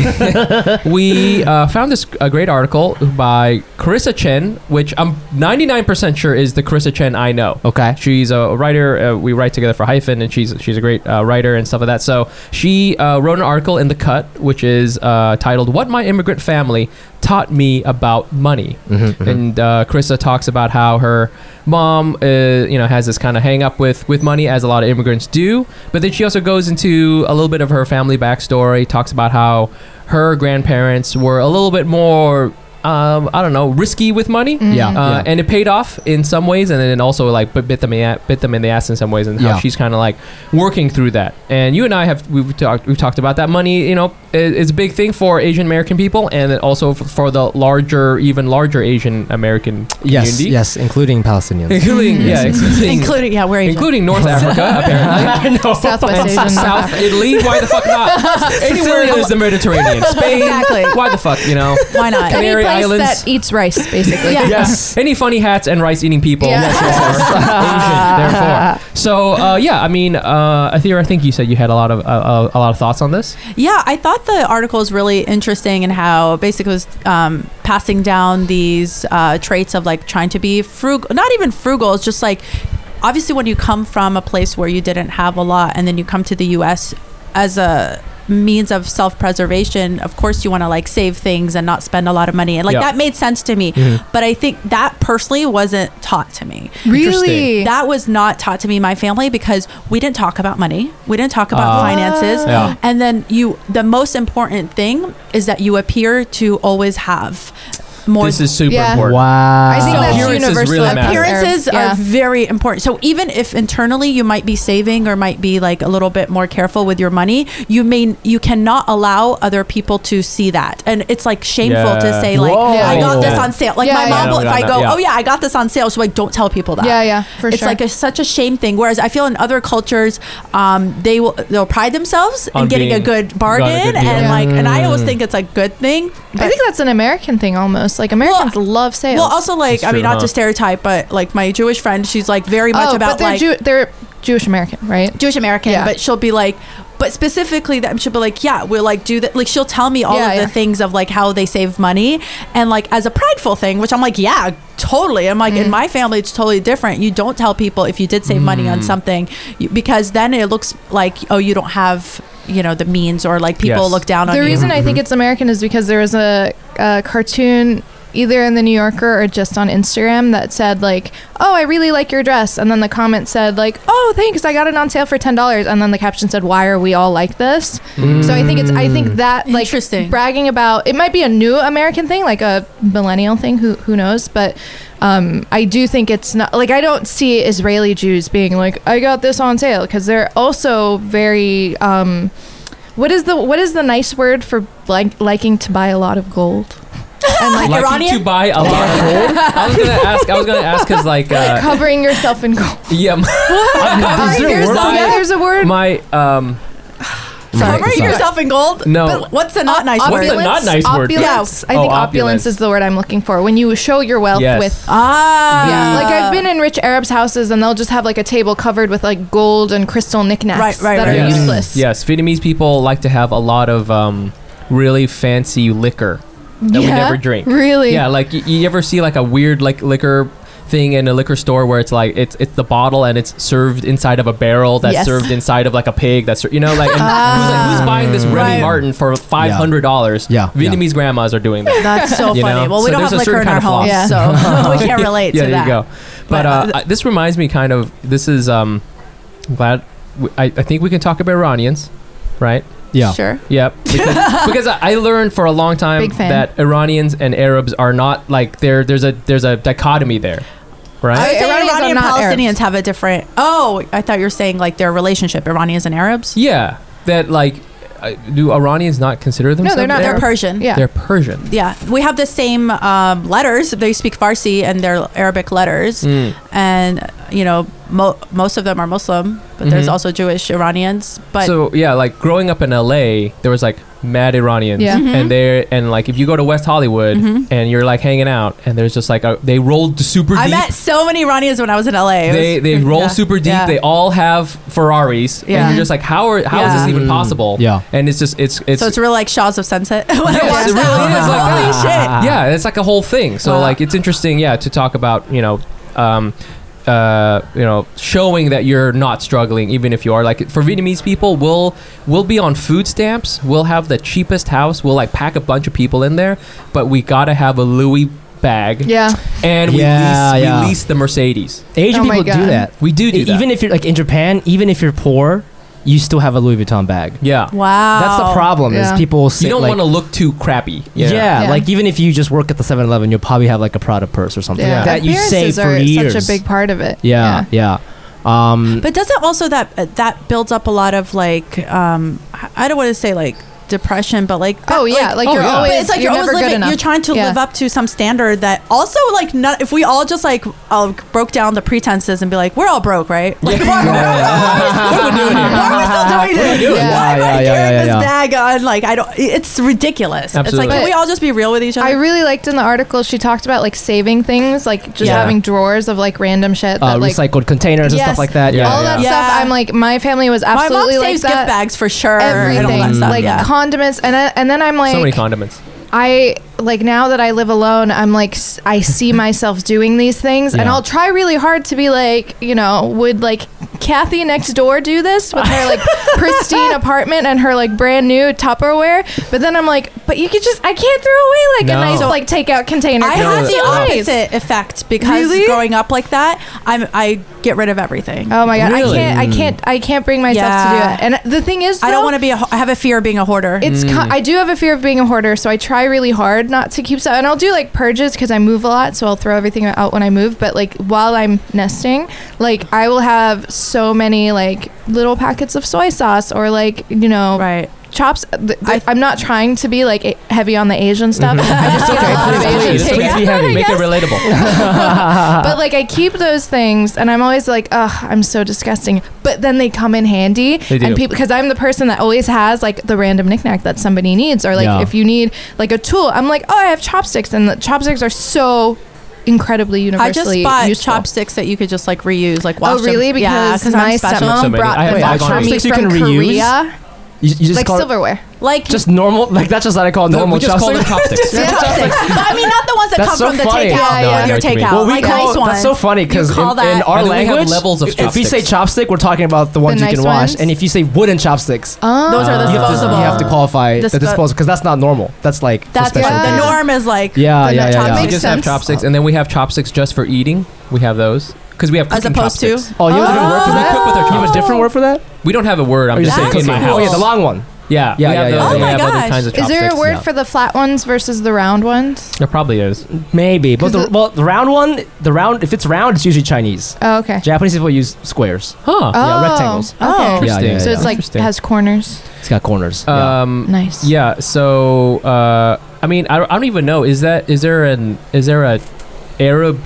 Speaker 2: we uh, found this a great article by Carissa Chen, which I'm 99% sure is the Carissa Chen I know.
Speaker 1: Okay.
Speaker 2: She's a writer. Uh, we write together for Hyphen, and she's she's a great uh, writer and stuff like that. So she uh, wrote an article in the Cut, which is uh, titled "What My Immigrant Family Taught Me About Money."
Speaker 1: Mm-hmm.
Speaker 2: And uh, Krista talks about how her mom, uh, you know, has this kind of hang up with with money, as a lot of immigrants do. But then she also goes into a little bit of her family backstory. Talks about how her grandparents were a little bit more. Um, I don't know, risky with money.
Speaker 1: Yeah,
Speaker 2: Uh,
Speaker 1: yeah.
Speaker 2: and it paid off in some ways, and then also like bit, bit them in the a- bit them in the ass in some ways, and how
Speaker 1: Yeah.
Speaker 2: she's kind of like working through that. And you and I have we've talked we've talked about that money. You know, i- it's a big thing for Asian American people, and then also f- for the larger, even larger Asian American
Speaker 1: yes,
Speaker 2: community,
Speaker 1: yes, including Palestinians.
Speaker 2: including yeah, including,
Speaker 3: Including yeah, where are you?
Speaker 2: including North Africa apparently.
Speaker 1: I know.
Speaker 4: Southwest Asian.
Speaker 2: South Italy, why the fuck not? Anywhere is the Mediterranean. Spain,
Speaker 3: Exactly.
Speaker 2: why the fuck, you know?
Speaker 3: Why not?
Speaker 2: Okay.
Speaker 4: Any
Speaker 2: Canary
Speaker 4: place
Speaker 2: Islands.
Speaker 4: that eats rice, basically.
Speaker 3: Yeah.
Speaker 1: Yes.
Speaker 2: Any funny hats and rice eating people
Speaker 4: Yeah. Yes,
Speaker 2: are Asian, therefore. So uh, yeah, I mean, uh, Athira, I think you said you had a lot of uh, uh, a lot of thoughts on this.
Speaker 3: Yeah, I thought the article was really interesting and how basically it was um, passing down these uh, traits of like trying to be frugal, not even frugal, it's just like obviously when you come from a place where you didn't have a lot and then you come to the US as a means of self-preservation of course you want to like save things and not spend a lot of money and like
Speaker 2: Yeah.
Speaker 3: that made sense to me but i think that personally wasn't taught to me
Speaker 4: Really?
Speaker 3: that was not taught to me in my family because we didn't talk about money we didn't talk about finances
Speaker 2: Ah. Yeah.
Speaker 3: and then you the most important thing is that you appear to always have more
Speaker 2: This is super
Speaker 4: Yeah.
Speaker 2: important.
Speaker 1: Wow.
Speaker 4: I think that's
Speaker 2: Uh, Appearances
Speaker 4: universal.
Speaker 2: really matter.
Speaker 3: appearances are very important. So even if internally you might be saving or might be like a little bit more careful with your money, you may you cannot allow other people to see that. And it's like shameful
Speaker 2: Yeah.
Speaker 3: to say like
Speaker 2: Whoa.
Speaker 3: I got
Speaker 2: Yeah.
Speaker 3: this on sale. Like
Speaker 4: Yeah,
Speaker 3: my
Speaker 4: yeah.
Speaker 3: mom
Speaker 2: Yeah,
Speaker 3: will
Speaker 2: we
Speaker 3: if
Speaker 2: got
Speaker 3: I
Speaker 2: that.
Speaker 3: go,
Speaker 2: Yeah.
Speaker 3: "Oh yeah, I got this on sale." So like don't tell people that.
Speaker 4: Yeah, yeah, for
Speaker 3: it's
Speaker 4: sure.
Speaker 3: like a, such a shame thing whereas I feel in other cultures um, they will they'll pride themselves
Speaker 2: On
Speaker 3: in getting a
Speaker 2: being-
Speaker 3: good
Speaker 2: got a
Speaker 3: bargain
Speaker 2: good deal. Mm.
Speaker 3: and
Speaker 4: Yeah.
Speaker 3: like and I always think it's a good thing.
Speaker 4: I think that's an American thing almost. Like Americans love sales.
Speaker 3: Well, also like
Speaker 2: That's
Speaker 3: I mean,
Speaker 2: true,
Speaker 3: not
Speaker 2: huh?
Speaker 3: to stereotype, but like my Jewish friend, she's like very much
Speaker 4: oh,
Speaker 3: about
Speaker 4: but they're
Speaker 3: like
Speaker 4: Jew- they're Jewish American, right?
Speaker 3: Jewish American,
Speaker 4: Yeah.
Speaker 3: but she'll be like, but specifically that she'll be like, yeah, we'll like do that. Like she'll tell me all
Speaker 4: Yeah,
Speaker 3: of
Speaker 4: yeah.
Speaker 3: the things of like how they save money and like as a prideful thing, which I'm like, yeah, totally. I'm
Speaker 4: Mm.
Speaker 3: like in my family, it's totally different. You don't tell people if you did save money
Speaker 2: Mm.
Speaker 3: on something you, because then it looks like oh, you don't have you know the means or like people
Speaker 2: Yes.
Speaker 3: look down on
Speaker 4: the
Speaker 3: you.
Speaker 4: reason I
Speaker 2: Mm-hmm.
Speaker 4: think it's American is because there was a, a cartoon either in the New Yorker or just on Instagram that said like, "Oh, I really like your dress," and then the comment said like, "Oh, thanks, I got it on sale for ten dollars," and then the caption said, "Why are we all like this?" So I think it's I think that like
Speaker 3: Interesting.
Speaker 4: bragging about it might be a new American thing, like a millennial thing, who who knows, but. Um, I do think it's not like I don't see Israeli Jews being like I got this on sale because they're also very um, what is the what is the nice word for like liking to buy a lot of gold?
Speaker 3: and like,
Speaker 2: Lucky
Speaker 3: Iranian.
Speaker 2: to buy a lot of gold. I was gonna ask. I was gonna ask because like uh,
Speaker 4: Covering yourself in gold.
Speaker 2: yeah,
Speaker 4: Covering
Speaker 2: there a word
Speaker 4: yourself-
Speaker 2: for
Speaker 4: yeah,
Speaker 2: that?
Speaker 4: there's a word.
Speaker 2: my um,
Speaker 3: Covering yourself in gold?
Speaker 2: No.
Speaker 3: But what's the not nice
Speaker 4: Op-
Speaker 2: What's
Speaker 3: word?
Speaker 2: the not nice word?
Speaker 4: opulence.
Speaker 2: Yeah.
Speaker 4: I think
Speaker 2: Oh,
Speaker 4: opulence.
Speaker 2: opulence.
Speaker 4: is the word I'm looking for. When you show your wealth
Speaker 2: Yes.
Speaker 4: with
Speaker 3: Ah.
Speaker 4: yeah, like I've been in rich Arabs' houses and they'll just have like a table covered with like gold and crystal knickknacks
Speaker 3: Right, right,
Speaker 4: that
Speaker 3: right.
Speaker 4: are
Speaker 2: yes. Mm.
Speaker 4: useless.
Speaker 2: Yes, Vietnamese people like to have a lot of um, really fancy liquor that we
Speaker 4: Yeah?
Speaker 2: never drink.
Speaker 4: Really?
Speaker 2: Yeah, like you, you ever see like a weird like liquor thing in a liquor store where it's like it's it's the bottle and it's served inside of a barrel that's
Speaker 4: Yes.
Speaker 2: served inside of like a pig that's ser- you know like, and who's, like who's buying this Remy
Speaker 3: Right.
Speaker 2: Martin for five hundred dollars?
Speaker 6: Yeah, yeah.
Speaker 2: Vietnamese grandmas are doing that.
Speaker 3: That's so
Speaker 2: You
Speaker 3: funny.
Speaker 2: know?
Speaker 3: Well, we
Speaker 2: So
Speaker 3: don't
Speaker 2: there's
Speaker 3: have
Speaker 2: a
Speaker 3: liquor
Speaker 2: certain
Speaker 3: in our home,
Speaker 2: kind
Speaker 4: of
Speaker 3: so we can't relate
Speaker 2: yeah,
Speaker 3: to
Speaker 2: there
Speaker 3: that.
Speaker 2: you go. But
Speaker 3: But,
Speaker 2: uh,
Speaker 3: uh,
Speaker 2: I- this reminds me kind of this is um, I'm glad w- I, I think we can talk about Iranians, right?
Speaker 6: Yeah.
Speaker 3: Sure.
Speaker 2: Yep. Because, because I I learned for a long time
Speaker 4: Big fan.
Speaker 2: that Iranians and Arabs are not like there. There's a there's a dichotomy there,
Speaker 3: I
Speaker 2: right?
Speaker 3: would say
Speaker 4: Iranians are
Speaker 3: Iranian
Speaker 4: not
Speaker 3: Palestinians
Speaker 4: Arabs.
Speaker 3: have a different. Oh, I thought you were saying like their relationship, Iranians and Arabs.
Speaker 2: yeah. That like, uh, do Iranians not consider themselves?
Speaker 4: they're not.
Speaker 3: They're
Speaker 2: Arab?
Speaker 3: Persian.
Speaker 4: Yeah.
Speaker 2: They're Persian.
Speaker 3: Yeah, we have the same um, letters. They speak Farsi and their Arabic
Speaker 2: Mm.
Speaker 3: letters, and you know mo- most of them are Muslim, but there's
Speaker 2: Mhm.
Speaker 3: also Jewish Iranians. But
Speaker 2: so yeah, like growing up in LA, there was like mad Iranians,
Speaker 4: Yeah.
Speaker 3: Mm-hmm.
Speaker 2: and they and like if you go to West Hollywood and you're like hanging out, and there's just like a, they rolled super
Speaker 3: I
Speaker 2: deep.
Speaker 3: met so many Iranians when I was in LA. It was-
Speaker 2: they they roll
Speaker 3: yeah,
Speaker 2: super deep.
Speaker 3: yeah.
Speaker 2: They all have Ferraris,
Speaker 3: Yeah.
Speaker 2: and you're just like, how are how is
Speaker 3: Yeah.
Speaker 2: this
Speaker 1: Mm.
Speaker 2: even possible?
Speaker 6: Yeah.
Speaker 2: and it's just it's it's
Speaker 3: so it's really like Shaws of Sunset. when I
Speaker 2: Yes,
Speaker 3: watched
Speaker 2: it
Speaker 3: that,
Speaker 2: really
Speaker 3: I was
Speaker 2: is
Speaker 3: like,
Speaker 2: like
Speaker 3: Holy shit!
Speaker 5: Ah.
Speaker 2: yeah, it's like a whole thing. So
Speaker 3: Wow.
Speaker 2: like it's interesting, yeah, to talk about you know. Um, uh, you know, showing that you're not struggling, even if you are. Like for Vietnamese people, we'll we'll be on food stamps. We'll have the cheapest house. We'll like pack a bunch of people in there, but we gotta have a Louis bag.
Speaker 4: Yeah.
Speaker 2: and we
Speaker 6: Yeah,
Speaker 2: lease
Speaker 6: yeah.
Speaker 2: we lease the Mercedes.
Speaker 6: Asian
Speaker 4: Oh my
Speaker 6: people do
Speaker 4: God.
Speaker 6: that.
Speaker 2: We do do that.
Speaker 1: E-, Even if you're like in Japan, even if you're poor, you still have a Louis Vuitton bag.
Speaker 2: yeah,
Speaker 3: Wow,
Speaker 1: That's the problem
Speaker 4: Oh, Yeah.
Speaker 1: is people say
Speaker 2: you don't
Speaker 1: like,
Speaker 2: want to look too crappy. you
Speaker 1: Yeah.
Speaker 2: know?
Speaker 4: Yeah.
Speaker 1: like even if you just work at the 7-Eleven, you'll probably have like a Prada purse or something
Speaker 4: Yeah.
Speaker 1: like that you save
Speaker 4: Appearances
Speaker 1: for
Speaker 4: are
Speaker 1: years.
Speaker 4: such a big part of it.
Speaker 1: yeah, yeah. Um,
Speaker 3: But doesn't also that uh, that builds up a lot of like um I- I don't want to say like depression, but like that-
Speaker 4: Oh, yeah, like,
Speaker 2: Oh,
Speaker 4: you're
Speaker 2: yeah.
Speaker 3: but
Speaker 4: always
Speaker 3: it's like you're,
Speaker 4: you're,
Speaker 3: always
Speaker 4: never good
Speaker 3: living.
Speaker 4: enough.
Speaker 3: You're trying to
Speaker 4: Yeah.
Speaker 3: live up to some standard that also like not. If we all just like uh, broke down the pretenses and be like, we're all broke, right? Like, why-
Speaker 2: What are we doing here?
Speaker 3: why are we still doing this?
Speaker 4: Yeah.
Speaker 3: Why am
Speaker 1: Yeah, yeah,
Speaker 3: I
Speaker 1: yeah,
Speaker 3: carrying
Speaker 1: yeah,
Speaker 3: this
Speaker 1: yeah.
Speaker 3: bag on? Like, I don't. It's ridiculous. It's
Speaker 2: Absolutely.
Speaker 3: like, can
Speaker 4: But-
Speaker 3: we all just be real with each other?
Speaker 4: I really liked in the article she talked about like saving things, like just
Speaker 2: Yeah.
Speaker 4: having drawers of like random shit
Speaker 1: uh,
Speaker 4: that like
Speaker 1: recycled containers and
Speaker 4: Yes.
Speaker 1: stuff like that. Yeah,
Speaker 4: all
Speaker 1: yeah.
Speaker 4: that
Speaker 3: yeah.
Speaker 4: stuff.
Speaker 3: Yeah.
Speaker 4: I'm like, my family was
Speaker 3: My mom
Speaker 4: absolutely like
Speaker 3: saves gift
Speaker 4: that.
Speaker 3: bags for sure. and all that
Speaker 4: Everything
Speaker 3: stuff,
Speaker 4: like
Speaker 3: yeah.
Speaker 4: condiments, and I, and then I'm like,
Speaker 5: uh,
Speaker 2: So many condiments.
Speaker 4: I like now that I live alone, I'm like s- I see myself doing these things, and
Speaker 5: Yeah.
Speaker 4: I'll try really hard to be like, you know, would like Kathy next door do this with her like pristine apartment and her like brand new Tupperware? But then I'm like, but you could just I can't throw away like a
Speaker 5: No.
Speaker 4: nice like takeout container.
Speaker 3: I
Speaker 4: 'cause
Speaker 3: had
Speaker 4: it's
Speaker 3: the
Speaker 4: so nice.
Speaker 3: opposite effect because
Speaker 4: Really?
Speaker 3: growing up like that, I'm, I get rid of everything.
Speaker 4: Oh my god,
Speaker 5: Really?
Speaker 4: I can't, I can't, I can't bring myself
Speaker 3: Yeah.
Speaker 4: to do it. And the thing is,
Speaker 3: I don't
Speaker 4: though,
Speaker 3: want to be. A, ho- I have a fear of being a hoarder.
Speaker 4: It's co-
Speaker 5: Mm.
Speaker 4: I do have a fear of being a hoarder, so I try really hard not to keep stuff. And I'll do like purges because I move a lot, so I'll throw everything out when I move. But like while I'm nesting, like I will have so many like little packets of soy sauce or like you know
Speaker 3: right.
Speaker 4: chops. Th- th-
Speaker 3: I-
Speaker 4: I'm not trying to be like a- heavy on the Asian stuff. I just get a lot of Asian
Speaker 5: Mm-hmm. Please, please
Speaker 4: takeout,
Speaker 5: be
Speaker 4: I
Speaker 5: heavy. Make it
Speaker 4: guess.
Speaker 5: relatable.
Speaker 4: But like I keep those things, and I'm always like, ugh, I'm so disgusting. But then they come in handy,
Speaker 5: They do.
Speaker 4: and people because I'm the person that always has like the random knickknack that somebody needs, or like
Speaker 1: Yeah.
Speaker 4: if you need like a tool, I'm like, oh, I have chopsticks, and the chopsticks are so incredibly
Speaker 3: I just
Speaker 4: universally
Speaker 3: bought
Speaker 4: useful.
Speaker 3: chopsticks that you could just like reuse, like wash
Speaker 4: Oh really?
Speaker 3: Them. Yeah,
Speaker 4: Because
Speaker 3: I'm
Speaker 4: my
Speaker 3: special.
Speaker 4: stepmom
Speaker 5: So many.
Speaker 4: brought
Speaker 5: I have
Speaker 4: them
Speaker 5: five
Speaker 4: back for me
Speaker 1: chopsticks you can
Speaker 4: from
Speaker 1: reuse?
Speaker 4: Korea,
Speaker 1: You, you just
Speaker 4: like
Speaker 1: call it-
Speaker 4: silverware.
Speaker 3: Like
Speaker 1: just normal, like that's just what I call normal
Speaker 5: we just call them
Speaker 1: chopsticks.
Speaker 5: chopsticks.
Speaker 4: Yeah.
Speaker 3: chopsticks. But I mean, not the ones that
Speaker 1: That's
Speaker 3: come
Speaker 1: so
Speaker 3: from the
Speaker 1: funny.
Speaker 3: takeout.
Speaker 4: Yeah, yeah.
Speaker 3: Your
Speaker 5: I know what you mean.
Speaker 3: takeout.
Speaker 5: Well,
Speaker 3: like nice ones.
Speaker 1: that's so funny because
Speaker 3: You
Speaker 1: in,
Speaker 3: call
Speaker 1: in
Speaker 3: that-
Speaker 1: our
Speaker 5: And then we have
Speaker 1: language,
Speaker 5: levels of
Speaker 1: if we say
Speaker 5: chopsticks.
Speaker 1: chopstick, we're talking about the ones you
Speaker 4: nice
Speaker 1: can wash,
Speaker 4: ones?
Speaker 1: and if you say wooden chopsticks, uh,
Speaker 4: Oh,
Speaker 3: Those are
Speaker 1: you, have to,
Speaker 3: disposable.
Speaker 1: you have to qualify
Speaker 3: Dispo-
Speaker 1: the disposal because that's not normal. That's like for
Speaker 3: That's
Speaker 1: special
Speaker 4: yeah.
Speaker 3: the
Speaker 1: occasion.
Speaker 3: norm is like
Speaker 1: Yeah,
Speaker 3: the
Speaker 1: yeah, yeah, yeah.
Speaker 3: chopsticks.
Speaker 5: We
Speaker 4: Makes
Speaker 5: just have
Speaker 4: sense.
Speaker 5: chopsticks, and then we have chopsticks just for eating. We have those because we have
Speaker 3: As
Speaker 5: cooking
Speaker 3: opposed to-
Speaker 5: chopsticks.
Speaker 1: Oh, you have a different word for
Speaker 5: We
Speaker 1: that?
Speaker 5: cook with
Speaker 4: Oh.
Speaker 5: our
Speaker 1: You have a different word for that?
Speaker 5: We don't have a word. I'm
Speaker 1: Or
Speaker 5: just
Speaker 3: That's
Speaker 5: saying in my
Speaker 3: okay.
Speaker 5: house.
Speaker 1: Oh yeah, the long one.
Speaker 5: Yeah,
Speaker 1: Yeah,
Speaker 5: we
Speaker 1: yeah,
Speaker 5: have
Speaker 1: yeah.
Speaker 5: those,
Speaker 1: Oh
Speaker 5: and we
Speaker 3: my
Speaker 5: have
Speaker 3: gosh.
Speaker 5: other kinds of
Speaker 4: Is there a
Speaker 5: chopsticks.
Speaker 4: word
Speaker 5: Yeah.
Speaker 4: for the flat ones versus the round ones?
Speaker 5: There probably is.
Speaker 1: Maybe, but
Speaker 4: 'Cause
Speaker 1: the,
Speaker 4: the-
Speaker 1: well, the round one, the round if it's round, it's usually Chinese.
Speaker 4: Oh, okay.
Speaker 1: Japanese people use squares.
Speaker 5: Huh.
Speaker 4: oh,
Speaker 1: rectangles.
Speaker 4: Okay.
Speaker 3: Oh.
Speaker 1: Yeah, yeah,
Speaker 4: So
Speaker 1: yeah.
Speaker 4: it's like
Speaker 5: Interesting.
Speaker 4: has corners.
Speaker 1: It's got corners. yeah.
Speaker 5: Um,
Speaker 4: Oh. Nice.
Speaker 5: Yeah. So uh, I mean, I, I don't even know. Is that is there an is there a Arab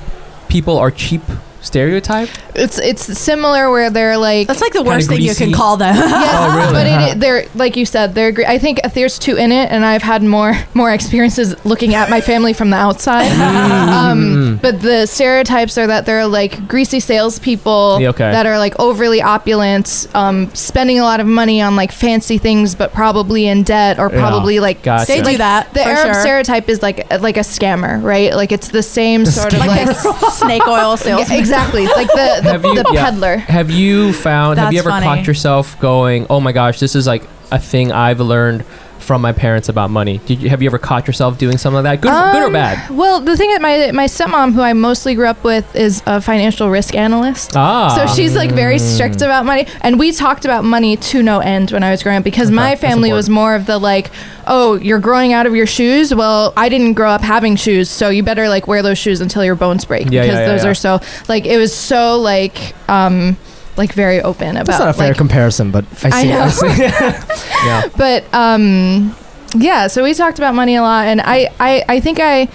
Speaker 5: people are cheap stereotype?
Speaker 4: It's it's similar where they're like
Speaker 3: That's like the worst thing you can
Speaker 5: greasy.
Speaker 3: call them.
Speaker 4: yes,
Speaker 5: Oh, really?
Speaker 4: but it, they're like you said they're gre- I think there's two in it, and I've had more more experiences looking at my family from the outside.
Speaker 5: Mm. Mm-hmm.
Speaker 4: um, but the stereotypes are that they're like greasy salespeople
Speaker 5: Yeah, okay.
Speaker 4: that are like overly opulent, um, spending a lot of money on like fancy things, but probably in debt or probably like
Speaker 5: Gotcha.
Speaker 3: They do that.
Speaker 4: The
Speaker 3: for
Speaker 4: Arab
Speaker 3: sure.
Speaker 4: stereotype is like uh, like a scammer, right? Like it's the same sort of like
Speaker 3: like a snake oil
Speaker 4: Yeah,
Speaker 3: salesman.
Speaker 4: exactly. It's Like the
Speaker 5: Have
Speaker 4: the,
Speaker 5: you-
Speaker 4: the
Speaker 5: yeah.
Speaker 4: peddler.
Speaker 5: Have you found? have you
Speaker 3: That's
Speaker 5: ever
Speaker 3: funny.
Speaker 5: caught yourself going, "Oh my gosh, this is like a thing I've learned from my parents about money"? Did you, have you ever caught yourself doing something like that? Good, good or
Speaker 4: Um,
Speaker 5: bad?
Speaker 4: Well, the thing that my my stepmom, who I mostly grew up with, is a financial risk analyst.
Speaker 5: Ah.
Speaker 4: So she's like very strict about money. And we talked about money to no end when I was growing up because my
Speaker 5: that's
Speaker 4: family was more of the like, oh, you're growing out of your shoes. Well, I didn't grow up having shoes, so you better like wear those shoes until your bones break
Speaker 5: Yeah,
Speaker 4: because
Speaker 5: yeah, yeah,
Speaker 4: those
Speaker 5: yeah.
Speaker 4: are so like it was so like um like very open about
Speaker 1: That's not a fair
Speaker 4: like,
Speaker 1: comparison, but I
Speaker 4: I
Speaker 1: see.
Speaker 4: know.
Speaker 5: yeah.
Speaker 4: but um yeah so we talked about money a lot and i i, I think i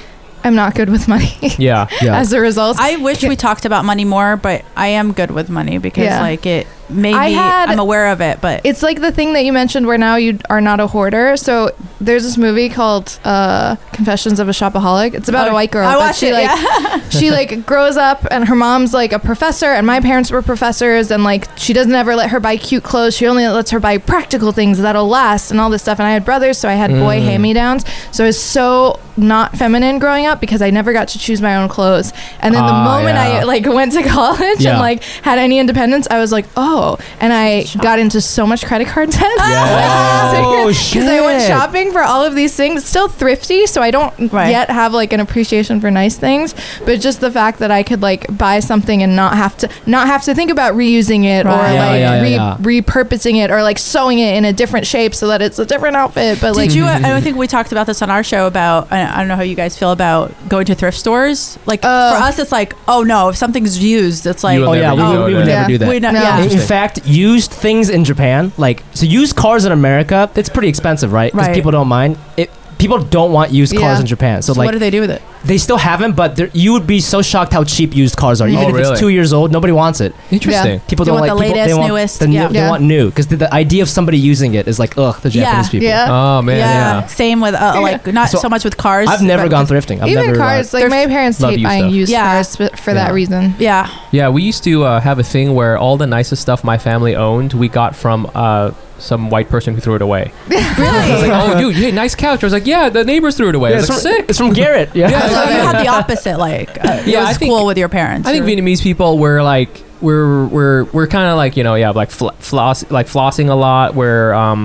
Speaker 4: am not good with money
Speaker 5: Yeah.
Speaker 1: Yeah.
Speaker 4: as a result
Speaker 3: I wish we talked about money more, but I am good with money because
Speaker 4: Yeah.
Speaker 3: like it made
Speaker 4: I
Speaker 3: me.
Speaker 4: had-
Speaker 3: I'm aware of it, but
Speaker 4: it's like the thing that you mentioned where now you are not a hoarder so there's this movie called uh, confessions of a shopaholic it's about
Speaker 3: Oh,
Speaker 4: a white girl
Speaker 3: I
Speaker 4: but
Speaker 3: watched
Speaker 4: she
Speaker 3: it,
Speaker 4: like
Speaker 3: yeah.
Speaker 4: she like grows up and her mom's like a professor and my parents were professors and like she doesn't ever let her buy cute clothes she only lets her buy practical things that'll last and all this stuff and i had brothers so i had boy
Speaker 5: Mm.
Speaker 4: hand-me-downs so i was so not feminine growing up because i never got to choose my own clothes and then the
Speaker 5: Ah,
Speaker 4: moment i
Speaker 5: yeah.
Speaker 4: like went to college
Speaker 5: Yeah.
Speaker 4: and like had any independence i was like oh and i got into so much credit card debt
Speaker 1: Oh,
Speaker 4: because I went
Speaker 1: shit.
Speaker 4: shopping for all of these things. Still thrifty, so I don't
Speaker 3: Right.
Speaker 4: yet have like an appreciation for nice things. But just the fact that I could like buy something and not have to not have to think about reusing it
Speaker 3: Right.
Speaker 4: or
Speaker 3: Yeah,
Speaker 4: like
Speaker 1: yeah,
Speaker 4: re-
Speaker 1: yeah,
Speaker 4: repurposing it or like sewing it in a different shape so that it's a different outfit. But like
Speaker 3: Did you? I don't think we talked about this on our show about. I I don't know how you guys feel about going to thrift stores. Like
Speaker 4: Uh,
Speaker 3: for us, it's like, oh no, if something's used, it's like,
Speaker 5: You
Speaker 1: Oh
Speaker 5: would
Speaker 1: yeah,
Speaker 5: never
Speaker 1: we
Speaker 5: do
Speaker 1: would, we
Speaker 5: that.
Speaker 1: would never
Speaker 4: Yeah.
Speaker 1: do that.
Speaker 3: we not,
Speaker 4: No.
Speaker 3: yeah.
Speaker 1: In in fact, used things in Japan, like so, used cars in America, it's pretty expensive, right? Because
Speaker 3: Right.
Speaker 1: people don't mind it. People don't want used cars
Speaker 4: Yeah.
Speaker 1: in Japan, so,
Speaker 3: So what
Speaker 1: like
Speaker 3: do they do with it?
Speaker 1: they still haven't. But they're- you would be so shocked how cheap used cars are, even
Speaker 5: Oh,
Speaker 1: if
Speaker 5: really?
Speaker 1: it's two years old. Nobody wants it.
Speaker 5: Interesting.
Speaker 1: People
Speaker 3: They
Speaker 1: don't
Speaker 3: want
Speaker 1: like
Speaker 3: the
Speaker 1: people,
Speaker 3: latest,
Speaker 1: they want
Speaker 3: newest,
Speaker 1: The new,
Speaker 3: yeah.
Speaker 1: They
Speaker 4: Yeah.
Speaker 1: want new because the, the idea of somebody using it is like ugh, the
Speaker 3: Yeah.
Speaker 1: Japanese people.
Speaker 4: yeah.
Speaker 5: Oh man.
Speaker 3: yeah.
Speaker 5: Yeah.
Speaker 3: Same with uh, like not so,
Speaker 1: So,
Speaker 3: much with cars.
Speaker 1: I've never
Speaker 3: but-
Speaker 1: gone thrifting. I've
Speaker 4: Even
Speaker 1: never uh,
Speaker 4: cars,
Speaker 1: like-
Speaker 4: like my parents
Speaker 5: Love
Speaker 4: hate
Speaker 5: used
Speaker 4: buying
Speaker 5: stuff.
Speaker 4: used
Speaker 3: Yeah.
Speaker 4: cars but for that
Speaker 1: Yeah.
Speaker 4: reason.
Speaker 3: Yeah.
Speaker 5: Yeah, we used to uh, have a thing where all the nicest stuff my family owned, we got from uh,
Speaker 2: some white person who threw it away. I was
Speaker 3: Really?
Speaker 2: like, oh, dude, hey, nice couch. I was like, yeah, the neighbors threw it away. I
Speaker 1: it's,
Speaker 2: was like,
Speaker 1: from,
Speaker 2: sick.
Speaker 1: it's from Garrett. Yeah.
Speaker 3: so you had the opposite. Like, uh,
Speaker 2: Yeah,
Speaker 3: it
Speaker 2: I
Speaker 3: was
Speaker 2: think-
Speaker 3: cool with your parents.
Speaker 2: I think
Speaker 3: or-
Speaker 2: Vietnamese people were like we're we're we're kind of like you know yeah like fl- floss like flossing a lot. We're um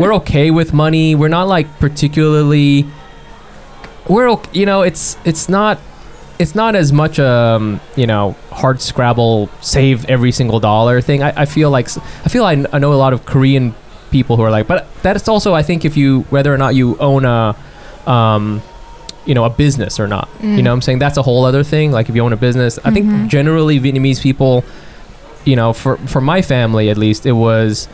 Speaker 2: we're okay with money. We're not like particularly we're ok- you know it's it's not it's not as much um you know hard scrabble save every single dollar thing. I, I feel like s- I feel I, kn- I know a lot of Korean people who are like but that's also I think if you whether or not you own a um you know a business or not you know what i'm saying that's a whole other thing like if you own a business i
Speaker 4: Mm-hmm.
Speaker 2: think generally vietnamese people you know for for my family at least it was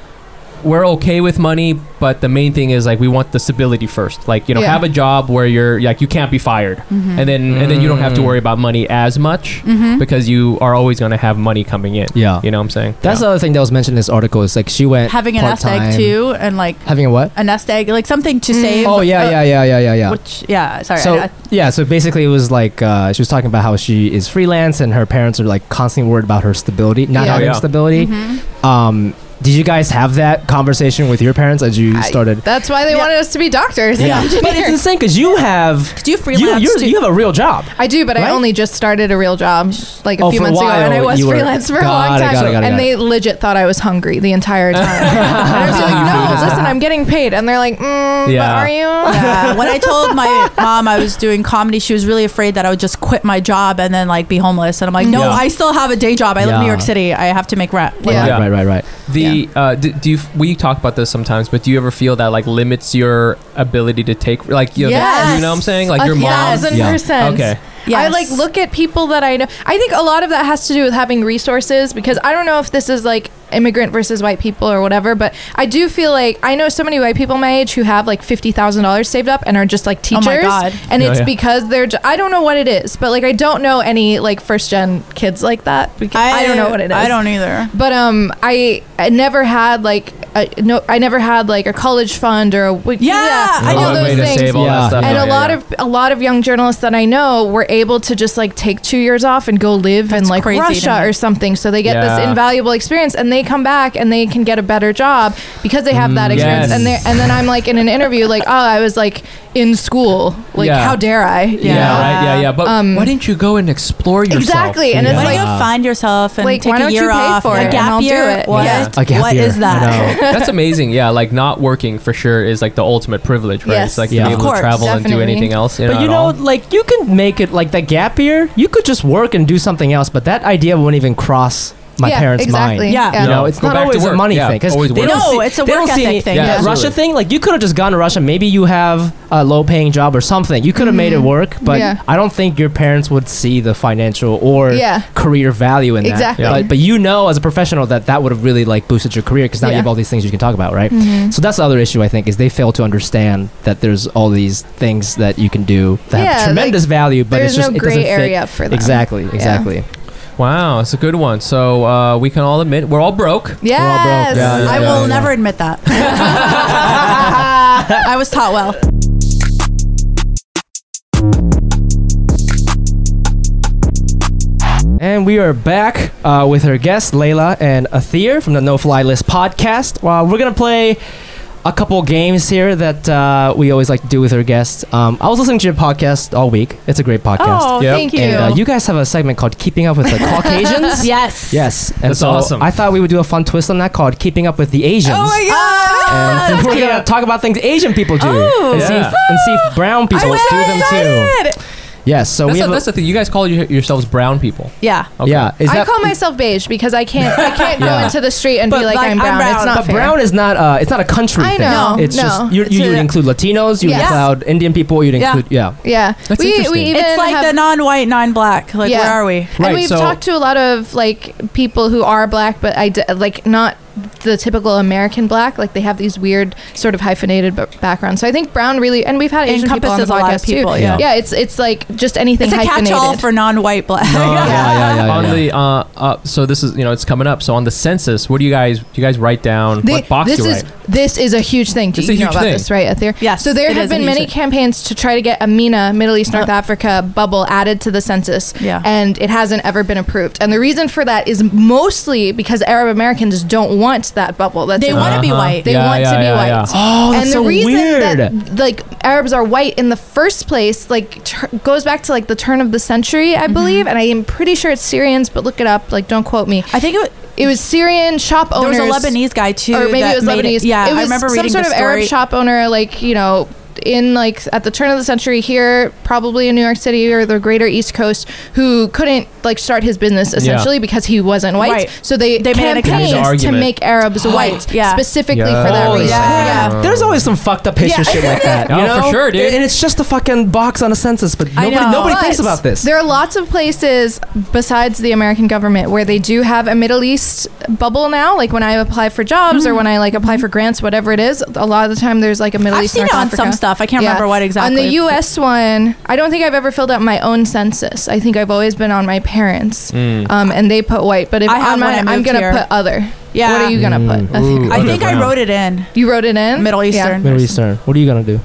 Speaker 2: we're okay with money but the main thing is like we want the stability first like you know
Speaker 4: Yeah. Mm.
Speaker 2: have a job where you're like you can't be fired
Speaker 3: Mm-hmm.
Speaker 2: and then and then you don't have to worry about money as much
Speaker 4: Mm-hmm.
Speaker 2: because you are always going to have money coming in
Speaker 1: Yeah.
Speaker 2: you know what i'm saying
Speaker 1: That's the other thing that was mentioned in this article. Is like she went
Speaker 3: having an nest
Speaker 1: part-time.
Speaker 3: egg too, and like
Speaker 1: Having a what?
Speaker 3: a nest egg, like something to save.
Speaker 1: Oh yeah,
Speaker 3: uh,
Speaker 1: yeah, yeah, yeah, yeah, yeah.
Speaker 3: Which yeah, sorry.
Speaker 1: so
Speaker 3: I- I-
Speaker 1: yeah, so basically it was like uh, she was talking about how she is freelance and her parents are like constantly worried about her stability, not
Speaker 4: Yeah.
Speaker 3: Oh,
Speaker 1: having
Speaker 2: Yeah.
Speaker 1: stability.
Speaker 3: mm-hmm.
Speaker 1: Um, did you guys have that conversation with your parents as you
Speaker 4: I-
Speaker 1: started?
Speaker 4: That's why they
Speaker 3: Yeah.
Speaker 4: wanted us to be doctors and engineers.
Speaker 1: but it's insane because you have
Speaker 3: 'cause you
Speaker 1: you
Speaker 3: freelance
Speaker 1: you
Speaker 3: too.
Speaker 1: you have a real job.
Speaker 4: I do, but
Speaker 1: Right?
Speaker 4: I only just started a real job like a
Speaker 1: Oh,
Speaker 4: few
Speaker 1: for a
Speaker 4: months ago, and I
Speaker 1: while
Speaker 4: was
Speaker 1: you were-
Speaker 4: freelance for a
Speaker 1: Got it,
Speaker 4: long time.
Speaker 1: got it, got it, got
Speaker 4: and they
Speaker 1: it.
Speaker 4: legit thought I was hungry the entire time. and I was like, "No, listen, I'm getting paid," and they're like, mm,
Speaker 2: Yeah.
Speaker 4: "But are you?"
Speaker 3: yeah. When I told my mom I was doing comedy, she was really afraid that I would just quit my job and then like be homeless. And I'm like, no,
Speaker 1: Yeah.
Speaker 3: I still have a day job. I live in New
Speaker 1: Yeah.
Speaker 3: York City. I have to make rent. Like,
Speaker 4: Yeah.
Speaker 1: Right, right, right, right.
Speaker 2: the uh do, do you we talk about this sometimes but do you ever feel that like limits your ability to take like you know,
Speaker 3: Yes.
Speaker 2: you know what i'm saying like
Speaker 4: a
Speaker 2: your mom
Speaker 4: thousand
Speaker 1: Yeah.
Speaker 4: percent.
Speaker 2: Okay.
Speaker 3: Yes.
Speaker 4: I like look at people that I know. I think a lot of that has to do with having resources because I don't know if this is like immigrant versus white people or whatever, but I do feel like I know so many white people my age who have like fifty thousand dollars saved up and are just like
Speaker 3: Oh
Speaker 4: teachers.
Speaker 3: my God.
Speaker 4: And
Speaker 2: Yeah,
Speaker 4: it's
Speaker 2: yeah.
Speaker 4: because they're. Ju- I don't know what it is, but like I don't know any like first gen kids like that because I, don't know what it is.
Speaker 3: I don't either.
Speaker 4: But um, I, I never had like a, no, I never had like a college fund or a wi-
Speaker 3: Yeah, I
Speaker 4: all
Speaker 3: know
Speaker 2: way
Speaker 4: those
Speaker 2: to
Speaker 4: things
Speaker 2: save all
Speaker 1: Yeah.
Speaker 2: that stuff
Speaker 4: and
Speaker 2: Yeah,
Speaker 4: a
Speaker 2: yeah,
Speaker 4: lot
Speaker 2: yeah.
Speaker 4: of a lot of young journalists that I know were able to just like take two years off and go live in
Speaker 3: That's
Speaker 4: like
Speaker 3: crazy to
Speaker 4: Russia
Speaker 3: me.
Speaker 4: or something. So they get this
Speaker 2: Yeah.
Speaker 4: invaluable experience, and they come back and they can get a better job because they have
Speaker 1: Mm,
Speaker 4: that experience.
Speaker 2: yes.
Speaker 4: And they and then I'm like in an interview, like, oh, I was like in school, like
Speaker 2: Yeah.
Speaker 4: how dare I?
Speaker 2: Yeah,
Speaker 3: Yeah.
Speaker 2: right. Yeah, yeah. But why didn't you go and explore yourself?
Speaker 4: Um, Exactly, and
Speaker 2: you
Speaker 4: it's
Speaker 3: Why
Speaker 2: know?
Speaker 3: don't
Speaker 4: like-
Speaker 3: you find yourself and
Speaker 4: Like,
Speaker 3: take
Speaker 4: why
Speaker 3: a
Speaker 4: don't
Speaker 3: year
Speaker 4: you pay
Speaker 3: off?
Speaker 4: for
Speaker 3: a
Speaker 4: it and
Speaker 3: gap
Speaker 4: I'll do
Speaker 3: year?
Speaker 4: it?
Speaker 3: What?
Speaker 2: Yeah.
Speaker 1: A gap
Speaker 3: what
Speaker 1: year.
Speaker 3: is that?
Speaker 1: I know.
Speaker 2: that's amazing. Yeah, like not working for sure is like the ultimate privilege, right?
Speaker 4: Yes.
Speaker 2: It's like
Speaker 1: Yeah.
Speaker 2: to be
Speaker 1: Of
Speaker 2: able
Speaker 3: course,
Speaker 2: to travel and do
Speaker 4: definitely.
Speaker 2: anything else. You know,
Speaker 1: But you
Speaker 2: at
Speaker 1: know,
Speaker 2: all.
Speaker 1: like you can make it like that gap year. You could just work and do something else, but that idea won't even cross my
Speaker 4: Yeah,
Speaker 1: parents'
Speaker 4: exactly.
Speaker 1: mind.
Speaker 3: Yeah.
Speaker 1: You know,
Speaker 2: No,
Speaker 1: it's
Speaker 2: go
Speaker 1: not
Speaker 2: back to
Speaker 1: always a
Speaker 2: work.
Speaker 1: money
Speaker 2: Yeah,
Speaker 1: thing. 'cause
Speaker 2: always
Speaker 1: they
Speaker 2: work.
Speaker 1: don't
Speaker 3: No,
Speaker 1: see-
Speaker 3: it's a
Speaker 1: they don't
Speaker 3: work
Speaker 1: see
Speaker 3: ethic
Speaker 1: any-
Speaker 3: thing.
Speaker 2: Yeah,
Speaker 1: that
Speaker 2: absolutely.
Speaker 1: Russia thing. Like you could have just gone to Russia. Maybe you have a low-paying job or something. You could have made it work, but
Speaker 4: Mm-hmm. Yeah.
Speaker 1: I don't think your parents would see the financial or
Speaker 4: Yeah.
Speaker 1: career value in that.
Speaker 4: Exactly.
Speaker 2: Yeah.
Speaker 1: But but you know, as a professional, that that would have really like boosted your career because now you
Speaker 4: Yeah. Mm-hmm.
Speaker 1: have all these things you can talk about, right? So that's the other issue I think is they fail to understand that there's all these things that you can do that
Speaker 4: Yeah,
Speaker 1: have
Speaker 4: like,
Speaker 1: tremendous value, but
Speaker 4: There's
Speaker 1: it's just
Speaker 4: no
Speaker 1: it
Speaker 4: gray
Speaker 1: doesn't fit-
Speaker 4: area for them.
Speaker 1: Exactly, exactly.
Speaker 2: wow, it's a good one. So uh, we can all admit we're all broke.
Speaker 4: Yes,
Speaker 1: Yeah, yeah,
Speaker 3: I
Speaker 1: yeah,
Speaker 3: will
Speaker 1: yeah.
Speaker 3: never admit that. I was taught well.
Speaker 1: Oh And we are back uh, with our guests, Layla and Athir from the No Fly List podcast. Well, we're going to play a couple games here that uh, we always like to do with our guests. Um, I was listening to your podcast all week. It's a great podcast.
Speaker 3: Oh,
Speaker 2: Yep.
Speaker 3: thank you.
Speaker 1: And uh, you guys have a segment called Keeping Up with the Caucasians.
Speaker 3: yes.
Speaker 1: Yes. And
Speaker 2: That's
Speaker 1: so
Speaker 2: awesome.
Speaker 1: I thought we would do a fun twist on that called Keeping Up with the Asians.
Speaker 3: Oh my god. Oh.
Speaker 1: and we're going to talk about things Asian people do and, see if, and see if brown people do them too. Yes. So
Speaker 2: That's,
Speaker 1: we
Speaker 2: the-
Speaker 1: have.
Speaker 2: that's the thing. You guys call your, yourselves brown people.
Speaker 3: Yeah.
Speaker 1: a, yeah. Is
Speaker 4: I
Speaker 1: that,
Speaker 4: call myself beige because I can't I can't
Speaker 1: Yeah.
Speaker 4: go into the street and
Speaker 1: But,
Speaker 4: be like,
Speaker 3: like,
Speaker 4: I'm,
Speaker 3: I'm
Speaker 4: brown.
Speaker 3: brown,
Speaker 4: It's not
Speaker 1: but
Speaker 4: fair.
Speaker 1: brown is not uh, it's not a country
Speaker 4: I
Speaker 1: thing.
Speaker 4: know,
Speaker 1: It's
Speaker 4: no.
Speaker 1: just you,
Speaker 4: It's
Speaker 1: you
Speaker 4: a-
Speaker 1: would include Latinos, you would
Speaker 4: Yeah.
Speaker 1: include Indian people, you'd
Speaker 3: Yeah.
Speaker 1: include yeah.
Speaker 4: yeah,
Speaker 2: That's
Speaker 4: we
Speaker 2: interesting.
Speaker 4: we even
Speaker 3: it's like
Speaker 4: have
Speaker 3: the non-white, non-black. Like
Speaker 4: Yeah.
Speaker 3: where are we?
Speaker 4: and
Speaker 2: Right,
Speaker 4: we've
Speaker 2: so-
Speaker 4: talked to a lot of like people who are black, but I d- like not the typical American black. Like they have these weird sort of hyphenated b- backgrounds. So I think brown really, and we've had Asian people on the
Speaker 3: Encompasses a lot of
Speaker 4: podcast
Speaker 3: people,
Speaker 4: too.
Speaker 3: yeah.
Speaker 4: it's it's like just anything
Speaker 3: It's a
Speaker 4: hyphenated.
Speaker 3: catch-all for non-white black.
Speaker 1: yeah, yeah, yeah, yeah,
Speaker 2: on
Speaker 1: yeah.
Speaker 2: the uh, uh, so this is you know it's coming up. So on the census, what do you guys do? You guys write down
Speaker 4: The-
Speaker 2: what box
Speaker 4: this
Speaker 2: you
Speaker 4: is
Speaker 2: write?
Speaker 4: this is a huge thing. Do
Speaker 2: It's
Speaker 4: you
Speaker 2: a
Speaker 4: know
Speaker 2: huge
Speaker 4: about
Speaker 2: thing.
Speaker 4: this, right, Athir?
Speaker 3: Yes,
Speaker 4: So there
Speaker 3: it
Speaker 4: have
Speaker 3: is a
Speaker 4: been
Speaker 3: huge
Speaker 4: many
Speaker 3: thing. Uh,
Speaker 4: campaigns to try to get Amina, Middle East North Africa bubble added to the census.
Speaker 3: Yeah.
Speaker 4: And it hasn't ever been approved. And the reason for that is mostly because Arab Americans don't want burst that bubble. That's
Speaker 3: They
Speaker 4: it.
Speaker 3: want to be white.
Speaker 4: They
Speaker 2: Uh-huh. Yeah,
Speaker 4: want
Speaker 2: yeah,
Speaker 4: to be
Speaker 2: yeah,
Speaker 4: white.
Speaker 2: yeah.
Speaker 1: Oh, that's
Speaker 4: and the
Speaker 1: so
Speaker 4: reason
Speaker 1: weird.
Speaker 4: that like Arabs are white in the first place like tur goes back to like the turn of the century,
Speaker 3: Mm-hmm.
Speaker 4: I believe, and I am pretty sure it's Syrians, but look it up. Like, don't quote me.
Speaker 3: I think it,
Speaker 4: It was Syrian shop
Speaker 3: there
Speaker 4: owners.
Speaker 3: was a Lebanese guy too,
Speaker 4: or maybe
Speaker 3: that
Speaker 4: it was
Speaker 3: made
Speaker 4: Lebanese.
Speaker 3: yeah,
Speaker 4: it was
Speaker 3: I remember
Speaker 4: some
Speaker 3: reading
Speaker 4: sort
Speaker 3: the
Speaker 4: of
Speaker 3: story.
Speaker 4: Arab shop owner, like you know, in like at the turn of the century here, probably in New York City or the Greater East Coast, who couldn't like start his business essentially because he wasn't white.
Speaker 3: Right.
Speaker 4: So they,
Speaker 3: They made an
Speaker 4: campaigned
Speaker 3: exception.
Speaker 4: to
Speaker 2: Argument.
Speaker 4: make Arabs white,
Speaker 3: Yeah.
Speaker 4: specifically
Speaker 2: Yeah.
Speaker 4: for that
Speaker 1: Oh,
Speaker 4: reason.
Speaker 3: yeah.
Speaker 1: There's always some fucked up history shit like that.
Speaker 2: Oh,
Speaker 1: you
Speaker 2: for
Speaker 1: know?
Speaker 2: sure, dude.
Speaker 1: And it's just a fucking box on a census, but
Speaker 3: I
Speaker 1: nobody,
Speaker 3: know.
Speaker 1: nobody
Speaker 4: But
Speaker 1: thinks about this.
Speaker 4: There are lots of places besides the American government where they do have a Middle East bubble now. Like when I apply for jobs
Speaker 3: Mm-hmm.
Speaker 4: or when I like apply for grants, whatever it is, a lot of the time there's like a Middle
Speaker 3: I've
Speaker 4: East.
Speaker 3: seen
Speaker 4: North
Speaker 3: it on
Speaker 4: Africa.
Speaker 3: some stuff. I can't remember what exactly.
Speaker 4: On the U.S. one, I don't think I've ever filled out my own census. I think I've always been on my parents,
Speaker 2: Mm.
Speaker 4: um, and they put white. But if
Speaker 3: I
Speaker 4: on
Speaker 3: have when I
Speaker 4: mine, I'm
Speaker 3: moved
Speaker 4: gonna
Speaker 3: here.
Speaker 4: put other.
Speaker 3: Yeah.
Speaker 4: What are you gonna put? I think-
Speaker 3: I think I wrote it in
Speaker 4: You wrote it in
Speaker 3: Middle
Speaker 4: Yeah.
Speaker 3: Eastern.
Speaker 1: Middle Eastern. What are you gonna do?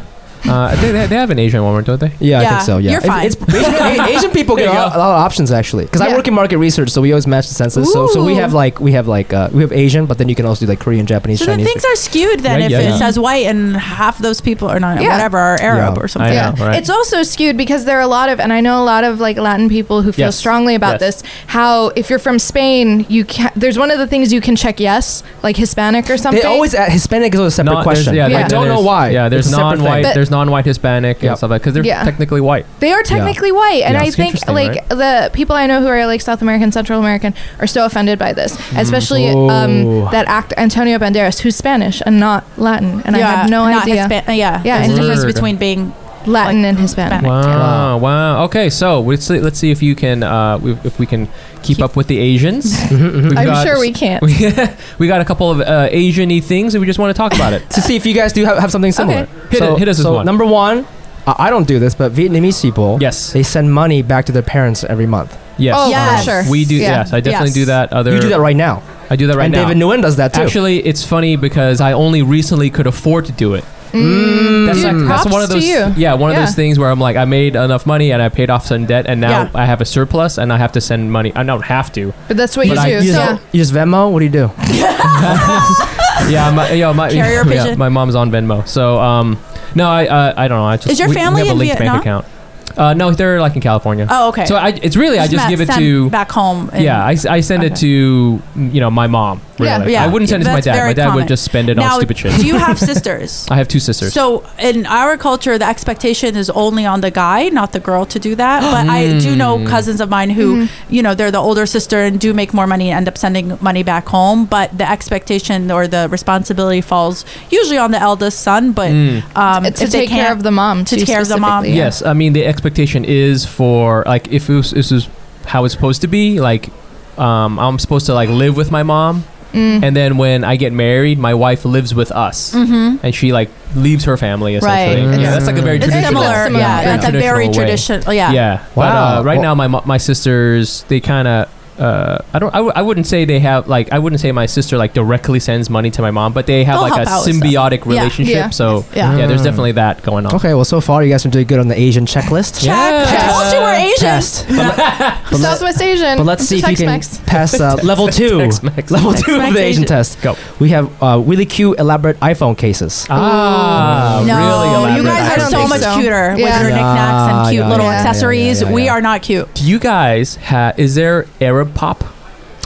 Speaker 2: Uh, they, they- they have an Asian woman, don't they?
Speaker 1: Yeah, I
Speaker 3: Yeah,
Speaker 1: think so. Yeah,
Speaker 3: you're
Speaker 1: It's-
Speaker 3: fine.
Speaker 1: It's, Asian, Asian people get a
Speaker 2: There you
Speaker 1: lot, a lot of options actually, because I
Speaker 4: Yeah.
Speaker 1: work in market research, so we always match the census. So, so we
Speaker 4: Oow.
Speaker 1: have like we have like uh, we have Asian, but then you can also do like Korean, Japanese,
Speaker 3: So then
Speaker 1: Chinese.
Speaker 3: things are skewed then
Speaker 2: Yeah,
Speaker 3: if
Speaker 2: yeah,
Speaker 3: it
Speaker 2: yeah.
Speaker 3: says white and half those people are not
Speaker 4: Yeah.
Speaker 3: whatever are Arab
Speaker 1: Yeah.
Speaker 3: or something.
Speaker 2: I know, right?
Speaker 4: It's also skewed because there are a lot of, and I know a lot of like Latin people who feel
Speaker 2: Yes.
Speaker 4: strongly about
Speaker 2: Yes.
Speaker 4: this. How if you're from Spain, you can There's one of the things you can check yes, like Hispanic or something.
Speaker 1: they always add Hispanic is a separate
Speaker 2: Non- there's-
Speaker 1: question.
Speaker 2: Yeah,
Speaker 4: Yeah.
Speaker 2: there-
Speaker 1: I don't
Speaker 2: there's-
Speaker 1: know why.
Speaker 2: Yeah, there's
Speaker 1: It's a separate
Speaker 2: non-white.
Speaker 1: thing.
Speaker 4: But-
Speaker 2: there's non-white Hispanic
Speaker 1: Yeah.
Speaker 2: and stuff like because they're
Speaker 4: Yeah.
Speaker 2: technically white.
Speaker 4: They are technically white, and
Speaker 2: Yeah,
Speaker 4: I
Speaker 2: it's
Speaker 4: think
Speaker 2: interesting,
Speaker 4: like the people I know who are like South American, Central American are so offended by this, especially
Speaker 1: Oh.
Speaker 4: um, that act Antonio Banderas, who's Spanish and not Latin, and I have no
Speaker 3: not
Speaker 4: idea
Speaker 3: Hispa- yeah,
Speaker 4: Yeah,
Speaker 3: There's a
Speaker 4: and
Speaker 3: difference
Speaker 2: Word.
Speaker 3: between being
Speaker 4: Latin
Speaker 3: like, mm,
Speaker 4: and Hispanic.
Speaker 3: Hispanic.
Speaker 2: Wow, wow. Okay, so let's see, let's see if you can uh, we- if we can keep, up with the Asians. We've
Speaker 4: I'm
Speaker 2: got-
Speaker 4: sure we can't.
Speaker 2: We, we got a couple of uh, Asian-y things, and we just want to talk about it.
Speaker 1: to see if you guys do have, have something similar.
Speaker 4: Okay.
Speaker 2: Hit it- hit us with
Speaker 1: so
Speaker 2: one.
Speaker 1: Number one, I, I don't do this, but Vietnamese people,
Speaker 2: Yes.
Speaker 1: they send money back to their parents every month.
Speaker 2: Yes, Uh,
Speaker 4: Oh,
Speaker 3: Yeah.
Speaker 4: for sure.
Speaker 2: we do.
Speaker 4: Yeah.
Speaker 2: Yes, I definitely
Speaker 3: Yes.
Speaker 2: do that. Other
Speaker 1: You do that right now,
Speaker 2: I do that right
Speaker 1: and
Speaker 2: now.
Speaker 1: David Nguyen does that too.
Speaker 2: Actually, it's funny because I only recently could afford to do it.
Speaker 1: Mm.
Speaker 2: That's,
Speaker 4: Dude,
Speaker 2: that's
Speaker 4: props
Speaker 2: one of
Speaker 4: to
Speaker 2: those.
Speaker 4: you.
Speaker 2: Yeah, one of
Speaker 4: Yeah.
Speaker 2: those things where I'm like, I made enough money and I paid off some debt, and now
Speaker 3: Yeah.
Speaker 2: I have a surplus, and I have to send money. I don't have to.
Speaker 4: But that's what
Speaker 1: you,
Speaker 4: you
Speaker 1: just,
Speaker 4: do.
Speaker 1: you,
Speaker 4: so
Speaker 1: just, you just Venmo. What do you do?
Speaker 2: yeah, my, yeah, my,
Speaker 3: Carrier
Speaker 2: yeah,
Speaker 3: pigeon.
Speaker 2: my mom's on Venmo. So, um, no, I, uh, I don't know. I just
Speaker 3: Is your
Speaker 2: we- we
Speaker 3: family
Speaker 2: have a
Speaker 3: in
Speaker 2: linked
Speaker 3: Vietnam?
Speaker 2: bank account? Uh, no, they're like in California.
Speaker 3: Oh, okay.
Speaker 2: So I, it's really I just
Speaker 3: ma-
Speaker 2: give it
Speaker 3: send
Speaker 2: to.
Speaker 3: back home. and-
Speaker 2: Yeah, I, s- I send it
Speaker 3: Okay.
Speaker 2: to you know my mom.
Speaker 4: Yeah,
Speaker 2: really.
Speaker 3: yeah.
Speaker 2: I wouldn't send it to my
Speaker 3: That's
Speaker 2: dad. My
Speaker 3: very
Speaker 2: dad
Speaker 3: common.
Speaker 2: would just spend it
Speaker 3: now,
Speaker 2: on stupid shit.
Speaker 3: do you have sisters?
Speaker 2: I have two sisters.
Speaker 3: So in our culture, the expectation is only on the guy, not the girl, to do that. But I do know cousins of mine who,
Speaker 4: Mm-hmm.
Speaker 3: you know, they're the older sister and do make more money and end up sending money back home. But the expectation or the responsibility falls usually on the eldest son. But
Speaker 2: Mm.
Speaker 3: um,
Speaker 4: to
Speaker 3: if they
Speaker 4: take care
Speaker 3: can't-
Speaker 4: of the mom,
Speaker 3: to
Speaker 4: too,
Speaker 3: take care of the mom.
Speaker 4: specifically.
Speaker 2: Yes, I mean the expectation is for like if it was, this is how it's supposed to be. Like um, I'm supposed to like live with my mom,
Speaker 4: Mm.
Speaker 2: and then when I get married, my wife lives with us, mm-hmm. and she like leaves her family essentially.
Speaker 3: Mm. Right.
Speaker 2: Yeah, that's like a very
Speaker 3: it's
Speaker 2: traditional.
Speaker 3: similar.
Speaker 4: Similar,
Speaker 3: Yeah,
Speaker 4: yeah.
Speaker 3: that's a very
Speaker 2: traditional
Speaker 3: traditional. Yeah.
Speaker 2: way.
Speaker 3: yeah.
Speaker 2: Yeah. But,
Speaker 1: Wow.
Speaker 2: uh, right
Speaker 1: Well-
Speaker 2: now, my mo- my sisters they kind of. Uh, I don't. I, w- I wouldn't say they have like. I wouldn't say my sister like directly sends money to my mom, but they have
Speaker 3: They'll
Speaker 2: like a
Speaker 3: help out with stuff.
Speaker 2: symbiotic
Speaker 3: Yeah.
Speaker 2: relationship.
Speaker 4: Yeah.
Speaker 2: So
Speaker 3: Yeah.
Speaker 2: there's
Speaker 1: Mm.
Speaker 2: definitely that going on.
Speaker 1: Okay, well, so far you guys are doing good on the Asian checklist.
Speaker 3: I told you we're Asian.
Speaker 1: Test. But, let,
Speaker 4: Southwest Asian.
Speaker 1: but let's see if you can
Speaker 4: Tex-Mex.
Speaker 1: pass uh, level two.
Speaker 2: Tex-Mex.
Speaker 1: Level two of
Speaker 3: Tex-Mex
Speaker 1: the Asian
Speaker 3: Asian.
Speaker 1: test.
Speaker 2: Go.
Speaker 1: We have uh, really cute, elaborate iPhone cases.
Speaker 2: Ah,
Speaker 3: No,
Speaker 2: really
Speaker 3: you
Speaker 2: elaborate.
Speaker 3: guys
Speaker 4: I
Speaker 3: are
Speaker 4: don't
Speaker 3: so
Speaker 4: think
Speaker 3: much
Speaker 4: so.
Speaker 3: cuter with
Speaker 4: Yeah.
Speaker 3: your knickknacks and cute
Speaker 1: yeah,
Speaker 3: little
Speaker 4: yeah, yeah,
Speaker 3: accessories.
Speaker 1: yeah, yeah,
Speaker 3: We
Speaker 1: yeah.
Speaker 3: are not cute.
Speaker 2: Do you guys ha- is there Arab pop?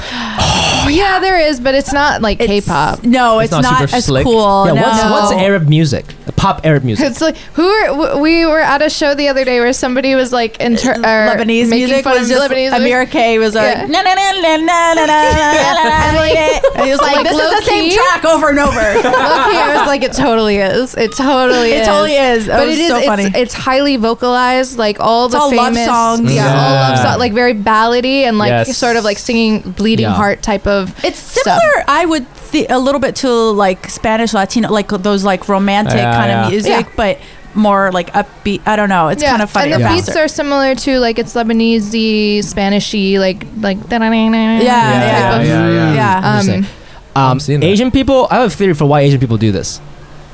Speaker 4: Oh, yeah, there is, but it's not like
Speaker 3: It's-
Speaker 4: K-pop.
Speaker 3: No, it's,
Speaker 2: not
Speaker 3: not,
Speaker 2: super
Speaker 3: as
Speaker 2: slick.
Speaker 3: cool.
Speaker 1: yeah,
Speaker 3: no.
Speaker 1: what's what's
Speaker 3: No.
Speaker 1: Arab music? The pop Arab music.
Speaker 4: It's like who are, w- we were at a show the other day where somebody was like inter- or
Speaker 3: Lebanese
Speaker 4: making
Speaker 3: music
Speaker 4: fun
Speaker 3: was
Speaker 4: of
Speaker 3: just
Speaker 4: Lebanese
Speaker 3: Amir
Speaker 4: music.
Speaker 3: K was like
Speaker 4: Yeah.
Speaker 3: na na na na na na na na
Speaker 4: And, like,
Speaker 3: na. He was like,
Speaker 4: like,
Speaker 3: this is the same
Speaker 4: low-key?
Speaker 3: track over and over.
Speaker 4: Look here, it's like it totally is. It totally
Speaker 3: It
Speaker 4: is.
Speaker 3: totally is. That
Speaker 4: but
Speaker 3: was
Speaker 4: it is
Speaker 3: so
Speaker 4: it's,
Speaker 3: funny.
Speaker 4: it's highly vocalized, like all the
Speaker 3: all love
Speaker 4: famous
Speaker 3: songs.
Speaker 4: Yeah, all love
Speaker 2: Yeah.
Speaker 4: songs, like very ballady and like
Speaker 2: Yes.
Speaker 4: sort of like singing bleeding
Speaker 1: Yeah.
Speaker 4: heart type of.
Speaker 3: It's
Speaker 4: stuff.
Speaker 3: similar, I would think, a little bit to like Spanish Latino, like those like romantic
Speaker 2: Yeah,
Speaker 3: kind
Speaker 2: yeah.
Speaker 3: of music,
Speaker 4: Yeah.
Speaker 3: but more like upbeat. I don't know. It's kind of funny.
Speaker 4: And the
Speaker 3: or
Speaker 4: beats
Speaker 3: faster.
Speaker 4: are similar to like it's Lebanese, Spanishy, like like yeah,
Speaker 3: Yeah, yeah.
Speaker 2: yeah.
Speaker 3: yeah.
Speaker 1: Interesting.
Speaker 4: Um,
Speaker 1: Um,
Speaker 2: I've seen that.
Speaker 1: Asian people, I have a theory for why Asian people do this.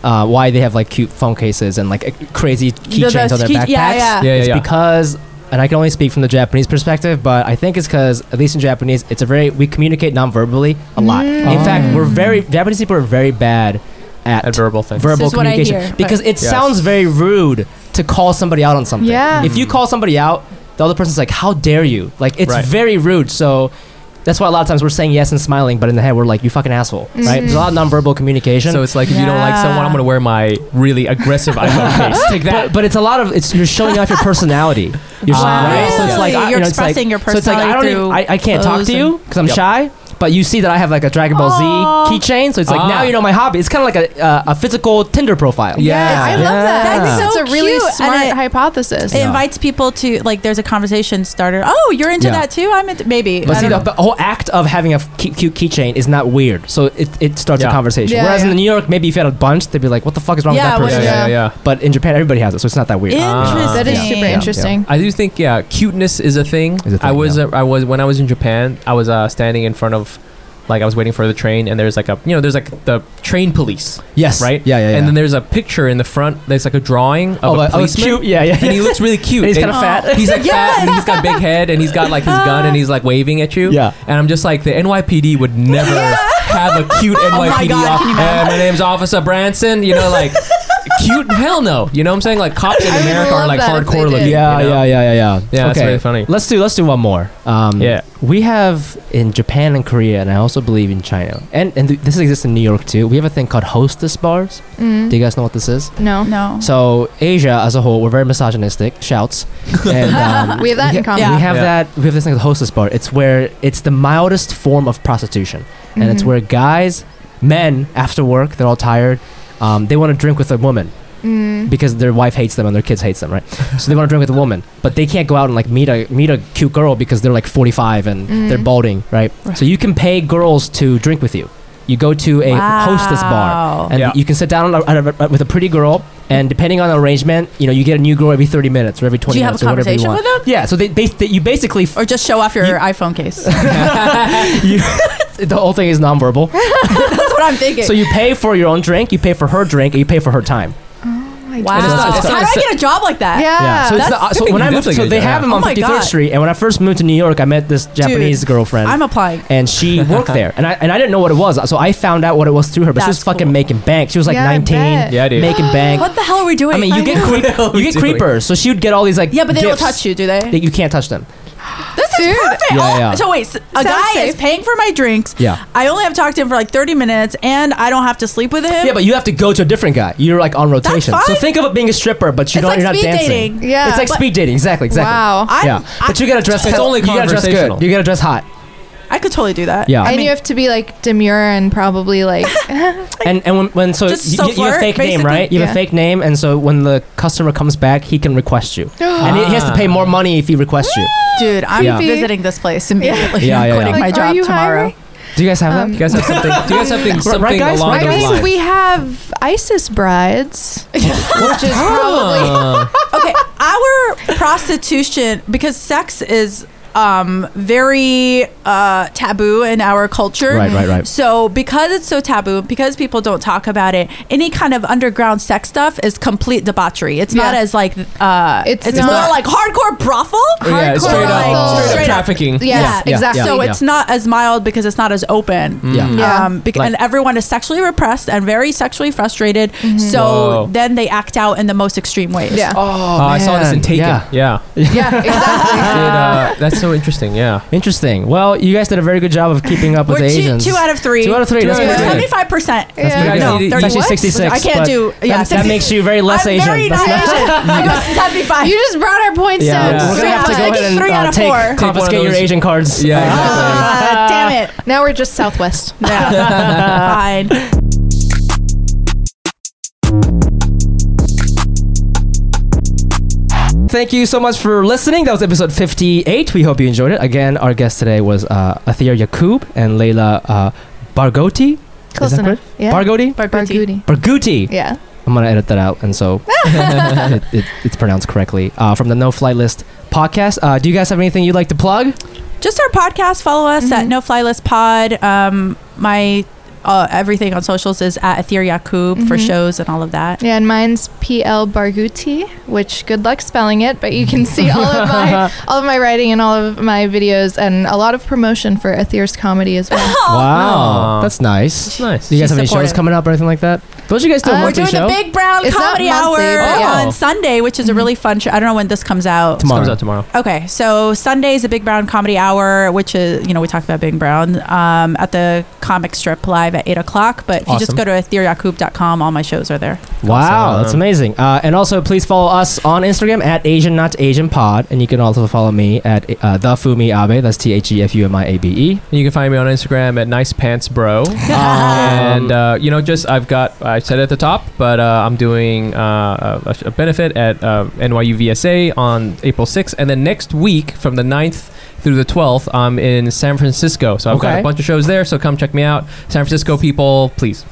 Speaker 1: Uh, why they have like cute phone cases and like uh, crazy keychains
Speaker 3: those
Speaker 1: on their
Speaker 3: key-
Speaker 1: backpacks.
Speaker 3: yeah, yeah.
Speaker 2: Yeah, yeah,
Speaker 1: It's
Speaker 2: yeah.
Speaker 1: because and I can only speak from the Japanese perspective, but I think it's because at least in Japanese, it's a very we communicate non-verbally a lot. In fact, we're very Japanese people are very bad at
Speaker 2: At verbal things.
Speaker 1: verbal
Speaker 3: This is what I
Speaker 1: communication
Speaker 3: hear, but-
Speaker 1: because it
Speaker 2: Yes.
Speaker 1: sounds very rude to call somebody out on something.
Speaker 4: Yeah.
Speaker 1: If you call somebody out, the other person's like, "How dare you?" Like it's
Speaker 2: Right.
Speaker 1: very rude. So. That's why a lot of times we're saying yes and smiling, but in the head we're like, "You fucking asshole!" Right? There's a lot of non-verbal communication.
Speaker 2: So it's like if you don't like someone, I'm gonna wear my really aggressive iPhone case. Take that.
Speaker 1: But, but it's a lot of it's you're showing off your personality. You're showing-
Speaker 3: Wow.
Speaker 1: right? So it's like
Speaker 3: Really?
Speaker 1: I-
Speaker 3: You're
Speaker 1: know, it's like-
Speaker 3: expressing your
Speaker 1: so it's like, I don't
Speaker 3: personality
Speaker 1: even-
Speaker 3: through
Speaker 1: I, I can't talk
Speaker 3: clothes
Speaker 1: to you because I'm
Speaker 2: Yep.
Speaker 1: shy. But you see that I have like a Dragon Ball
Speaker 3: Aw.
Speaker 1: Z keychain, so it's like
Speaker 2: Ah.
Speaker 1: now you know my hobby. It's kind of like a uh, a physical Tinder profile.
Speaker 4: I
Speaker 2: yeah.
Speaker 4: love that.
Speaker 3: That's
Speaker 4: I think
Speaker 3: so
Speaker 4: that's a really
Speaker 3: cute, and
Speaker 4: smart
Speaker 3: it-
Speaker 4: hypothesis.
Speaker 3: It invites people to like. There's a conversation starter. Oh, you're into
Speaker 1: Yeah.
Speaker 3: that too. I'm into maybe.
Speaker 1: But
Speaker 3: I
Speaker 1: see,
Speaker 3: don't
Speaker 1: the,
Speaker 3: know.
Speaker 1: the whole act of having a f- cute, cute keychain is not weird, so it, it starts a
Speaker 2: Yeah.
Speaker 1: conversation.
Speaker 4: Yeah,
Speaker 1: Whereas
Speaker 4: yeah.
Speaker 1: in New York, maybe if you had a bunch, they'd be like, "What the fuck is wrong with
Speaker 3: Yeah,
Speaker 1: that
Speaker 3: what-
Speaker 2: yeah,
Speaker 1: person?"
Speaker 2: yeah, yeah.
Speaker 1: But in Japan, everybody has it, so it's not that weird.
Speaker 3: Interesting.
Speaker 4: Ah. that is super
Speaker 1: yeah.
Speaker 4: interesting.
Speaker 2: I do think yeah, cuteness is a thing.
Speaker 1: Is a thing,
Speaker 2: I was
Speaker 1: yeah.
Speaker 2: uh, I was when I was in Japan, I was uh, standing in front of like I was waiting for the train and there's like a you know there's like the train police,
Speaker 1: Yes.
Speaker 2: right?
Speaker 1: Yeah, yeah, yeah.
Speaker 2: And then there's a picture in the front. There's like a drawing of
Speaker 1: oh,
Speaker 2: a
Speaker 1: but, oh, it's
Speaker 2: policeman.
Speaker 1: cute. Yeah, yeah.
Speaker 2: And he looks really cute.
Speaker 1: And he's
Speaker 2: And-
Speaker 1: kinda fat.
Speaker 2: He's like fat, and he's got big head, and he's got like his gun, and he's like waving at you.
Speaker 1: Yeah.
Speaker 2: And I'm just like, the NYPD would never have a
Speaker 1: Oh
Speaker 2: cute NYPD.
Speaker 3: God,
Speaker 2: off- "Hey, my name's Officer Branson. You know, like cute. Hell no. You know what I'm saying? Like cops in
Speaker 4: would
Speaker 2: America
Speaker 4: love
Speaker 2: are like
Speaker 4: that if they
Speaker 2: hardcore
Speaker 4: did.
Speaker 2: looking.
Speaker 1: Yeah,
Speaker 2: you
Speaker 1: yeah,
Speaker 2: know?
Speaker 1: yeah, yeah, yeah.
Speaker 2: Yeah, that's really funny.
Speaker 1: Let's do let's do one more. Um,
Speaker 2: Yeah.
Speaker 1: we have in Japan and Korea, and I also believe in China, and and th- this exists in New York too. We have a thing called hostess bars.
Speaker 4: Mm-hmm.
Speaker 1: Do you guys know what this is?
Speaker 4: No,
Speaker 3: no.
Speaker 1: So Asia as a whole, we're very misogynistic. Shouts. And, um,
Speaker 4: we have that
Speaker 1: ha-
Speaker 4: in common.
Speaker 3: Yeah.
Speaker 1: We have
Speaker 2: Yeah.
Speaker 1: that. We have this thing called hostess bar. It's where it's the mildest form of prostitution, and it's
Speaker 4: Mhm.
Speaker 1: where guys, men after work, they're all tired. Um, they want to drink with a woman
Speaker 4: Mm.
Speaker 1: because their wife hates them and their kids hates them, right? So they want to drink with a woman, but they can't go out and like meet a meet a cute girl because they're like 45 and
Speaker 4: Mm-hmm.
Speaker 1: they're balding, right? So you can pay girls to drink with you. You go to a hostess
Speaker 3: Wow.
Speaker 1: bar and
Speaker 2: Yeah.
Speaker 1: you can sit down on a- on a- with a pretty girl, and depending on the arrangement, you know you get a new girl every 30 minutes or every 20
Speaker 3: Do you have
Speaker 1: minutes
Speaker 3: a
Speaker 1: or whatever you
Speaker 3: conversation
Speaker 1: want.
Speaker 3: with them,
Speaker 1: yeah, so they, they, they you basically f-
Speaker 3: or just show off your iPhone case? That's
Speaker 1: you, the whole thing is nonverbal.
Speaker 3: what I'm thinking.
Speaker 1: so you pay for your own drink, you pay for her drink, and you pay for her time.
Speaker 3: wow.
Speaker 2: it's not- it's
Speaker 3: How
Speaker 2: not-
Speaker 3: do I get a job like that?
Speaker 4: Yeah.
Speaker 1: So, it's
Speaker 3: Ah, That's-
Speaker 1: the, uh, so
Speaker 2: you
Speaker 1: when I
Speaker 2: did
Speaker 1: moved,
Speaker 2: like
Speaker 1: so
Speaker 2: it,
Speaker 1: they
Speaker 2: yeah.
Speaker 1: have them
Speaker 3: Oh
Speaker 1: on
Speaker 3: my
Speaker 1: 53rd
Speaker 3: God.
Speaker 1: Street, and when I first moved to New York, I met this Japanese girlfriend,
Speaker 3: I'm applying.
Speaker 1: and she worked there, and I and I didn't know what it was, so I found out what it was through her. But she was
Speaker 3: That's
Speaker 1: fucking
Speaker 3: cool.
Speaker 1: making bank. She was like
Speaker 4: Yeah, I
Speaker 1: 19,
Speaker 4: bet.
Speaker 2: Yeah, dude.
Speaker 1: making bank.
Speaker 3: What the hell are we doing?
Speaker 1: I mean, you get
Speaker 3: know.
Speaker 1: creep, you get
Speaker 2: doing?
Speaker 1: creepers, so she would get all these like
Speaker 3: Yeah, but they
Speaker 1: gifts
Speaker 3: don't touch you, do they?
Speaker 1: that you can't touch them.
Speaker 3: This is
Speaker 4: Dude.
Speaker 3: perfect.
Speaker 1: Yeah,
Speaker 3: Oh,
Speaker 1: yeah.
Speaker 3: So wait, s- a
Speaker 4: Sounds
Speaker 3: guy
Speaker 4: safe.
Speaker 3: is paying for my drinks.
Speaker 1: Yeah.
Speaker 3: I only have talked to him for like 30 minutes, and I don't have to sleep with him.
Speaker 1: Yeah, but you have to go to a different guy. You're like on rotation. So
Speaker 3: fine.
Speaker 1: think of it being a stripper, but you
Speaker 3: It's
Speaker 1: don't.
Speaker 3: like
Speaker 1: you're not
Speaker 3: speed
Speaker 1: dancing.
Speaker 3: dating.
Speaker 4: Yeah,
Speaker 1: it's like
Speaker 4: but-
Speaker 1: speed dating. Exactly. Exactly.
Speaker 4: Wow.
Speaker 3: I,
Speaker 1: yeah,
Speaker 3: I,
Speaker 1: but you gotta dress.
Speaker 2: It's only
Speaker 1: you gotta dress
Speaker 2: conversational.
Speaker 1: good. You gotta dress hot.
Speaker 3: I could totally do that.
Speaker 1: Yeah.
Speaker 3: I
Speaker 4: and
Speaker 3: mean,
Speaker 4: you have to be like demure and probably like
Speaker 1: and and when, when so,
Speaker 3: Just
Speaker 1: you,
Speaker 3: so
Speaker 1: you have a
Speaker 3: flirt,
Speaker 1: fake name,
Speaker 3: basically.
Speaker 1: right? You have a
Speaker 4: Yeah.
Speaker 1: fake name, and so when the customer comes back, he can request you, and he, he has to pay more money if he requests you.
Speaker 3: dude, I'm
Speaker 1: Yeah.
Speaker 3: visiting this place immediately.
Speaker 1: Yeah, yeah, yeah.
Speaker 3: I'm quitting
Speaker 4: Like,
Speaker 3: my
Speaker 4: are
Speaker 3: job
Speaker 4: you
Speaker 3: tomorrow.
Speaker 4: hiring?
Speaker 1: Do you guys have
Speaker 4: Um,
Speaker 2: Do you guys have something? Do you guys have something,
Speaker 1: Right,
Speaker 2: something
Speaker 1: guys?
Speaker 2: along
Speaker 1: Right,
Speaker 4: I
Speaker 2: those
Speaker 1: guys?
Speaker 4: mean,
Speaker 2: lines?
Speaker 4: we have ISIS brides, which is probably
Speaker 2: Uh,
Speaker 3: okay, our prostitution because sex is um very uh taboo in our culture.
Speaker 1: Right, right, right.
Speaker 3: So because it's so taboo, because people don't talk about it, any kind of underground sex stuff is complete debauchery. It's not
Speaker 4: Yeah.
Speaker 3: as like uh
Speaker 4: It's
Speaker 3: it's,
Speaker 4: not-
Speaker 3: more like hardcore brothel.
Speaker 1: Oh.
Speaker 2: yeah,
Speaker 4: Hardcore
Speaker 2: Uh, straight up,
Speaker 4: brothel.
Speaker 2: straight up
Speaker 3: Straight up.
Speaker 2: trafficking.
Speaker 4: yes,
Speaker 1: yeah,
Speaker 4: exactly.
Speaker 1: yeah. Mm.
Speaker 3: So it's not as mild because it's not as open.
Speaker 1: Yeah.
Speaker 2: Mm.
Speaker 4: Yeah.
Speaker 3: Um, bec-
Speaker 1: Like-
Speaker 3: and everyone is sexually repressed and very sexually frustrated. So
Speaker 2: Whoa.
Speaker 3: then they act out in the most extreme ways.
Speaker 4: Mm-hmm. yeah,
Speaker 1: Oh,
Speaker 2: Uh, I saw this in Taken.
Speaker 1: Yeah.
Speaker 2: yeah.
Speaker 4: yeah, exactly.
Speaker 2: It, uh, that's so interesting. Yeah.
Speaker 1: Interesting. Well, you guys did a very good job of keeping up with
Speaker 3: We're
Speaker 1: the
Speaker 3: two,
Speaker 1: Asians.
Speaker 3: two out of three.
Speaker 1: Two out of three. That's
Speaker 2: Two out
Speaker 3: We're
Speaker 2: of
Speaker 1: pretty
Speaker 2: three.
Speaker 1: good.
Speaker 3: seventy-five percent.
Speaker 4: That's
Speaker 2: pretty
Speaker 3: No,
Speaker 2: good.
Speaker 3: thirty-
Speaker 1: It's actually
Speaker 3: what?
Speaker 1: 66.
Speaker 3: I can't
Speaker 1: but
Speaker 3: do. Yeah,
Speaker 1: that, that
Speaker 3: 60
Speaker 1: makes you very less
Speaker 3: I'm
Speaker 1: Asian.
Speaker 3: Very
Speaker 1: That's
Speaker 3: not
Speaker 1: not-
Speaker 3: Asian. I'm a seventy-five.
Speaker 4: You just brought our points
Speaker 1: yeah,
Speaker 4: down.
Speaker 2: Yeah.
Speaker 1: we're gonna have to
Speaker 4: so
Speaker 1: go
Speaker 4: much.
Speaker 1: ahead and
Speaker 3: Three
Speaker 1: uh,
Speaker 3: out of
Speaker 1: take,
Speaker 3: four. Take
Speaker 2: one
Speaker 1: confiscate
Speaker 2: of
Speaker 1: your
Speaker 2: those.
Speaker 1: Asian cards.
Speaker 2: Yeah.
Speaker 3: Ah, damn it.
Speaker 4: Now we're just Southwest.
Speaker 3: Yeah. Fine.
Speaker 1: Thank you so much for listening. That was episode 58. We hope you enjoyed it. Again, our guest today was uh, Athir Yakub and Leila uh, Barghouti.
Speaker 4: Close
Speaker 1: that
Speaker 4: enough. Yeah.
Speaker 1: Barghouti?
Speaker 4: Barghouti.
Speaker 1: Barghouti.
Speaker 4: Yeah.
Speaker 1: I'm going to edit that out, and so it, it, it's pronounced correctly. Uh, from the No Flight List podcast. Uh, do you guys have anything you'd like to plug?
Speaker 3: Just our podcast. Follow us at No Fly List Pod. Um, my uh, everything on socials is at Aether Yakub for shows and all of that.
Speaker 4: Yeah, and mine's PL Barghouti, which good luck spelling it, but you can see all of my all of my writing and all of my videos and a lot of promotion for Aether's comedy as well.
Speaker 3: Oh.
Speaker 1: Wow, that's nice.
Speaker 2: It's nice.
Speaker 1: Do you guys
Speaker 3: She's
Speaker 1: have any shows
Speaker 3: supportive.
Speaker 1: coming up or anything like that? Don't you guys do a
Speaker 4: Uh, we're
Speaker 3: We're
Speaker 1: monthly
Speaker 3: doing
Speaker 1: show?
Speaker 3: the Big Brown
Speaker 4: It's not
Speaker 3: Comedy
Speaker 4: monthly,
Speaker 3: Hour
Speaker 4: but
Speaker 1: yeah.
Speaker 3: on Sunday, which is a really fun show. I don't know when this comes out.
Speaker 1: Tomorrow.
Speaker 2: Comes out tomorrow.
Speaker 3: Okay, so Sunday is the Big Brown Comedy Hour, which is you know we talked about Big Brown um, at the comic strip live at eight o'clock. But if you just
Speaker 2: Awesome.
Speaker 3: go to ethereacoop.com, all my shows are there.
Speaker 1: Wow,
Speaker 2: Awesome.
Speaker 1: that's amazing. Uh, and also, please follow us on Instagram at Asian Not Asian Pod, and you can also follow me at uh, the Fumi Abe. That's T H E F U M I A B E.
Speaker 2: You can find me on Instagram at nice pants bro.
Speaker 1: Um,
Speaker 2: and uh, you know, just I've got I said it at the top, but uh, I'm doing uh, a, a benefit at uh, NYU VSA on April 6th, and then next week from the 9th through the 12th, I'm in San Francisco. So I've got
Speaker 1: Okay.
Speaker 2: a bunch of shows there. So come check me out, San Francisco people, please.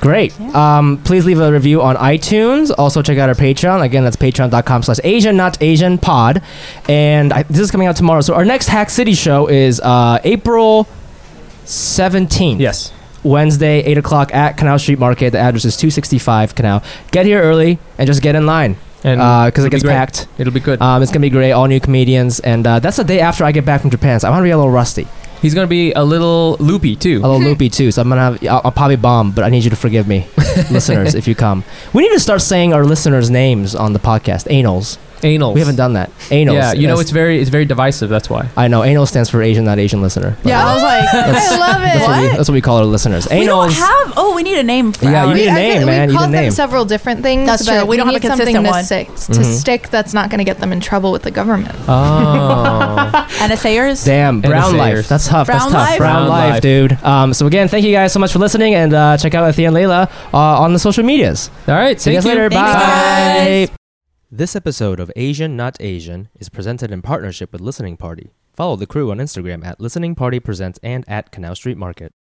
Speaker 1: Great. Um, please leave a review on iTunes. Also, check out our Patreon. Again, that's patreon.com slash Asian Not Asian Pod. And I, this is coming out tomorrow. So, our next Hack City show is uh, April 17th.
Speaker 2: Yes.
Speaker 1: Wednesday, 8 o'clock at Canal Street Market. The address is 265 Canal. Get here early and just get in line because
Speaker 2: And it'll
Speaker 1: Uh, it
Speaker 2: be
Speaker 1: gets
Speaker 2: great.
Speaker 1: packed.
Speaker 2: It'll be good.
Speaker 1: Um, it's gonna be great, all new comedians, and uh, that's the day after I get back from Japan, so I'm gonna be a little rusty,
Speaker 2: He's gonna be a little loopy too.
Speaker 1: a little loopy too. So I'm gonna have, I'll, I'll probably bomb, but I need you to forgive me, listeners, if you come. We need to start saying our listeners' names on the podcast. Anals,
Speaker 2: Anal.
Speaker 1: we haven't done that. Anals,
Speaker 2: Yeah, you know
Speaker 1: That's-
Speaker 2: it's very it's very divisive. That's why.
Speaker 1: I know. Anal stands for Asian, not Asian listener. but
Speaker 3: Yeah, I was like,
Speaker 4: I love
Speaker 1: That's what, we,
Speaker 4: it.
Speaker 1: that's what we call our listeners. Anals.
Speaker 3: we don't have. Oh, we need a name for
Speaker 1: Yeah,
Speaker 3: yeah,
Speaker 1: you need a
Speaker 4: I
Speaker 1: name,
Speaker 4: think
Speaker 1: man. You need
Speaker 4: We
Speaker 1: a
Speaker 4: called them
Speaker 1: name.
Speaker 4: several different things.
Speaker 3: That's
Speaker 4: but
Speaker 3: true. We don't have a
Speaker 4: need something
Speaker 3: consistent
Speaker 4: to
Speaker 3: one.
Speaker 4: stick, to
Speaker 1: Mm-hmm.
Speaker 4: stick that's not going to get them in trouble with the government.
Speaker 2: Oh.
Speaker 3: NSAers.
Speaker 1: Damn, brown
Speaker 2: NSAers.
Speaker 1: life. That's tough.
Speaker 3: Brown
Speaker 1: that's tough.
Speaker 3: life?
Speaker 1: Brown,
Speaker 2: Brown
Speaker 1: life,
Speaker 2: life.
Speaker 1: dude. Um, so again, thank you guys so much for listening, and uh, check out Athea and Layla uh, on the social medias.
Speaker 2: All right.
Speaker 1: See you guys
Speaker 2: Thank you.
Speaker 1: later.
Speaker 3: Thanks,
Speaker 1: Bye.
Speaker 3: guys.
Speaker 1: This episode of Asian Not Asian is presented in partnership with Listening Party. Follow the crew on Instagram at Listening Party Presents and at Canal Street Market.